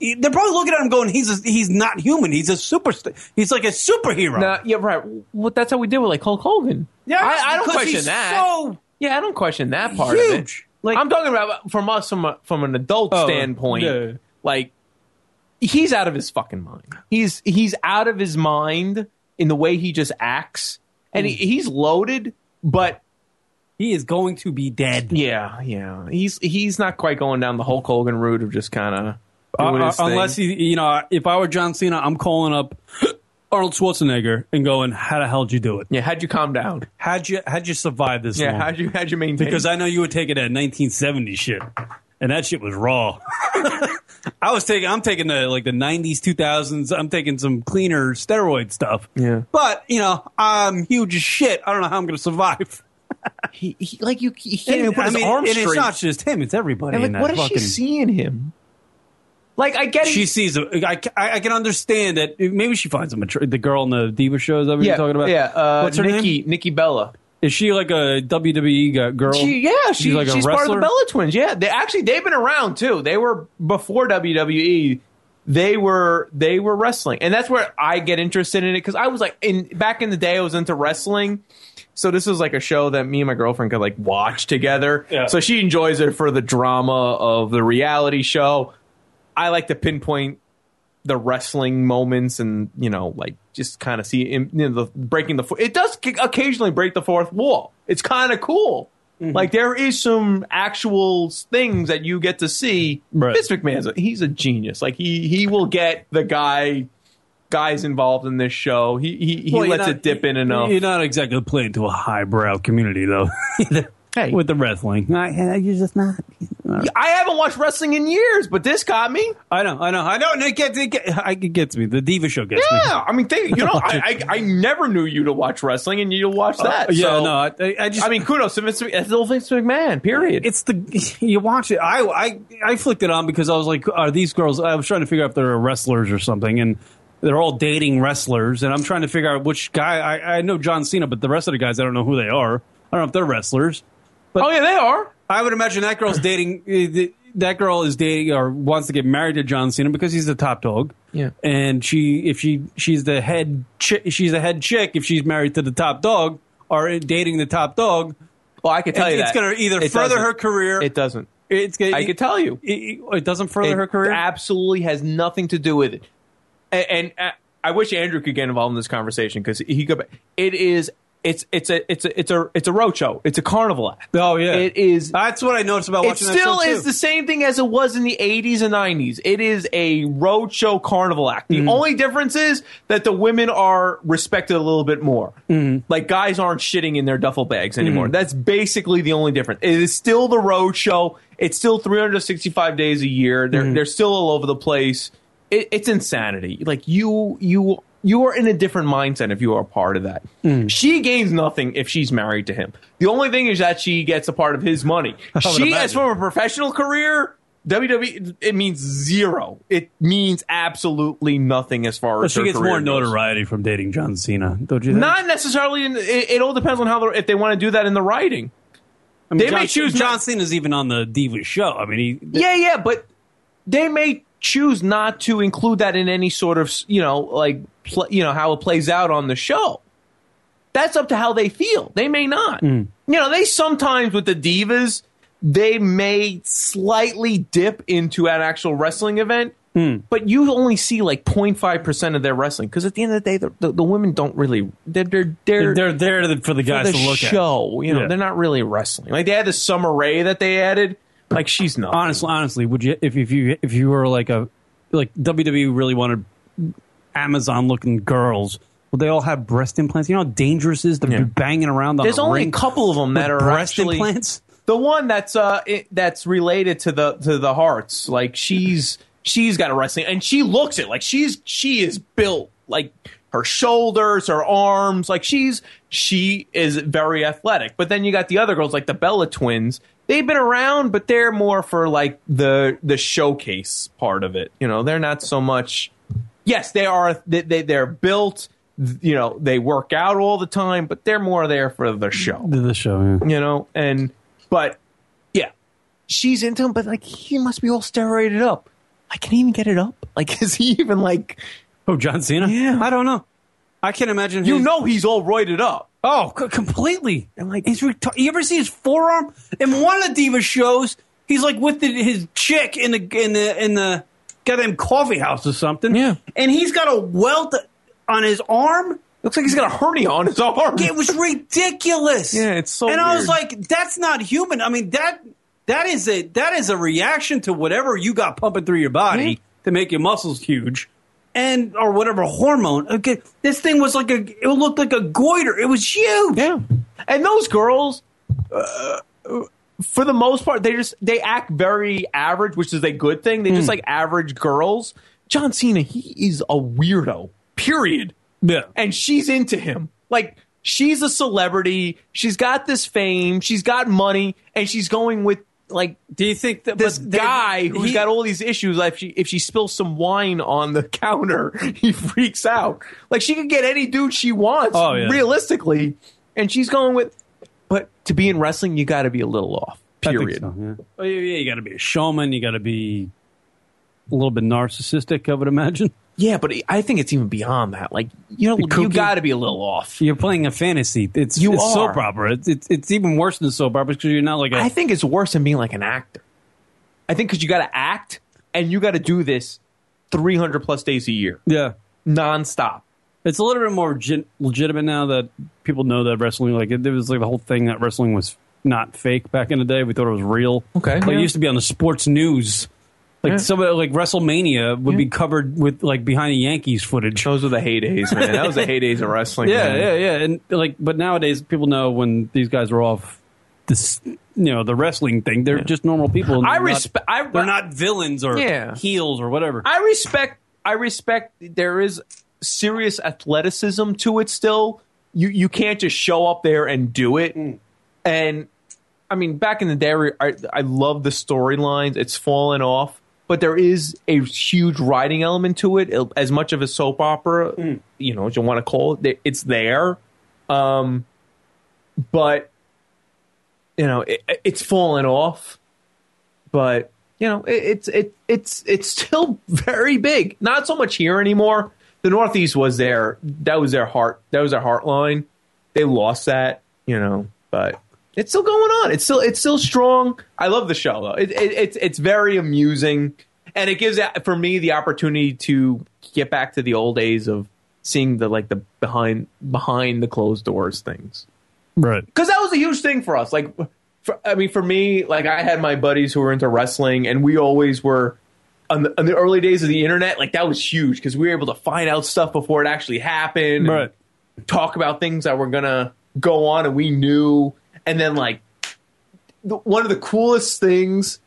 they're probably looking at him going, he's a, he's not human. He's a super. He's like a superhero. Nah, yeah, right. Well, that's how we did with like Hulk Hogan. Yeah, I, I don't because question he's that. so yeah, I don't question that part of it. huge. Like- Oh, I'm talking about from us from a, from an adult standpoint. yeah. Like he's out of his fucking mind. He's he's out of his mind in the way he just acts, and he, he's loaded, but. He is going to be dead. Yeah, yeah. He's he's not quite going down the Hulk Hogan route of just kind of doing Uh, his thing. unless he, you know, if I were John Cena, I'm calling up Arnold Schwarzenegger and going, "How the hell did you do it? Yeah, how'd you calm down? How'd you how'd you survive this? yeah, long? how'd you how'd you maintain? because I know you were taking that 1970 shit, and that shit was raw. I was taking, I'm taking the like the 90s, 2000s. I'm taking some cleaner steroid stuff. Yeah. But you know, uh, I'm huge as shit. I don't know how I'm going to survive. he, he like you he can't even put I his mean, arm and straight. it's not just him; it's everybody. And, in that like, what is fucking, she seeing him? Like I get it. She sees him. I, I, I can understand that. Maybe she finds him. attra- The girl in the diva show is that what yeah, you're talking about? Yeah, uh, What's her Nikki name? Nikki Bella. Is she like a WWE go- girl? She, yeah, she, she's, she's like a wrestler. part of the Bella Twins. Yeah, they actually they've been around too. They were before WWE. They were they were wrestling, and that's where I get interested in it because I was like in back in the day I was into wrestling. So this was like a show that me and my girlfriend could like watch together. Yeah. So she enjoys it for the drama of the reality show. I like to pinpoint the wrestling moments and you know like just kind of see you know, the breaking the fo- it does c- occasionally break the fourth wall it's kind of cool like there is some actual things that you get to see Right. Vince McMahon's a, he's a genius like he he will get the guy guys involved in this show he he, he Well, you're lets not- it dip in enough You're not exactly playing to a highbrow community, though. Hey. With the wrestling, I, you're just not. I haven't watched wrestling in years but this got me I know, I know, I know. And it gets, it gets, I- it gets me. The diva show gets me. yeah I mean think, you know I, I I never knew you to watch wrestling and you to watch that yeah, so- no, I, I- I just. Uh, I mean, kudos to Vince, it's little Vince McMahon. Period. it's the you watch it. I I I flicked it on because I was like, are these girls? I was trying to figure out if they're wrestlers or something, and they're all dating wrestlers, and I'm trying to figure out which guy. I I know John Cena, but the rest of the guys, I don't know who they are. I don't know if they're wrestlers. oh yeah, they are. I would imagine that girl's dating. uh, th- That girl is dating or wants to get married to John Cena because he's the top dog. Yeah. and she if she she's the head chick, she's the head chick if she's married to the top dog or dating the top dog. Well, I could tell It- you it's that. gonna either It further doesn't. her career- It doesn't. It's gonna, e I it- could tell you. it, it- it doesn't further It her career. absolutely has nothing to do with it. And, and uh, I wish Andrew could get involved in this conversation because he could. It is. It's it's a it's a it's a it's a road show. It's a carnival act. oh yeah, It is. That's what I noticed about It watching. still that show is the same thing as it was in the 80s and 90s. It is a road show carnival act. Mm-hmm. The only difference is that the women are respected a little bit more. Like guys aren't shitting in their duffel bags anymore. That's basically the only difference. It is still the road show. It's still 365 days a year. They're they're still all over the place. It, it's insanity. Like you you you are in a different mindset if you are a part of that. She gains nothing if she's married to him. The only thing is that she gets a part of his money. She, as from a professional career, WWE, it means zero. It means absolutely nothing as far But as she her gets career more goes. notoriety from dating John Cena, don't you? Think? Not necessarily. In, it, it all depends on how the, if they want to do that in the writing. I mean, they John, may choose not- John Cena's even on the Diva show. I mean, he, Yeah, yeah, but they may choose not to include that in any sort of you know like pl- you know how it plays out on the show. That's up to how they feel. They may not. You know, they sometimes with the divas, they may slightly dip into an actual wrestling event But you only see like 0.5 percent of their wrestling because at the end of the day, the, the, the women don't really they're they're they're, They're there to- for the guys for the to look at. show. You know, Yeah. they're not really wrestling. Like they had the Summer Rae that they added. Like she's not. honestly, honestly, would you if if you if you were like a like WWE really wanted Amazon looking girls? Would they all have breast implants? You know how dangerous it is to be banging around on There's a only ring a couple of them that with are breast actually- implants. The one that's uh it, that's related to the to the hearts. Like she's she's got a wrestling and she looks it like she's she is built like her shoulders, her arms, like she's she is very athletic. But then you got the other girls like the Bella twins. They've been around, but they're more for like the the showcase part of it. You know, they're not so much yes, they are. They, they they're built. th- You know, they work out all the time, but they're more there for the show. The show, You know, and but yeah, she's into him, but like he must be all steroided up. I can he even get it up. Like, is he even like? Oh, John Cena. Yeah, I don't know. I can't imagine. You know, he's all roided up. Oh, c- completely. And like he's retar- you ever see his forearm in one of the diva shows? He's like with the, his chick in the in the in the goddamn coffee house or something. Yeah, and he's got a welt on his arm. Looks like he's got a hernia on his arm. It was ridiculous. Yeah, it's so. And I was weird. like, that's not human. I mean that that is a that is a reaction to whatever you got pumping through your body to make your muscles huge. And or whatever hormone. Okay, this thing was like a. It looked like a goiter. It was huge. Yeah, and those girls, uh, for the most part, they just they act very average, which is a good thing. They Hmm. just like average girls. John Cena, he is a weirdo. Period. Yeah, and she's into him. Like she's a celebrity. She's got this fame. She's got money, and she's going with like. Do you think that this but they- guy who's he- got all these issues? Like if she if she spills some wine on the counter, he freaks out. Like she could get any dude she wants. Oh, yeah. realistically, and she's going with. But to be in wrestling, you got to be a little off. I think Period. so, yeah. Oh, yeah, yeah, you got to be a showman. You got to be a little bit narcissistic, I would imagine. Yeah, but I think it's even beyond that. Like you know, you got to be a little off. You're playing a fantasy. It's You it's are. soap opera. It's, it's it's even worse than soap opera because you're not like a. I think it's worse than being like an actor. I think because you got to act and you got to do this 300 plus days a year, yeah. nonstop. It's a little bit more legit, legitimate now that people know that wrestling. Like it, there was like the whole thing that wrestling was not fake back in the day. We thought it was real. Okay. like, Yeah. it used to be on the sports news. Like Yeah. some of- like WrestleMania would be covered with like behind the Yankees footage. Those were the heydays, man. That was the heydays of wrestling. Yeah, man. yeah, yeah. And like, but nowadays people know when these guys are off this, you know, the wrestling thing. They're just normal people. and I they're not- respect. I, They're not villains or Yeah. heels or whatever. I respect. I respect. There is serious athleticism to it. Still, you you can't just show up there and do it. Mm. And I mean, back in the day, I, I love the storylines. It's fallen off, but there is a huge writing element to it. It- As much of a soap opera, Mm. you know, as you want to call it, th- it's there. Um, but you know, it, it's fallen off. But you know, it, it's it it's it's still very big. Not so much here anymore. The Northeast was there. That was their heart. That was their heart line. They lost that. You know, but it's still going on. It's still it's still strong. I love the show though. It, it, it's it's very amusing, and it gives uh, for me the opportunity to get back to the old days of seeing the like the behind behind the closed doors things Right. because that was a huge thing for us. Like, for, I mean, for me, like I had my buddies who were into wrestling, and we always were on the, on the early days of the internet. Like that was huge because we were able to find out stuff before it actually happened, and Right. Talk about things that were gonna go on, and we knew. And then like the, one of the coolest things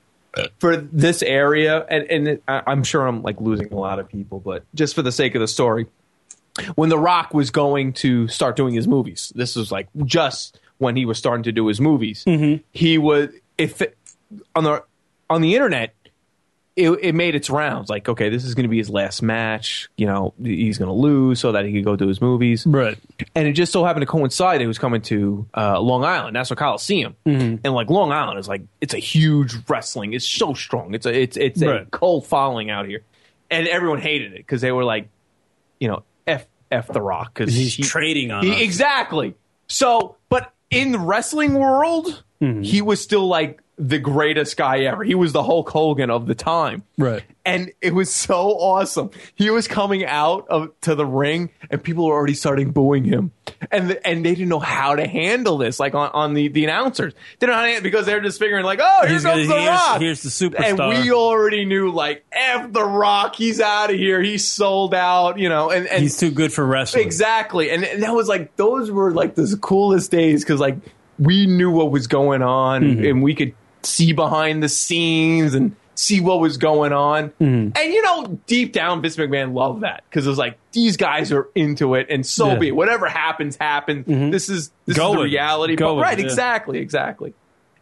for this area, and and it, I, I'm sure I'm like losing a lot of people, but just for the sake of the story, when The Rock was going to start doing his movies. This was like just when he was starting to do his movies. Mm-hmm. He was if on the on the internet. It, it made its rounds. Like, okay, this is going to be his last match. You know, he's going to lose so that he could go do his movies. Right. And it just so happened to coincide that he was coming to uh, Long Island, Nassau Coliseum, Mm-hmm. and like Long Island is like it's a huge wrestling. It's so strong. It's a it's it's a Right. cult following out here, and everyone hated it because they were like, you know, f f the Rock because He's trading on he- us. Hmm. exactly. So, but in the wrestling world, he was still like the greatest guy ever. He was the Hulk Hogan of the time. Right. And it was so awesome. He was coming out of, to the ring, and people were already starting booing him, and the, and they didn't know how to handle this. Like on, on the, the announcers, they don't know how to, because they're just figuring like, oh, here He's comes gonna- the here's- Rock, here's the and superstar. we already knew like, f the Rock, he's out of here, he's sold out, you know, and, and He's too good for wrestling. Exactly. And, and that was like, those were like the coolest days because like we knew what was going on Mm-hmm. and, and we could see behind the scenes and see what was going on. Mm-hmm. And you know, deep down, Vince McMahon loved that because it was like, these guys are into it and so Yeah. be it. Whatever happens, happens. Mm-hmm. This is, this Go is the with it. reality. Go But- with it, right. yeah. Exactly. Exactly.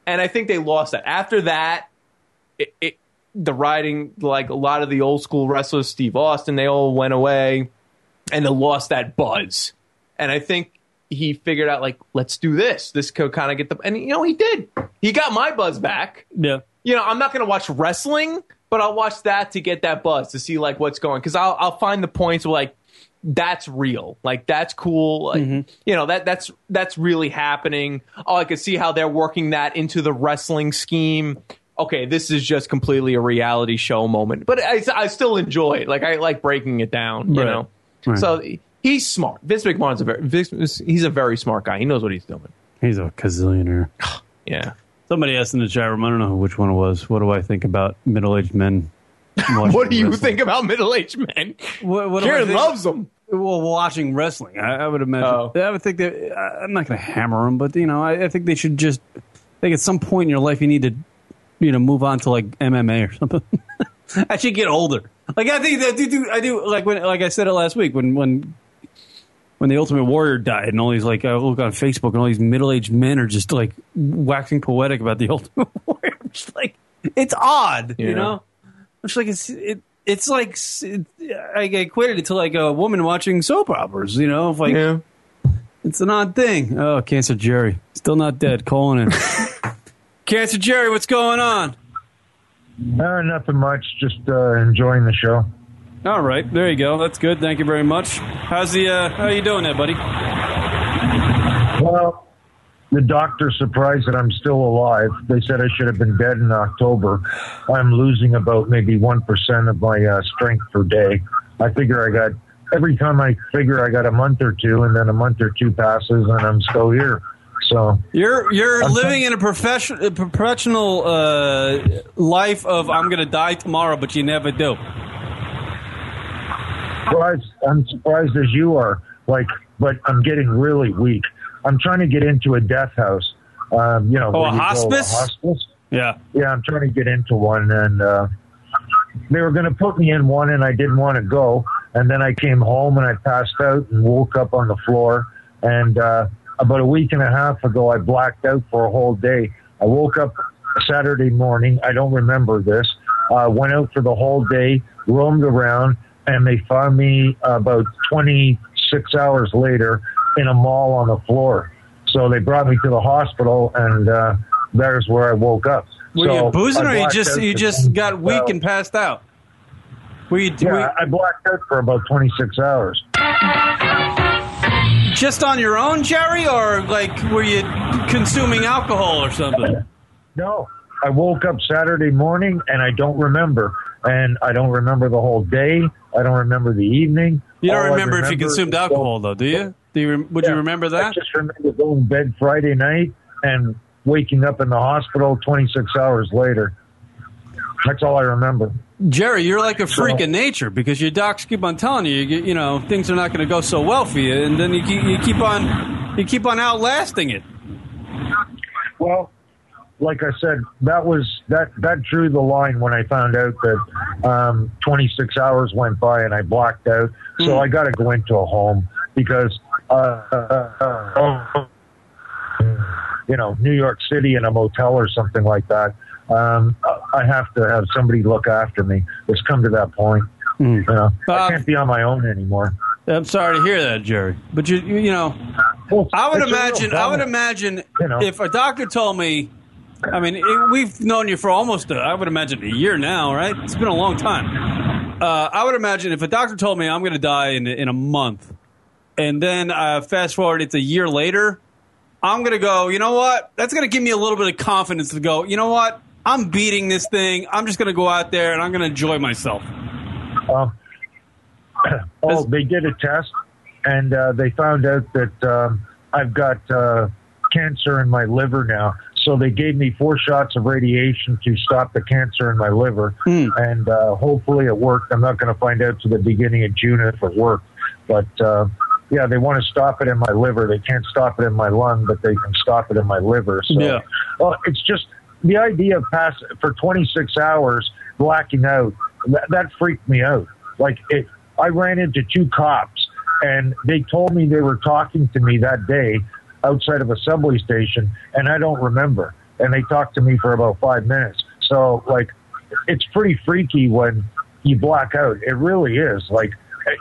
And I think they lost that. After that, it, it the writing like a lot of the old school wrestlers steve austin they all went away and it lost that buzz and i think he figured out like let's do this this could kind of get the and you know he did he got my buzz back Yeah. you know i'm not going to watch wrestling but i'll watch that to get that buzz to see like what's going because I'll, I'll find the points where like that's real like that's cool like, Mm-hmm. you know that that's that's really happening oh i could see how they're working that into the wrestling scheme okay this is just completely a reality show moment but i, I still enjoy it like i like breaking it down you Right. know Right. so he's smart vince mcmahon's a very vince, he's a very smart guy he knows what he's doing He's a gazillionaire. yeah Somebody asked in the chat room, I don't know which one it was, what do I think about middle aged men? watching what do you wrestling? think about middle-aged men What, what do I Karen think? loves them Well, watching wrestling, I, I would imagine. I would think that I, I'm not going to hammer them, but you know, I, I think they should just. I think at some point in your life, you need to, you know, move on to like MMA or something. I should get older. Like I think that I do. I do like when like I said it last week when when when the Ultimate Warrior died and all these like I look on Facebook and all these middle aged men are just like waxing poetic about the Ultimate Warrior. I'm just like it's odd, Yeah. you know. It's like it's it, it's like s- it, I, I equated it to like a woman watching soap operas. You know, if like Yeah. it's an odd thing. Oh, Cancer Jerry, still not dead. Calling in. Cancer Jerry, what's going on? Uh, nothing much. Just uh, enjoying the show. All right, there you go. That's good. Thank you very much. How's the uh, how you doing there, buddy? Well, the doctor's surprised that I'm still alive. They said I should have been dead in October. I'm losing about maybe 1% of my uh, strength per day. I figure I got, every time I figure I got a month or two, and then a month or two passes, and I'm still here. So, You're you're living in a profession a professional uh, life of I'm gonna die tomorrow, but you never do. surprised, I'm surprised as you are. Like, but I'm getting really weak. I'm trying to get into a death house. Um, you know, Oh, where a you go, hospice? hospice. Yeah. Yeah, I'm trying to get into one, and uh, they were going to put me in one, and I didn't want to go. And then I came home and I passed out and woke up on the floor. And uh, about a week and a half ago, I blacked out for a whole day. I woke up Saturday morning. I don't remember this. Uh, went out for the whole day, roamed around, and they found me about 26 hours later in a mall on the floor. So they brought me to the hospital, and uh, there's where I woke up. Were so you boozing, I or you blacked just out you for just got weak 26 and passed out? Were you, Yeah, were you I blacked out for about 26 hours. just on your own, Jerry, or like were you consuming alcohol or something? No, I woke up Saturday morning and I don't remember. And I don't remember the whole day. I don't remember the evening. You don't All I remember, if you consumed is- alcohol, though, do you? Do you rem- would you remember I that? just remember going to bed Friday night and waking up in the hospital 26 hours later. That's all I remember. Jerry, you're like a freak of nature because your docs keep on telling you, you, you know, things are not going to go so well for you, and then you keep, you keep on you keep on outlasting it. Well, like I said, that was that that drew the line when I found out that um, 26 hours went by and I blacked out. So Mm. I got to go into a home because uh, uh, uh, you know New York City in a motel or something like that. Um, I have to have somebody look after me. It's come to that point. You know, I can't be on my own anymore. I'm sorry to hear that, Jerry, but you you, you know, I would it's a real imagine I would bummer. imagine You know. if a doctor told me, I mean, it, we've known you for almost a, I would imagine a year now, right? It's been a long time. Uh, I would imagine if a doctor told me I'm going to die in in a month, and then uh, fast forward, it's a year later. I'm going to go, you know what? That's going to give me a little bit of confidence to go, you know what? I'm beating this thing. I'm just going to go out there and I'm going to enjoy myself. Um, oh, they did a test, and uh, they found out that um, I've got uh, cancer in my liver now. So they gave me four shots of radiation to stop the cancer in my liver, and uh, hopefully it worked. I'm not going to find out to the beginning of June if it worked, but uh, yeah, they want to stop it in my liver. They can't stop it in my lung, but they can stop it in my liver. So Yeah. well, it's just the idea of pass for 26 hours blacking out. That, that freaked me out. Like it, I ran into two cops, and they told me they were talking to me that day outside of a subway station, and I don't remember. And they talked to me for about five minutes. So like, it's pretty freaky when you black out. It really is. Like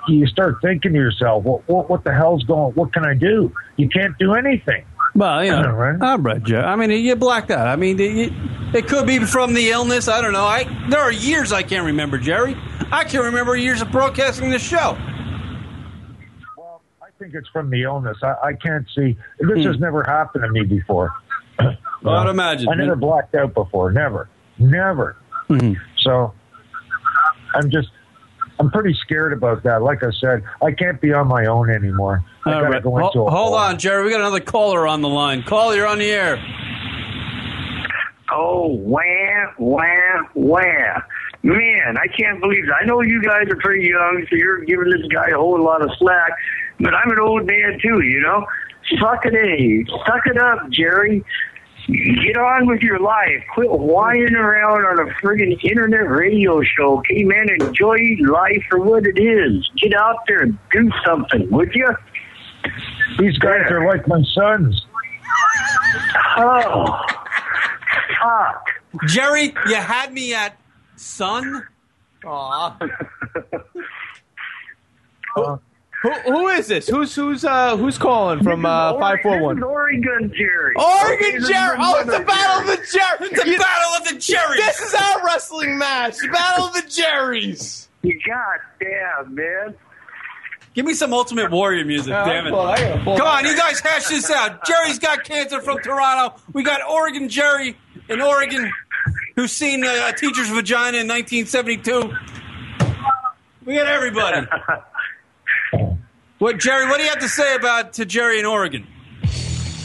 you start thinking to yourself, well, what, what the hell's going? What can I do? You can't do anything. Well, you know, I'm right, Joe. I mean, you blacked out. I mean, it, it could be from the illness. I don't know. I there are years I can't remember, Jerry. I can't remember years of broadcasting this show. I think it's from the illness. I, I can't see. This has never happened to me before. Hmm. Well, I'd imagine. I never blacked out before. Never. Never. Mm-hmm. So I'm just, I'm pretty scared about that. Like I said, I can't be on my own anymore. I All gotta right. go Hol- into a- hold, on, Jerry. We got another caller on the line. Call, you're on the air. Oh, wah, wah, wah. Man, I can't believe it. I know you guys are pretty young, so you're giving this guy a whole lot of slack, but I'm an old man too, you know? Suck it in. Suck it up, Jerry. Get on with your life. Quit whining around on a friggin' internet radio show. Okay, man, enjoy life for what it is. Get out there and do something, would you? These guys are like my sons. Oh, fuck. Jerry, you had me at son. Aw. Uh, Who, who is this? Who's who's uh who's calling from uh five four one? Oregon Jerry. Oregon Okay, this is Jerry. Oh, it's the another battle of the Jerry. It's a battle of the Jerrys. This is our wrestling match. The battle of the Jerrys. You God damn, man. Give me some Ultimate Warrior music, Yeah, damn it. I'm full- I am full. Come on, you guys hash this out. Jerry's got cancer from Toronto. We got Oregon Jerry in Oregon who's seen uh, a, a teacher's vagina in 1972. We got everybody. What, Jerry, what do you have to say about to Jerry in Oregon?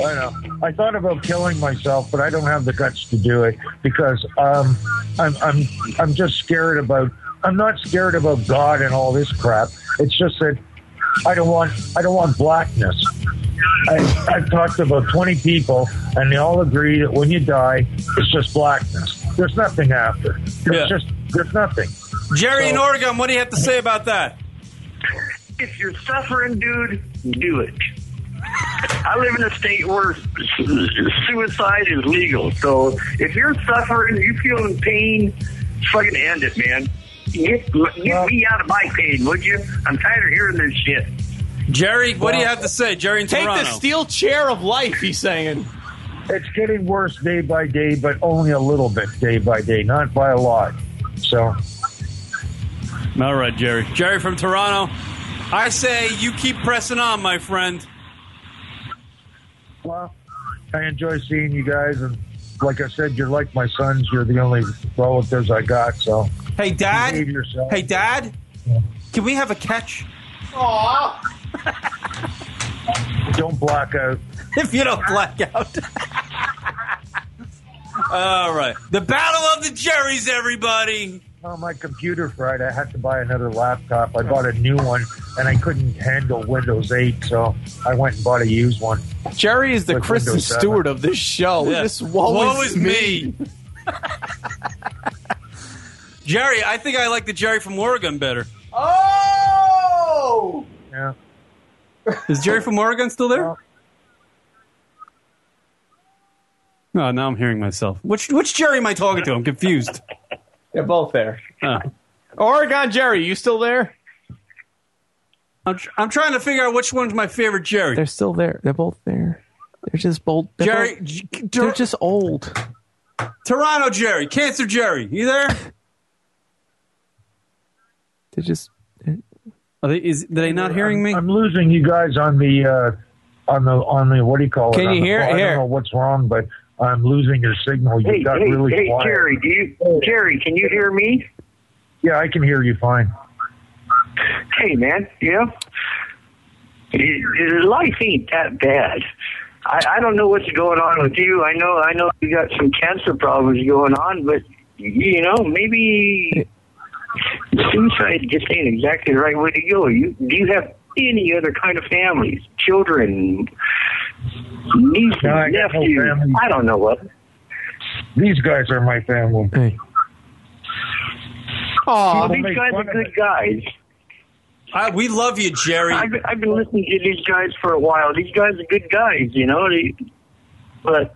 I know. I thought about killing myself, but I don't have the guts to do it because um, I'm I'm I'm just scared about. I'm not scared about God and all this crap. It's just that I don't want I don't want blackness. I, I've talked to about 20 people, and they all agree that when you die, it's just blackness. There's nothing after. There's Yeah. just there's nothing. Jerry in Oregon, what do you have to say about that? If you're suffering, dude, do it. I live in a state where suicide is legal. So if you're suffering, you feeling pain, fucking end it, man. Get, get me out of my pain, would you? I'm tired of hearing this shit. Jerry, what do you have to say? Jerry in Take Toronto. the steel chair of life. He's saying. It's getting worse day by day, but only a little bit day by day, not by a lot. So All right, Jerry. Jerry from Toronto. I say you keep pressing on, my friend. Well, I enjoy seeing you guys, and like I said, you're like my sons. You're the only relatives I got. So Hey, Dad. Behave yourself. Hey, Dad. Can we have a catch? Aw. don't black out. If you don't black out. All right. The Battle of the Jerrys, everybody. Oh, my computer fried. I had to buy another laptop. I bought a new one, and I couldn't handle Windows 8, so I went and bought a used one. Jerry is the Like Kristen Windows 7. Stewart of this show. Yeah. This woe, Woe is, is me. Jerry, I think I like the Jerry from Oregon better. Oh. Yeah. Is Jerry from Oregon still there? No, now I'm hearing myself. Which which Jerry am I talking to? I'm confused. They're both there. Oh. Oregon Jerry, you still there? I'm, tr- I'm trying to figure out which one's my favorite Jerry. They're still there. They're both there. They're just bold. They're Jerry, both- J- they're just old. Toronto Jerry, Cancer Jerry, you there? They're just. Are they, is, are they not hearing me? I'm losing you guys on the uh, on the on the what do you call it? Can on you the hear it? phone. I Here. don't know what's wrong, but I'm losing your signal. Oh, You Hey, got hey, really hey, quiet. Jerry, do you, Jerry, can you hear me? Yeah, I can hear you fine. Hey, man, you know, it- life ain't that bad. I, I don't know what's going on with you. I know, I know you got some cancer problems going on, but you know, maybe suicide just ain't exactly the right way to go. You do you have any other kind of families, children, nieces, nephews? I don't know what. These guys are my family. Oh, People these make guys fun are good guys. I, we love you, Jerry. I've, I've been listening to these guys for a while. These guys are good guys, you know. They, but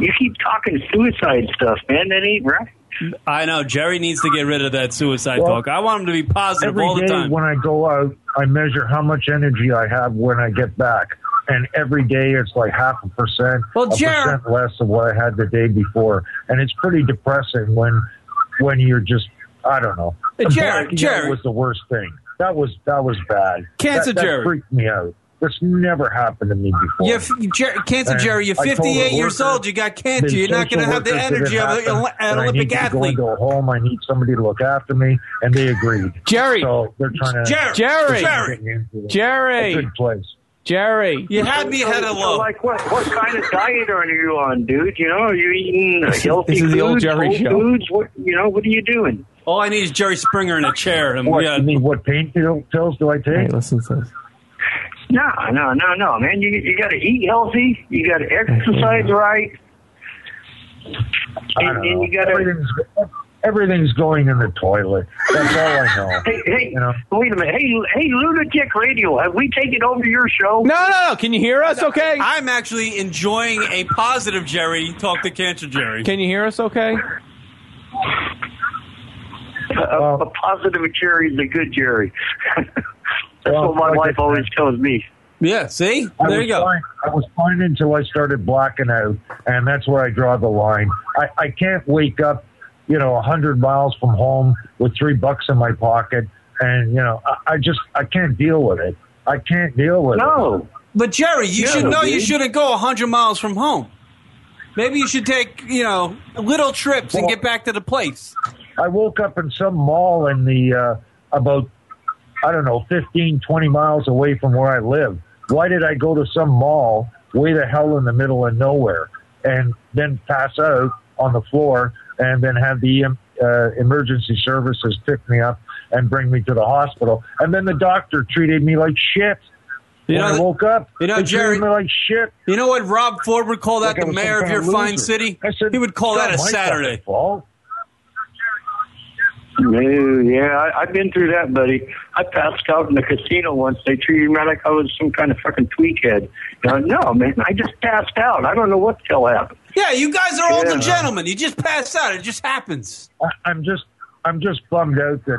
you keep talking suicide stuff, man. That ain't right. I know Jerry needs to get rid of that suicide talk. I want him to be positive Every all the day time. when I go out, I measure how much energy I have when I get back, and every day it's like half a percent, Well, a Jer- percent less of what I had the day before, and it's pretty depressing when when you're just I don't know. Hey, Jer- Blacking out Jer- was the worst thing. That was that was bad. Cancer, that, that Jerry. freaked me out. This never happened to me before. You're, f- Jer- cancer And Jerry, you're I told the 58 years worker- old. You got cancer. the You're not going to social have the workers that energy it of an, happened, ele- an and I Olympic need to Go athlete. into a home. I need somebody to look after me, and they agreed. Jerry. So they're trying to. they're Jerry. Jerry. trying to get me into Jerry. A good place. Jerry. So- so, Like what? What kind of diet are you on, dude? You know, are you eating This is- healthy this is the foods, old Jerry whole show. foods? What you know? What are you doing? All I need is Jerry Springer in a chair. Um, And What, we, uh, you mean, what pain pill- pills do I take? listen to this. No, no, no, no, man. You you got to eat healthy. You got to exercise right. Mm-hmm. I And, don't and know. you got to. everything's, everything's going in the toilet. That's all I know. Hey, hey, You know? wait a minute. Hey, hey, Lunatic Radio, have we taken over your show? No, no, no. Can you hear us? Okay. I'm actually enjoying a positive Jerry talk to cancer Jerry. Can you hear us? Okay. a, a positive Jerry is a good Jerry. That's what my wife always tells me. Yeah, see? I was Fine. I was fine until I started blacking out, and that's where I draw the line. I, I can't wake up, you know, a hundred miles from home with three bucks in my pocket, and you know, I, I just I can't deal with it. I can't deal with it. No, But Jerry, you Yeah, should know you dude. shouldn't go 100 miles from home. Maybe you should take, you know, little trips and get back to the place. I woke up in some mall in the uh, about I don't know 15, 20 miles away from where I live. Why did I go to some mall way the hell in the middle of nowhere and then pass out on the floor and then have the um, uh, emergency services pick me up and bring me to the hospital and then the doctor treated me like shit. You when know I that- woke up, you know, they treated Jerry- me like shit. You know what Rob Ford would call that, Like I the was some mayor of kind your of fine loser. city? he would call that a "Not my Saturday. fucking fault." No, yeah, I, I've been through that, buddy. I passed out in the casino once. They treated me like I was some kind of fucking tweak head. Now, no, man, I just passed out. I don't know what the hell happened. Yeah, you guys are older Yeah. gentlemen. You just pass out. It just happens. I, I'm just I'm just bummed out that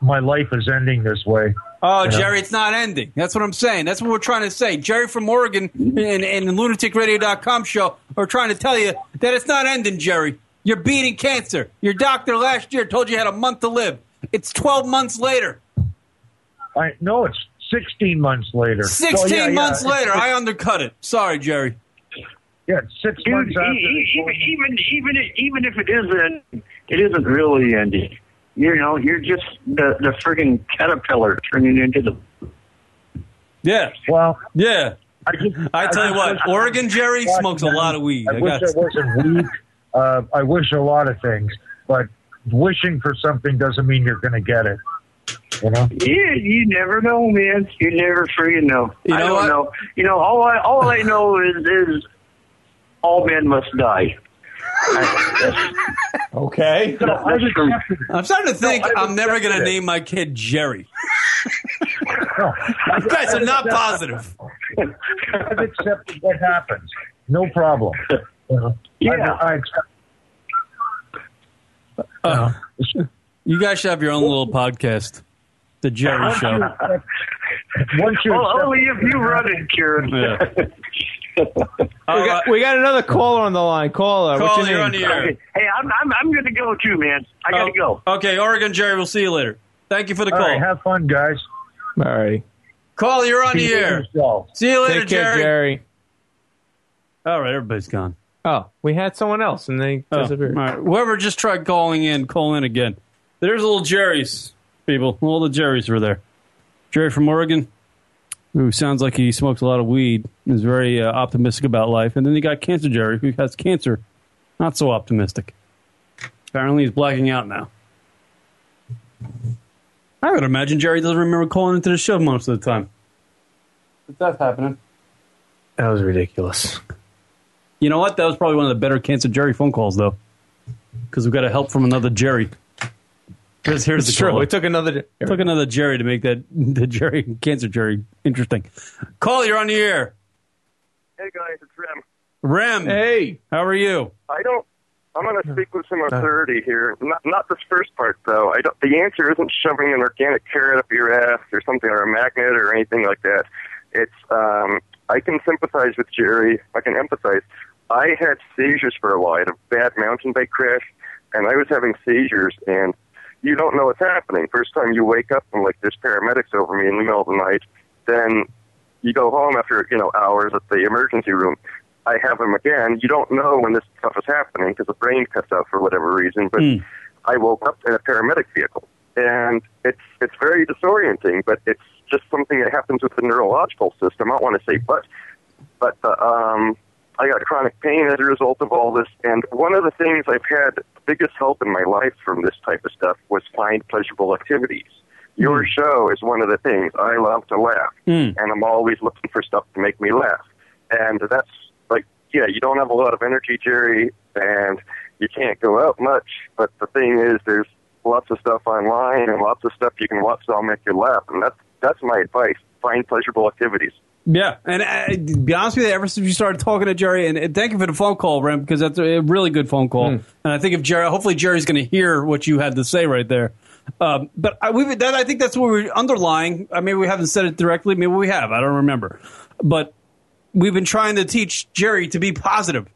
my life is ending this way. Oh, You know? Jerry, it's not ending. That's what I'm saying. That's what we're trying to say. Jerry from Oregon and, and lunaticradio.com show are trying to tell you that it's not ending, Jerry. You're beating cancer. Your doctor last year told you you had a month to live. It's 12 months later. I no, it's 16 months later. 16 Well, yeah, yeah, months it's- later, it's- I undercut it. Sorry, Jerry. yeah, it's six Dude, months e- after. e- even even even if- even if it isn't, it isn't really ending. You know, you're just the the friggin' caterpillar turning into the Yeah. Well, yeah. I, just, I tell you what, just- Oregon Jerry God, smokes a man, lot of weed. I, I wish got- it wasn't weed. Uh, I wish a lot of things, but wishing for something doesn't mean you're going to get it. You know. Yeah, you never know, man. You never freaking know. You I know don't what? know. You know, all I all I know is is all men must die. Okay. No, that's from- I'm starting to think No, I I'm never going to accepted it. name my kid Jerry. No, You guys are not positive. I've accepted what happens. No problem. You know, Yeah. I, I accept. You know, Uh, You guys should have your own little podcast, The Jerry Uh-huh. Show. once you Well, accept only if you run it, Kieran. All we, right. got, we got another caller on the line. Caller, what's Call, your Uh, you're on name? the air. Okay. Hey, I'm I'm I'm gonna go too, man. I gotta go. Okay, Oregon Jerry, we'll see you later. Thank you for the All call. right, have fun, guys. All right. Call, you're on Keep the it air. yourself. See you later, Take care, Jerry. Jerry. All right, everybody's gone. Oh, we had someone else and they Oh, all disappeared. right. Whoever just tried calling in, call in again. There's little Jerry's people. All the Jerry's were there. Jerry from Oregon, who sounds like he smokes a lot of weed, is very uh, optimistic about life, and then you got cancer Jerry, who has cancer, not so optimistic. Apparently, he's blacking out now. I would imagine Jerry doesn't remember calling into the show most of the time. But that's happening. That was ridiculous. You know what? That was probably one of the better cancer Jerry phone calls, though, because we got a help from another Jerry. Because here's It's the true. caller. We took another. It took another Jerry to make that the Jerry cancer Jerry interesting. Call, you're on the air. Hey guys, it's Rem. Rem. Hey, how are you? I don't. I'm going to speak with some authority here. Not not this first part though. I don't, the answer isn't shoving an organic carrot up your ass or something or a magnet or anything like that. It's um, I can sympathize with Jerry. I can empathize. I had seizures for a while. I had a bad mountain bike crash, and I was having seizures and. You don't know what's happening. First time you wake up and like there's paramedics over me in the middle of the night, then you go home after you know hours at the emergency room. I have them again. You don't know when this stuff is happening because the brain cuts out for whatever reason. But I woke up in a paramedic vehicle, and it's it's very disorienting. But it's just something that happens with the neurological system. I don't want to say but, but the, um, I got chronic pain as a result of all this. And one of the things I've had the biggest help in my life from this type of stuff was find pleasurable activities. Hmm. Your Hmm. show is one of the things I love to laugh and I'm always looking for stuff to make me laugh. And that's like, yeah, you don't have a lot of energy, Jerry, and you can't go out much. But the thing is, there's lots of stuff online and lots of stuff you can watch that'll make you laugh. And that's that's my advice: find pleasurable activities. Yeah, and uh, to be honest with you, ever since you started talking to Jerry, and, and thank you for the phone call, Rem, because that's a really good phone call. And I think if Jerry, hopefully Jerry's going to hear what you had to say right there. Um, but I, we, that, I think that's what we're underlying. I mean, we haven't said it directly. Maybe we have. I don't remember. But we've been trying to teach Jerry to be positive.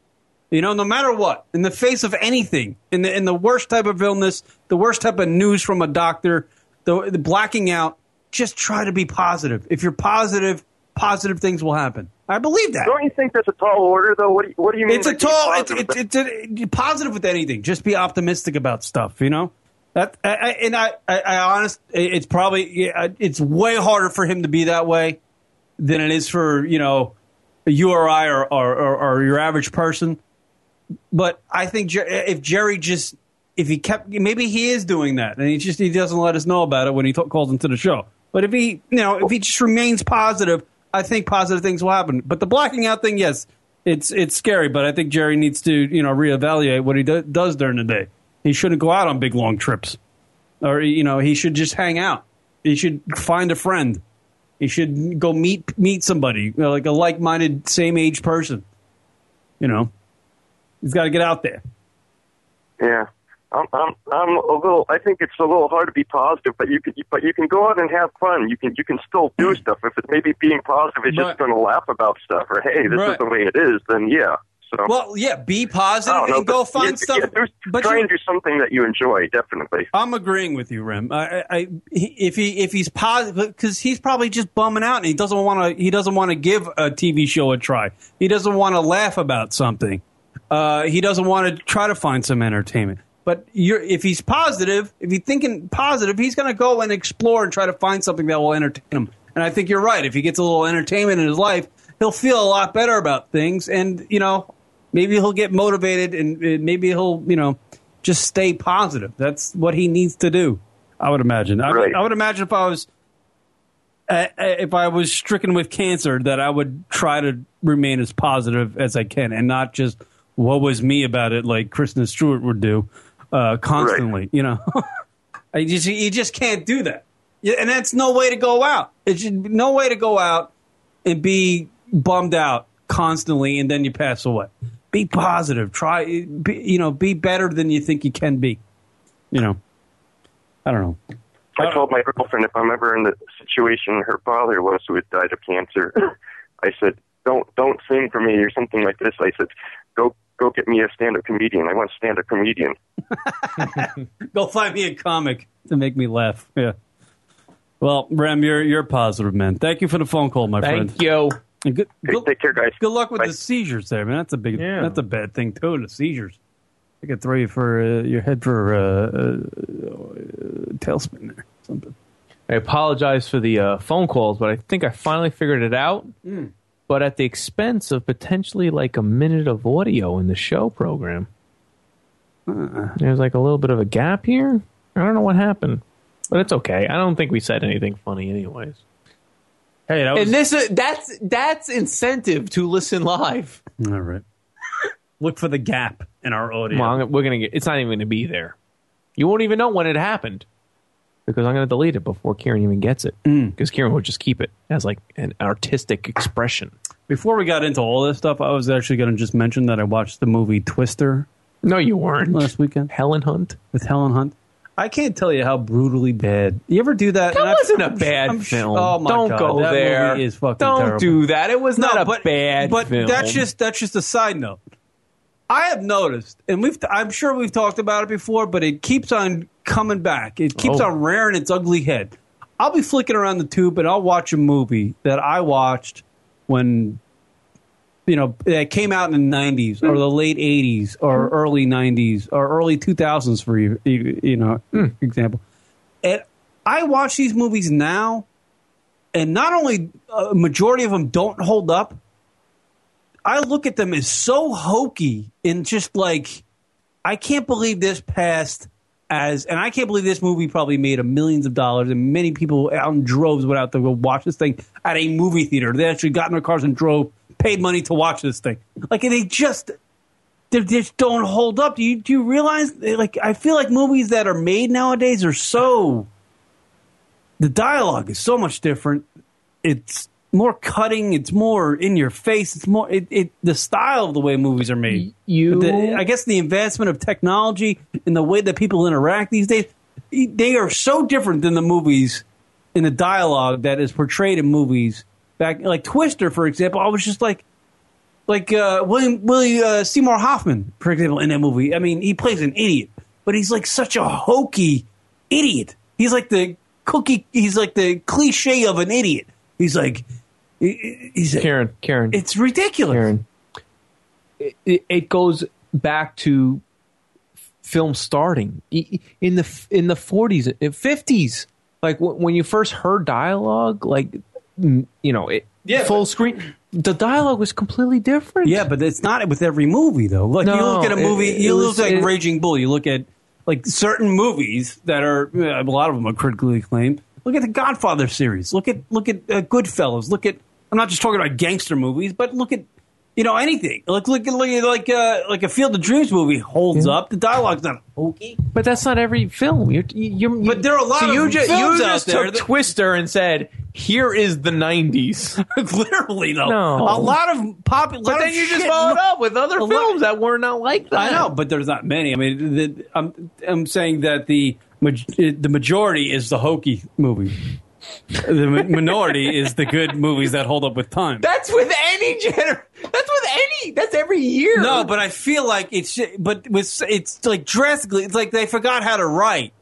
You know, no matter what, in the face of anything, in the in the worst type of illness, the worst type of news from a doctor, the, the blacking out, just try to be positive. If you're positive, positive things will happen. I believe that. Don't you think that's a tall order, though? What do you, what do you mean? It's a by being tall. It's positive? it's, it's, a- positive with anything. Just be optimistic about stuff. You know. That I, I, and I, I, I honest, it's probably yeah, it's way harder for him to be that way than it is for you know you or I or or, or, or your average person. But I think Jer- if Jerry just if he kept maybe he is doing that and he just he doesn't let us know about it when he t- calls into the show. But if he you know if he just remains positive, I think positive things will happen. But the blacking out thing, yes, it's it's scary. But I think Jerry needs to you know reevaluate what he do- does during the day. He shouldn't go out on big long trips, or you know he should just hang out. He should find a friend. He should go meet meet somebody you know, like a like minded same age person. You know, he's got to get out there. Yeah. I'm, I'm, I'm a little. I think it's a little hard to be positive, but you can, but you can go out and have fun. You can, you can still Mm. do stuff. If it, maybe being positive is Right. just going to laugh about stuff, or hey, this Right. is the way it is. Then yeah. So Well, yeah, be I positive don't know, and go but find yeah, stuff. yeah, do- but try you- Uh, and do something that you enjoy, definitely. I'm agreeing with you, Rem. I, I, I- if he if he's positive, because he's probably just bumming out and he doesn't want to. He doesn't want to give a TV show a try. He doesn't want to laugh about something. Uh, he doesn't want to try to find some entertainment. But you're, if he's positive, if he's thinking positive, he's going to go and explore and try to find something that will entertain him. And I think you're right. If he gets a little entertainment in his life, he'll feel a lot better about things. And you know, maybe he'll get motivated and uh, maybe he'll you know just stay positive that's what he needs to do i would imagine i, Right. I would imagine if i was uh, if i was stricken with cancer that i would try to remain as positive as i can and not just what was me about it like kristen stewart would do uh, constantly you know I just, you just can't do that Yeah, and that's no way to go out it's just no way to go out and be bummed out constantly and then you pass away be positive try be, you know be better than you think you can be you know i don't know uh, I told my girlfriend if I'm ever in the situation her father was who had died of cancer, I said, Don't don't sing for me or something like this. I said, Go go get me a stand up comedian. I want a stand up comedian. go find me a comic to make me laugh yeah Well, Rem, you're you're a positive, man. Thank you for the phone call, my friend. Thank you. And good, good, take care, guys. Good luck with the seizures, there, man. That's a big. Yeah. That's a bad thing too. The seizures. They could throw you for uh, your head for uh, uh, tailspin there. Something. I apologize for the uh, phone calls, but I think I finally figured it out. Hmm. But at the expense of potentially like a minute of audio in the show program. There's like a little bit of a gap here. I don't know what happened, but it's okay. I don't think we said anything funny, anyways. Hey, that was- and this is that's that's incentive to listen live. All right. Look for the gap in our audio. Well, I'm gonna- we're gonna get. It's not even gonna be there. You won't even know when it happened because I'm gonna delete it before Kieran even gets it. Mm. Because Kieran will just keep it as like an artistic expression. Before we got into all this stuff, I was actually going to just mention that I watched the movie Twister. No, you weren't last weekend. Helen Hunt with Helen Hunt. I can't tell you how brutally bad. You ever do that? That And I- wasn't a bad sh- film. Oh my Don't God, go that there. Movie is fucking Don't terrible. do that. It was not a but, bad But film. that's just that's just a side note. I have noticed, and we've I'm sure we've talked about it before, but it keeps on coming back. It keeps Oh. on rearing its ugly head. I'll be flicking around the tube and I'll watch a movie that I watched when you know that came out in the 90s or the late 80s or early 90s or early 2000s for you you, you know Hmm. example and i watch these movies now and not only a majority of them don't hold up i look at them as so hokey and just like i can't believe this passed as and i can't believe this movie probably made a millions of dollars and many people out in droves went out to go watch this thing at a movie theater they actually got in their cars and drove paid money to watch this thing like and they just they just don't hold up do you, do you realize like i feel like movies that are made nowadays are so the dialogue is so much different. It's more cutting. It's more in your face. It's more it, it the style of the way movies are made. You- The- I guess, the advancement of technology and the way that people interact these days, they are so different than the movies in the dialogue that is portrayed in movies back, like Twister, for example. I was just like, like uh, William Willie uh, Seymour Hoffman, for example, in that movie. I mean, he plays an idiot, but he's like such a hokey idiot. He's like the cookie. He's like the cliche of an idiot. He's like, he- he's like, Karen. Karen. It's ridiculous. Karen. It- It, it goes back to f- film starting E- e- in the f- in the forties, fifties. Like w- when you first heard dialogue, like mm, you know, it, Yeah, full screen. The dialogue was completely different. yeah, but it's not with every movie though. Like you No, look at a it- movie, it you look was- at it- Raging Bull. You look at like certain movies that are a lot of them are critically acclaimed. Look at the Godfather series. Look at look at uh, Goodfellas. Look at I'm not just talking about gangster movies, but look at you know anything. Like look at like like, uh, like a Field of Dreams movie holds up. The dialogue's not hokey. But that's not every film. You're, you're, But there are a lot so of you just films you out just there took that- Twister and said, "Here is the '90s." Literally though, No. a lot of popular. But then you just followed up with other films that were not like that. I know, but there's not many. I mean, the, I'm I'm saying that the maj- the majority is the hokey movie. The mi- minority is the good movies that hold up with time. That's with any gener. That's with any. That's every year. No, but I feel like it's but with it's like drastically. It's like they forgot how to write.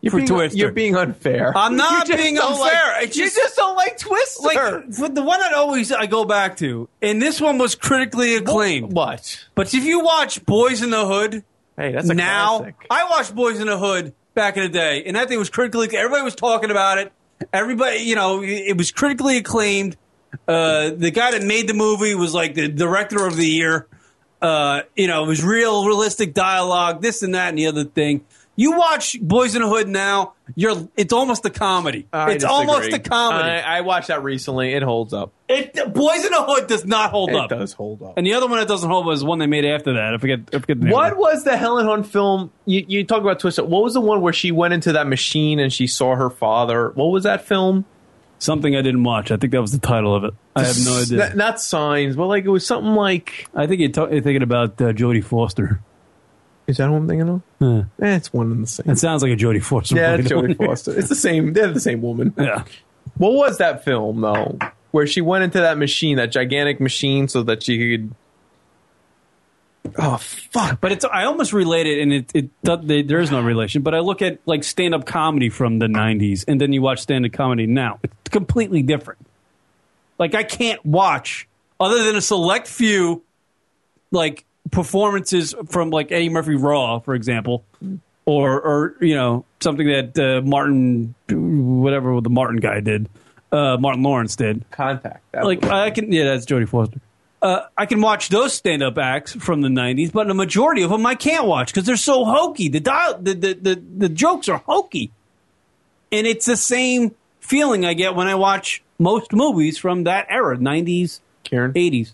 you're for being, Twister. You're being unfair. I'm not You just being don't like- unfair. It's you just- just don't like Twister. Like for the one that always I go back to, and this one was critically acclaimed. what? But if you watch Boys in the Hood, Hey, that's a now classic. I watched Boys in the Hood back in the day, and that thing was critically. Everybody was talking about it. Everybody, you know, it was critically acclaimed. Uh, the guy that made the movie was like the director of the year. Uh, you know, it was real, realistic dialogue, this and that, and the other thing. You watch Boys in the Hood now, you're it's almost a comedy. I it's disagree. almost a comedy. I, I watched that recently. It holds up. it, Boys in the Hood does not hold it up. does hold up. And the other one that doesn't hold up is one they made after that. I forget. I forget the name. What was the Helen Hunt film? You, you talk about Twister. What was the one where she went into that machine and she saw her father? What was that film? Something I didn't watch. I think that was the title of it. I have no idea. Not, not signs, but like it was something like. I think you're, ta- you're thinking about uh, Jodie Foster. Is that what I'm thinking of? Yeah. Eh, it's one and the same. It sounds like a Jodie Foster. yeah, movie, it's don't Jodie it? Foster. It's the same. They're the same woman. Yeah. What was that film though? Where she went into that machine, that gigantic machine, so that she could Oh fuck! But it's I almost relate it, and it, it do- they, there is no relation. But I look at like stand up comedy from the '90s, and then you watch stand up comedy now. It's completely different. Like I can't watch other than a select few, like performances from like Eddie Murphy Raw, for example, or or you know something that uh, Martin, whatever the Martin guy did, uh, Martin Lawrence did. Contact. like I can yeah, that's Jodie Foster. Uh, I can watch those stand up acts from the '90s, but the majority of them I can't watch because they're so hokey. The dial, the, the the the jokes are hokey, and it's the same feeling I get when I watch most movies from that era '90s, Karen. '80s.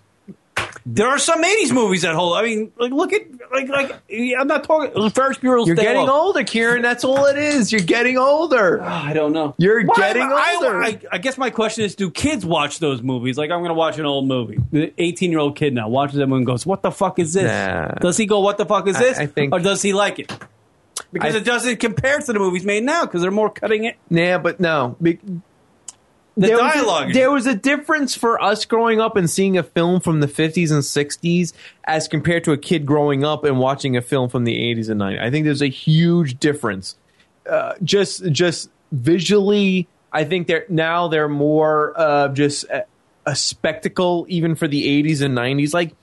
There are some '80s movies that hold. I mean, like look at like like I'm not talking Ferris Bueller's. You're Day getting Off. older, Kieran. That's all it is. You're getting older. I don't know. You're Why getting am I- older. I, I guess my question is: Do kids watch those movies? Like, I'm going to watch an old movie. The 18 year old kid now watches that movie and goes, "What the fuck is this?" Nah. Does he go, "What the fuck is I- this?" I think- or does he like it? Because I- it doesn't compare to the movies made now because they're more cutting it. Yeah, but no. Be- The there dialogue Was is- a, there was a difference for us growing up and seeing a film from the 50s and 60s as compared to a kid growing up and watching a film from the 80s and 90s. I think there's a huge difference. Uh, just just visually, I think they're now they're more uh, just a, a spectacle even for the 80s and 90s. Like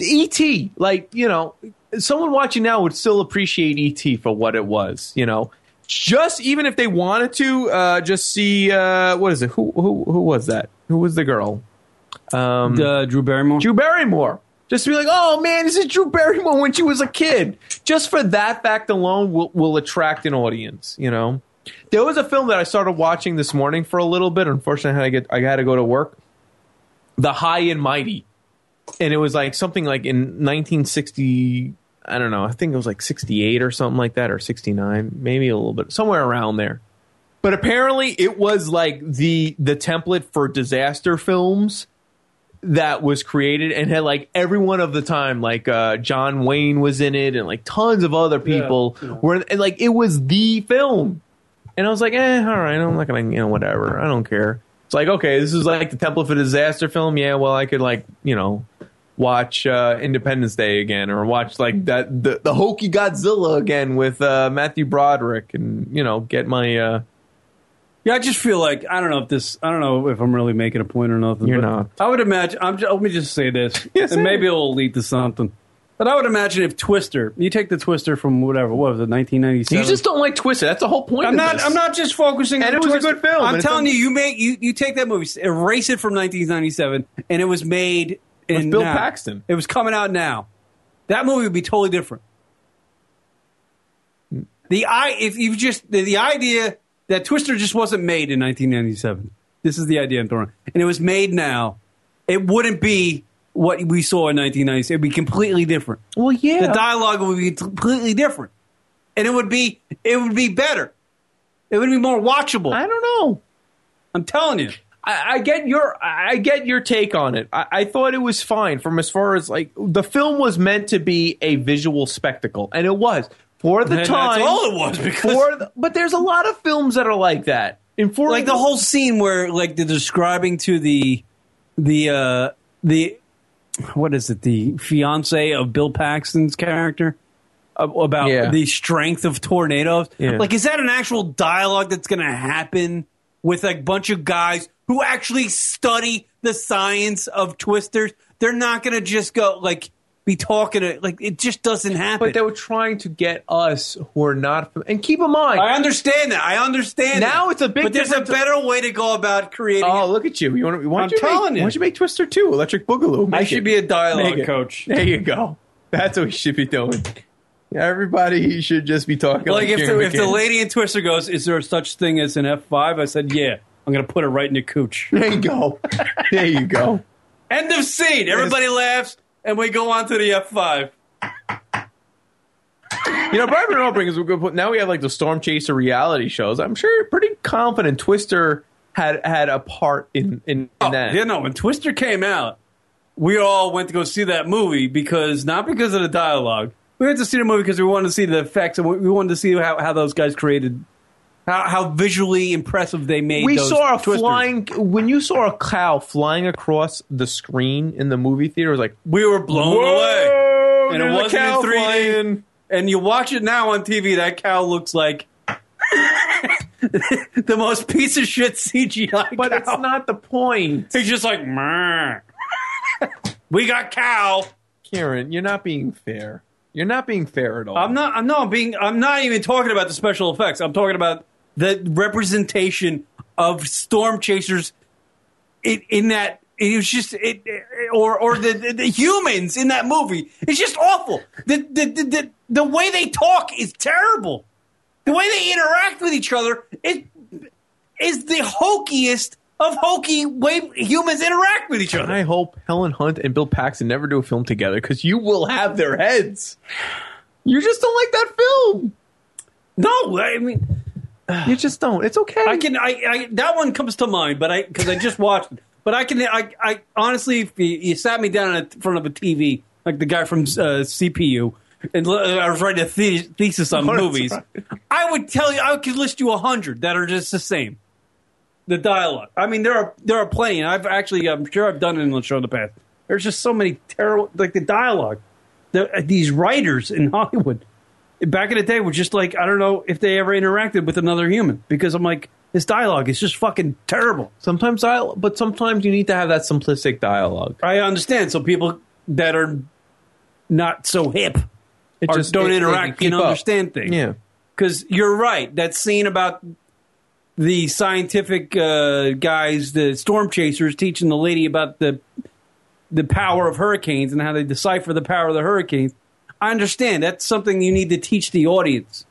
ET, like you know, someone watching now would still appreciate ET for what it was. You know, just even if they wanted to, uh, just see uh, what is it? Who who who was that? Who was the girl? Um, Drew Barrymore. Drew Barrymore. Just to be like, oh man, this is Drew Barrymore when she was a kid. Just for that fact alone, will will attract an audience. You know, there was a film that I started watching this morning for a little bit. Unfortunately, I had to get I had to go to work. The High and Mighty and it was like something like in 1960 i don't know i think it was like 68 or something like that or 69 maybe a little bit somewhere around there but apparently it was like the the template for disaster films that was created and had like everyone of the time like uh john wayne was in it and like tons of other people were and like it was the film and i was like eh all right i'm not gonna you know whatever i don't care it's like okay this is like the template for disaster film yeah well i could like you know watch uh independence day again or watch like that the, the hokey godzilla again with uh matthew broderick and you know get my uh Yeah, I just feel like I don't know if this. I don't know if I'm really making a point or nothing. You're but not. I would imagine. I'm. Just, let me just say this, Yes, and sir. maybe it'll lead to something. But I would imagine if Twister, you take the Twister from whatever, what was it, 1997? you just don't like twisted that's the whole point I'm of not. this. I'm not just focusing. And on it was a Twister. good film, and I'm it's telling a- you, you make you you take that movie, erase it from 1997, and it was made in With Bill now. Paxton. It was coming out now. That movie would be totally different. Hmm. The I if you just the, the idea that Twister just wasn't made in 1997. This is the idea I'm throwing, and it was made now. It wouldn't be what we saw in 1997. It'd be completely different. well yeah The dialogue would be completely different, and it would be it would be better. It would be more watchable. i don't know I'm telling you. I, I get your I I get your take on it. I, I thought it was fine from as far as like the film was meant to be a visual spectacle, and it was for the That's time. all it was, because- for the, but there's a lot of films that are like that. And for Like the whole scene where like they're describing to the the uh the what is it the fiance of Bill Paxton's character Ab- about Yeah. the strength of tornadoes. Yeah. Like is that an actual dialogue that's going to happen with a bunch of guys who actually study the science of twisters? They're not going to just go like be talking to, like it just doesn't happen. but they were trying to get us who are not. fam- And keep in mind, I understand that. I understand. Now that. it's a big But there's a difference- better way to go about creating. oh look at you! You want? Why I'm don't you telling make, you. Why don't you make Twister Two, Electric Boogaloo? I Make should it. be a dialogue Make it. coach. There you go. That's what we should be doing. Everybody should just be talking Like like, if the, Kieran if the McKinnon. lady in Twister goes, "Is there such thing as an F 5 I said, "Yeah." I'm gonna put it right in your cooch. There you go. There you go. End of scene. Everybody laughs, and we go on to the F five. You know, Barbara Obrink is a good. point. Now we have like the Storm Chaser reality shows. I'm sure you're pretty confident Twister had had a part in in, in that. You know, when Twister came out, we all went to go see that movie because not because of the dialogue. We went to see the movie because we wanted to see the effects and we we wanted to see how, how those guys created, how, how visually impressive they made. we those saw a twisters. flying when you saw a cow flying across the screen in the movie theater. It was like We were blown away. whoa, road and and it there's a wasn't cow in 3D. flying. And, you watch it now on TV, that cow looks like the most piece of shit CGI. But it's not the point. He's just like, "Meh." we got cow. Karen, you're not being fair. You're not being fair at all. I'm not. I'm not being. I'm not even talking about the special effects. I'm talking about the representation of storm chasers in, in that. It was just it, or or the, the, the humans in that movie. It's just awful. The the, the the the way they talk is terrible. The way they interact with each other is is the hokiest of hokey way humans interact with each other. I hope Helen Hunt and Bill Paxton never do a film together because you will have their heads. You just don't like that film. No, I mean, you just don't. It's okay. I can. I, I that one comes to mind, but I because I just watched. it. But I can. I, I honestly, if you, you sat me down in front of a TV, like the guy from uh, CPU, and l- I was writing a the- thesis on Oh, that's movies, I would tell you. I could list you a hundred that are just the same. The dialogue. I mean, there are there are plenty. And I've actually, I'm sure I've done it on the show in the past. There's just so many terrible, like the dialogue. The, these writers in Hollywood back in the day were just like I don't know if they ever interacted with another human because I'm like this dialogue is just fucking terrible. Sometimes I, but sometimes you need to have that simplistic dialogue. I understand. So people that are not so hip It or just- don't it- it interact can can keep up. understand things. Yeah. because you're right. That scene about the scientific uh, guys, the storm chasers, teaching the lady about the the power of hurricanes and how they decipher the power of the hurricanes. I understand that's something you need to teach the audience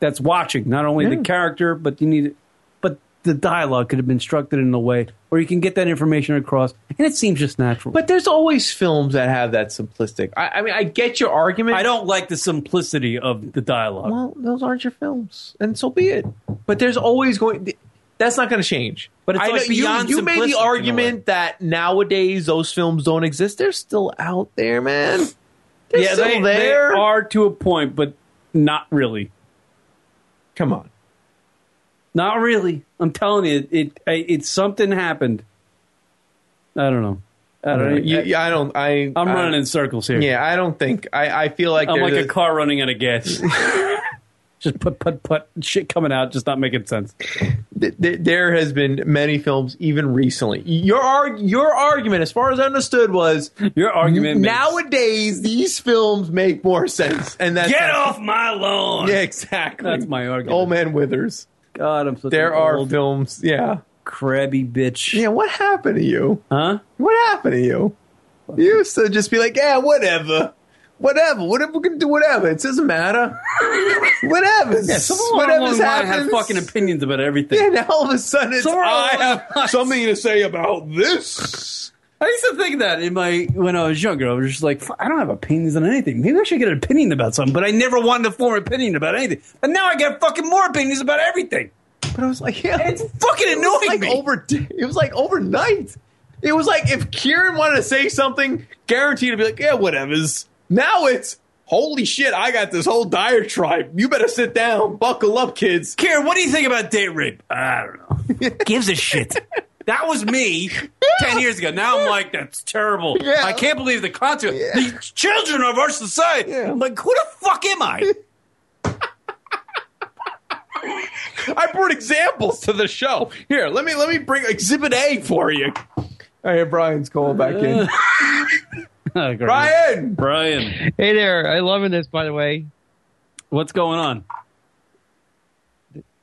that's watching, not only the character, but you need, but the dialogue could have been structured in a way where you can get that information across, and it seems just natural. But there's always films that have that simplistic. I, I mean, I get your argument. I don't like the simplicity of the dialogue. Well, those aren't your films, and so be it. But there's always going. That's not going to change. But it's I like know- you- beyond you, made simplistic in the a way. argument that nowadays those films don't exist. They're still out there, man. They're yeah, still they, they there. are to a point, but not really. Come on, not really. I'm telling you, it it, I- it's something happened. I don't know. I don't. know. Uh, You- you- I don't. I. I'm I- running in circles here. Yeah, I don't think. I. I feel like I'm there's like a car running out of gas. just put put put shit coming out, just not making sense. th- th- there has been many films, even recently. Your arg- your argument, as far as I understood, was your argument makes- nowadays these films make more sense, and that's Get off my lawn. Yeah, exactly. That's my argument. Old man withers. God, I'm so There are films. Yeah, crabby bitch. Yeah, what happened to you? Huh? What happened to you? You used to just be like, yeah, whatever. Whatever, whatever, we can do whatever. It doesn't matter. whatever, Yeah, someone whatever's along the line had happened. fucking opinions about everything. Yeah, now all of a sudden it's, Someone I along have something to say about this. I used to think that in my when I was younger, I was just like, "F- I don't have opinions on anything. Maybe I should get an opinion about something, but I never wanted to form an opinion about anything. And now I get fucking more opinions about everything. But I was like, yeah, it's fucking it annoying was like me. Over, it was like overnight. It was like if Kieran wanted to say something, guaranteed to be like, yeah, whatever's. Now it's holy shit, I got this whole diatribe. You better sit down, buckle up, kids. Karen, what do you think about date rape? I don't know. Gives a shit. That was me ten years ago. Now I'm like, that's terrible. Yeah. I can't believe the consequence. The children of our society. I'm like, who the fuck am I? I brought examples to the show. Here, let me let me bring Exhibit A for you. I hear Brian's calling back in. Brian, Brian, Hey there. I loving this, by the way. what's going on?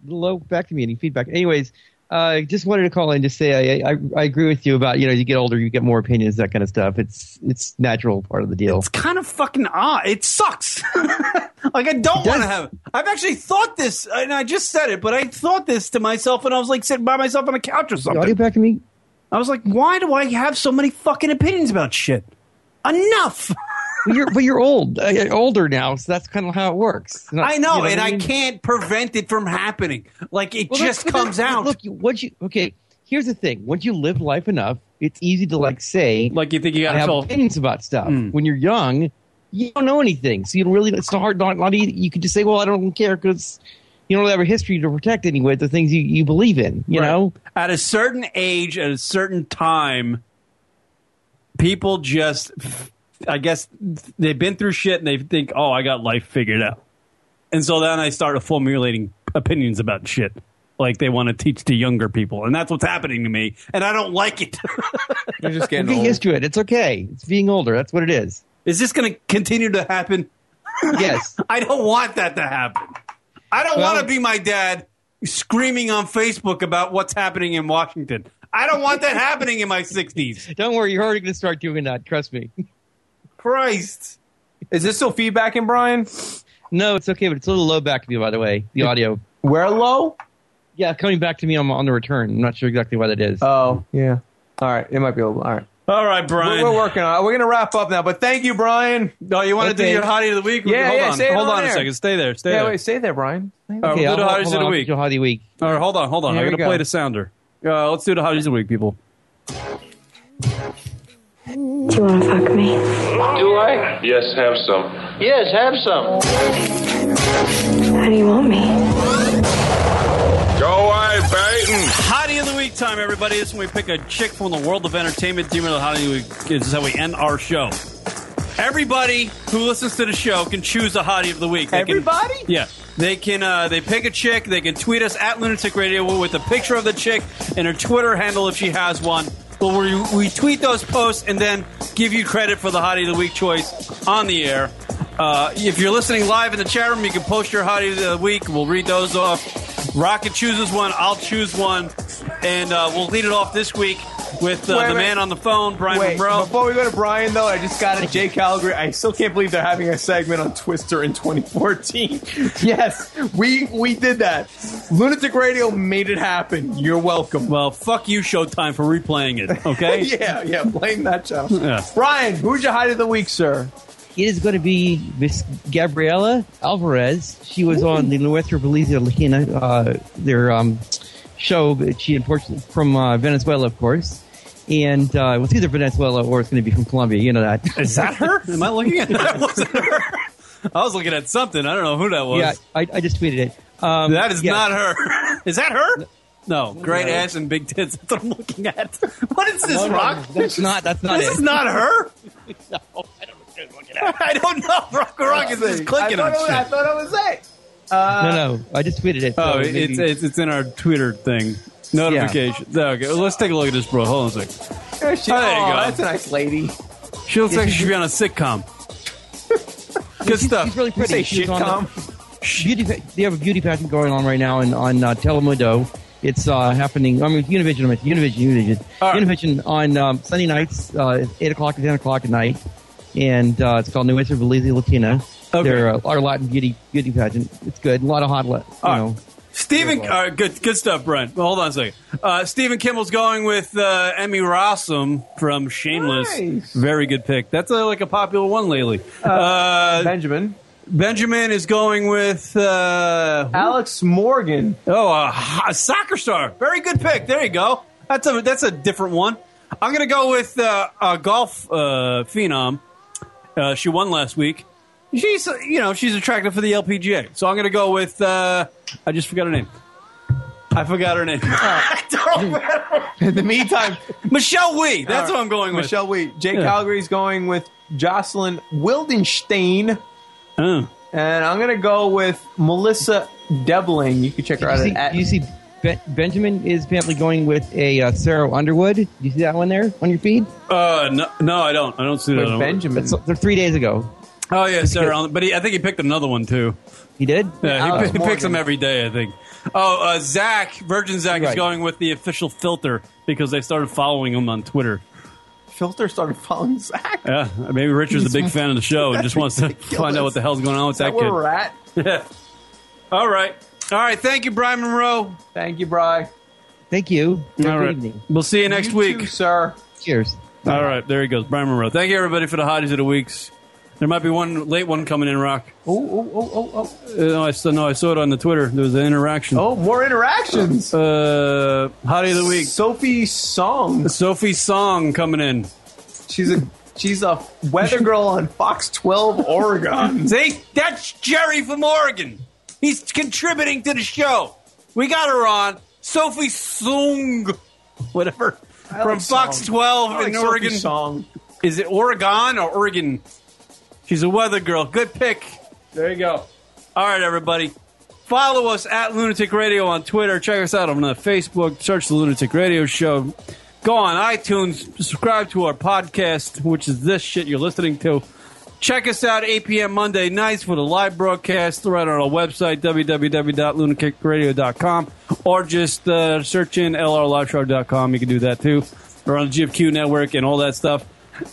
Low back to me any feedback. Anyways, uh, just wanted to call in to say I, I I agree with you about you know you get older you get more opinions that kind of stuff. It's it's natural part of the deal. kind of fucking odd. It sucks. like I don't want to have. I've actually thought this, and I just said it, but I thought this to myself, and I was like sitting by myself on a couch or something. Audio back to me. I was like, why do I have so many fucking opinions about shit? Enough. But you're but you're old uh, you're older now, so that's kind of how it works. Not- I know, you what and I, mean? can't prevent it from happening. Like it Well, that's- just but comes that's- out. Look, you, once you okay. Here's the thing: once you live life enough, it's easy to like say, like you Hmm. think you got I have solve- opinions about stuff. When you're young, you don't know anything, so you don't really. It's hard not not easy. You could just say, "Well, I don't care," because you don't really have a history to protect anyway. The things you, you believe in, you know. at a certain age, at a certain time, people just f- I guess they've been through shit and they think, oh, I got life figured out. And so then I started formulating opinions about shit. Like they want to teach to younger people. And that's what's happening to me. And I don't like it. You're just Get used to it. It's okay. It's being older. That's what it is. Is this going to continue to happen? Yes. I don't want that to happen. I don't want to be my dad screaming on Facebook about what's happening in Washington. I don't want that happening in my 60s. Don't worry. You're already going to start doing that. Trust me. Christ. Is this still feedback in Brian? No, it's okay, but it's a little low back to me, by the way, the audio. Where low? Yeah, coming back to me on, on the return. I'm not sure exactly what it is. Oh, yeah. All right. It might be a little. All right. All right, Brian. We're, we're working on it. We're going to wrap up now, but thank you, Brian. No, you want to do your hottie of the week? Yeah, hold yeah, on. say it hold on on, a air. second. Stay there. Stay yeah, there. wait, stay there, Brian. Stay All right, Okay, we'll do I'll- the hotties hold of the on, week. I'll do hottie week. All right, hold on, hold on. Here I we gotta go. play the sounder. Uh, let's do the hotties of the week, people. Do you want to fuck me? Do I? Yes, have some. Yes, have some. How do you want me? Go away, Baton. Hottie of the week time, everybody. This is when we pick a chick from the world of entertainment. Demon of the Hottie of the week. This is how we end our show. Everybody who listens to the show can choose a hottie of the week. They can- Everybody? yeah, they can. Uh, they pick a chick. They can tweet us at Lunatic Radio with a picture of the chick and her Twitter handle if she has one. But we, we tweet those posts and then give you credit for the hottie of the week choice on the air. Uh, if you're listening live in the chat room, you can post your hottie of the week. We'll read those off. Rocket chooses one. I'll choose one, and uh, we'll lead it off this week with uh, Wait a the minute. man on the phone, Brian Wait, Monroe. before we go to Brian, though, I just got it. Jay Calgary. I still can't believe they're having a segment on Twister in 2014. yes, we we did that. Lunatic Radio made it happen. You're welcome. Well, fuck you, Showtime, for replaying it. Okay? yeah, yeah. Blame that show. Yeah. Brian, who's your hide of the week, sir? It is going to be Miss Gabriela Alvarez. She was on the Nuestra Belize Latina, uh, their um, show. But she unfortunately from uh, Venezuela, of course. And uh, it was either Venezuela or it's going to be from Colombia. You know that. Is that her? Am I looking at that? Wasn't her. I was looking at something. I don't know who that was. Yeah, I, I just tweeted it. Um, that is yeah. not her. Is that her? No, great No. ass and big tits. That's what I'm looking at. What is this, No, no, Rock? that's not- that's not This it. is not her. I don't know. Rock Rock is I just clicking thought on it was- I shit. thought it was it. Uh, no, no, I just tweeted it. Oh, so it- it's, maybe- it's it's in our Twitter thing. Notification. Okay, let's take a look at this, bro. Hold on a second. There she, Oh, there you aw, go. That's a nice lady. She looks Yeah, like she she should be on a sitcom. Good stuff. She's really pretty. say She was shit, on the- Tom? beauty, pa- they have a beauty pageant going on right now in, on uh, Telemundo. It's uh, happening. I mean, Univision. I mean, Univision. Univision. Univision on um, Sunday nights, uh, at eight o'clock and ten o'clock at night, and uh, it's called Nuestra Belize Latina. Okay. They're uh, our Latin beauty beauty pageant. It's good. A lot of hot, la- you All know. Stephen, all right, good, good stuff, Brent. Well, hold on a second. Uh, Stephen Kimmel's going with uh, Emmy Rossum from Shameless. Very good pick. That's uh like a popular one lately. Uh, Benjamin. Benjamin is going with uh, Alex Morgan. Oh, a, ho- a soccer star. Very good pick. There you go. That's a that's a different one. I'm gonna go with uh, a golf uh, phenom. Uh, she won last week. She's uh, you know she's attractive for the LPGA. So I'm gonna go with uh, I just forgot her name. I forgot her name. In the meantime, Michelle Wee. That's All what I'm going with. Michelle Wee. Jay Yeah. Calgary's going with Jocelyn Wildenstein. Oh. And I'm going to go with Melissa Debling. You can check her Did out you see, at. did you see Be- Benjamin is apparently going with a uh, Sarah Underwood. Did you see that one there on your feed? Uh, no, no, I don't. I don't see that. Wait, one. Benjamin. That's- they're three days ago. Oh yeah, Sarah. Allen- But he, I think he picked another one too. He did. Oh, Yeah, he, Alex p- he picks Morgan. them every day. I think. Oh, uh, Zach, Virgin Zach is Right. going with the official filter because they started following him on Twitter. Filter started following Zach. Yeah, maybe Richard's a big fan of the show and just wants to find out what the hell's going on with Is that where we're at? kid. Yeah. All right, all right. Thank you, Brian Monroe. Thank you, Bry. Thank you. Have a good All right. evening. We'll see you next You week. too, sir. Cheers. All right, there he goes, Brian Monroe. Thank you everybody for the hotties of the weeks. There might be one late one coming in, Rock. Oh, oh, oh, oh, oh. Uh, no, I saw, no, I saw it on the Twitter. There was an interaction. Oh, more interactions. Uh, hottie of the week. Sophie Song. Sophie Song coming in. She's a she's a weather girl on Fox 12 Oregon. See, that's Jerry from Oregon. He's contributing to the show. We got her on. Sophie Sung, whatever, I from like Fox Song. 12 I like in Sophie Oregon. Song. Is it Oregon or Oregon? She's a weather girl. Good pick. There you go. All right, everybody. Follow us at Lunatic Radio on Twitter. Check us out on the Facebook. Search the Lunatic Radio Show. Go on iTunes. Subscribe to our podcast, which is this shit you're listening to. Check us out 8 p.m. Monday nights for the live broadcast right on our website, www.lunaticradio.com, or just uh, search in lrliveshow.com. You can do that too. We're on the GFQ network and all that stuff.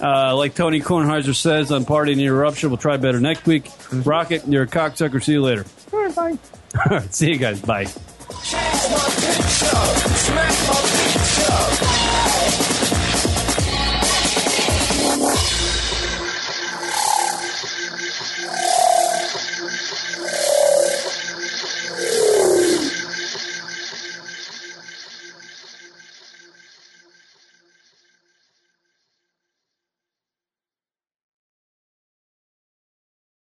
Uh, like Tony Kornheiser says on Party and Eruption, we'll try better next week. Rocket, you're a cocksucker. See you later. All right, bye. All right, see you guys. Bye. Smash my picture. Smash my picture.